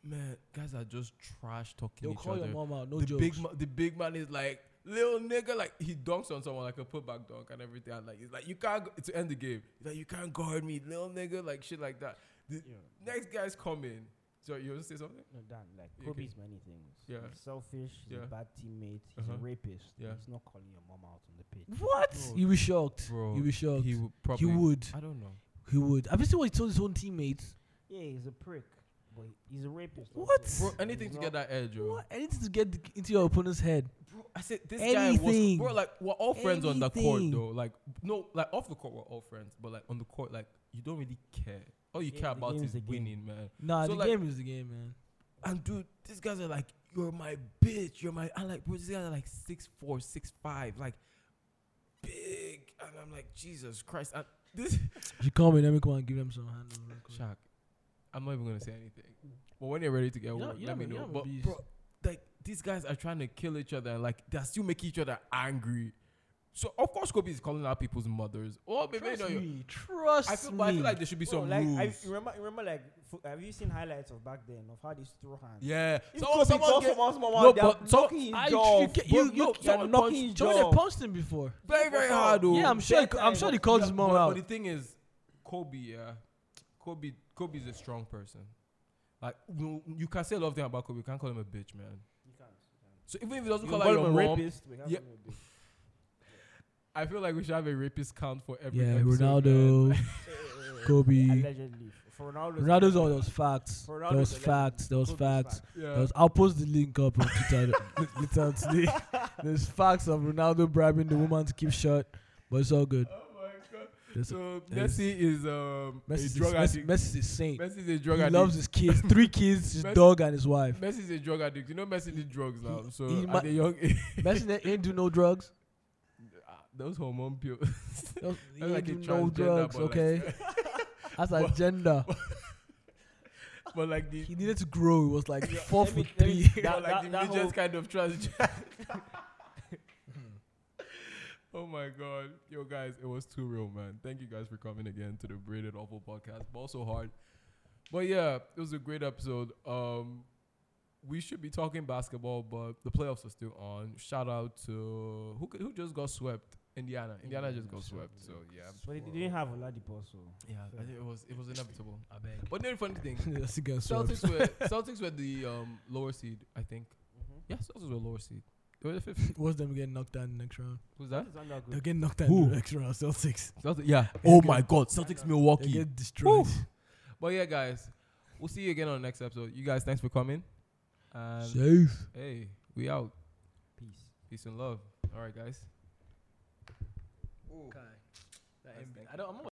S1: man, guys are just trash talking
S4: They'll
S1: each
S4: call
S1: other.
S4: your mom out. No
S1: the
S4: jokes.
S1: big ma- the big man is like little nigga, like he dunks on someone like a putback dunk and everything. And like he's like you can't gu- to end the game. He's like you can't guard me, little nigga, like shit like that. The
S5: Yeah.
S1: next guy's coming. So you want to say something?
S5: No, Dan, like
S1: Yeah, okay.
S5: Kobe's many things.
S1: Yeah.
S5: He's selfish, he's
S1: Yeah.
S5: a bad teammate, he's
S1: Uh-huh.
S5: a rapist.
S1: Yeah.
S5: He's not calling your mom out on the pitch.
S4: what?
S1: Bro.
S4: You will be shocked.
S1: Bro,
S4: you will be shocked.
S1: He
S4: He,
S1: would probably.
S4: would.
S1: I don't know.
S4: He would. Have you seen what he told his own teammates?
S5: Yeah, he's a prick. But he- he's a rapist.
S4: What?
S5: also.
S1: Bro, anything
S5: He's
S1: to get
S5: not-
S1: that edge, yo.
S4: What? Anything to get the- into your opponent's head.
S1: Bro, I said this guy was
S4: Anything.
S1: bro like we're all friends on the court
S4: Anything.
S1: though. Like no, like off the court we're all friends, but like on the court like you don't really care. All you
S5: Yeah,
S1: care
S5: the
S1: about
S5: game
S1: is
S5: is the game.
S1: winning, man.
S4: Nah,
S1: So,
S4: the
S1: like-
S4: game is the game, man.
S1: And dude, these guys are like, you're my bitch. You're my. I'm like, bro, these guys are like six four, six five, like big. And I'm like, Jesus Christ. And this
S4: If you call me, let me come and give them some handles. real quick.
S1: shock. I'm not even gonna say anything.
S5: Mm.
S1: But when you're ready to get
S4: You know-
S1: one,
S4: you
S1: let
S4: know
S1: me
S4: me- you
S1: know.
S4: know me
S1: But
S4: bees.
S1: bro, like these guys are trying to kill each other, and like they are still making each other angry. So of course, Kobe is calling out people's mothers. Oh, baby,
S4: Trust
S1: no, you-
S4: me. Trust
S1: I feel,
S4: me.
S1: but I feel like there should be
S5: Bro,
S1: some
S5: like,
S1: rules.
S5: I remember, remember, like, f- have you seen highlights of back then of how they used to throw hands?
S1: yeah,
S5: If
S1: someone,
S5: Kobe
S1: someone
S5: calls
S1: get
S5: someone's mom
S1: No,
S5: out, they're
S1: but so-
S5: knocking his
S4: I,
S5: jaw.
S4: you, ca- you,
S1: Bro, no,
S4: you, you, are
S1: someone
S4: knocking
S5: punched
S4: Jordan
S5: Joe.
S4: punched him before.
S1: very, very
S5: Yeah,
S1: hard. oh.
S4: Yeah, I'm sure. he-
S5: Bedtime
S4: I'm sure he
S5: was-
S4: called
S1: Yeah,
S4: his mom
S1: but,
S4: out.
S1: But the thing is, Kobe, yeah, Kobe, Kobe's a strong person. Like you, you can say a lot of things about Kobe. You can't call him a bitch, man.
S5: You can't.
S1: So even if he doesn't
S5: You
S1: call
S5: call
S1: out
S5: him
S1: your
S5: a
S1: mom,
S5: rapist. we can't
S1: Yeah.
S5: call him a bitch.
S1: I feel like we should have a rapist count for every.
S4: Yeah,
S1: episode, man.
S4: Ronaldo, Kobe.
S5: Allegedly. For Ronaldo,
S4: Ronaldo's all those facts.
S5: For Ronaldo's
S4: There was
S5: allegedly.
S4: facts. There was
S5: Kobe's
S4: facts.
S5: fact.
S1: Yeah.
S4: There was, I'll post the link up on Twitter later today. There's facts of Ronaldo bribing the woman to keep shut, but it's all good.
S1: oh my god.
S4: There's-
S1: So
S4: there's-
S1: Messi is um
S4: Messi
S1: a
S4: is,
S1: drug
S4: Messi,
S1: addict.
S4: Messi is a saint.
S1: Messi is a
S4: He
S1: drug addict.
S4: loves his kids, three kids, his
S1: Messi-
S4: dog and his wife.
S1: Messi is a drug addict. You know Messi did drugs now. So
S4: he
S1: at
S4: ma-
S1: a young age, Ah,
S4: Messi ne- ain't do no drugs.
S1: those hormone pills.
S4: He don't- He
S1: That's
S4: ain't
S1: like a
S4: do no
S1: transgender,
S4: drugs.
S1: but like-
S4: Okay, that's a gender.
S1: but like the
S4: He needed to grow. He was like
S5: Yeah,
S4: four
S5: let me-
S4: foot
S5: let me-
S4: three.
S5: that-
S1: Or like
S5: that-
S1: the
S5: that
S1: midgets
S5: whole-
S1: kind of transgender. oh my god, yo guys, it was too real, man. Thank you guys for coming again to the Braided Awful podcast, but also hard. But yeah, it was a great episode. Um, we should be talking basketball, but the playoffs are still on. Shout out to who c- who just got swept. Indiana, Indiana just got swept. So yeah,
S5: But they didn't have Oladipo, so.
S1: yeah, I think it was it was inevitable.
S4: I beg.
S1: But then funny thing,
S4: That's against
S1: Celtics were Celtics were the um, lower seed, I think.
S4: Mm-hmm.
S1: Yeah, Celtics were lower seed. They were the fifth. seed.
S4: What's them getting knocked down in the next round?
S1: Who's that?
S5: It's under good.
S4: They're getting knocked down
S1: Who?
S4: in the next round. Celtics.
S1: Celtics, yeah.
S4: Oh my
S1: God, Celtics
S4: They
S1: Milwaukee.
S4: get destroyed.
S1: But yeah, guys, we'll see you again on the next episode. You guys, thanks for coming.
S4: Um,
S1: And
S4: Safe.
S1: hey, we out.
S5: Peace.
S1: Peace and love. All right, guys.
S4: Okay. That NBA. I don't. I'm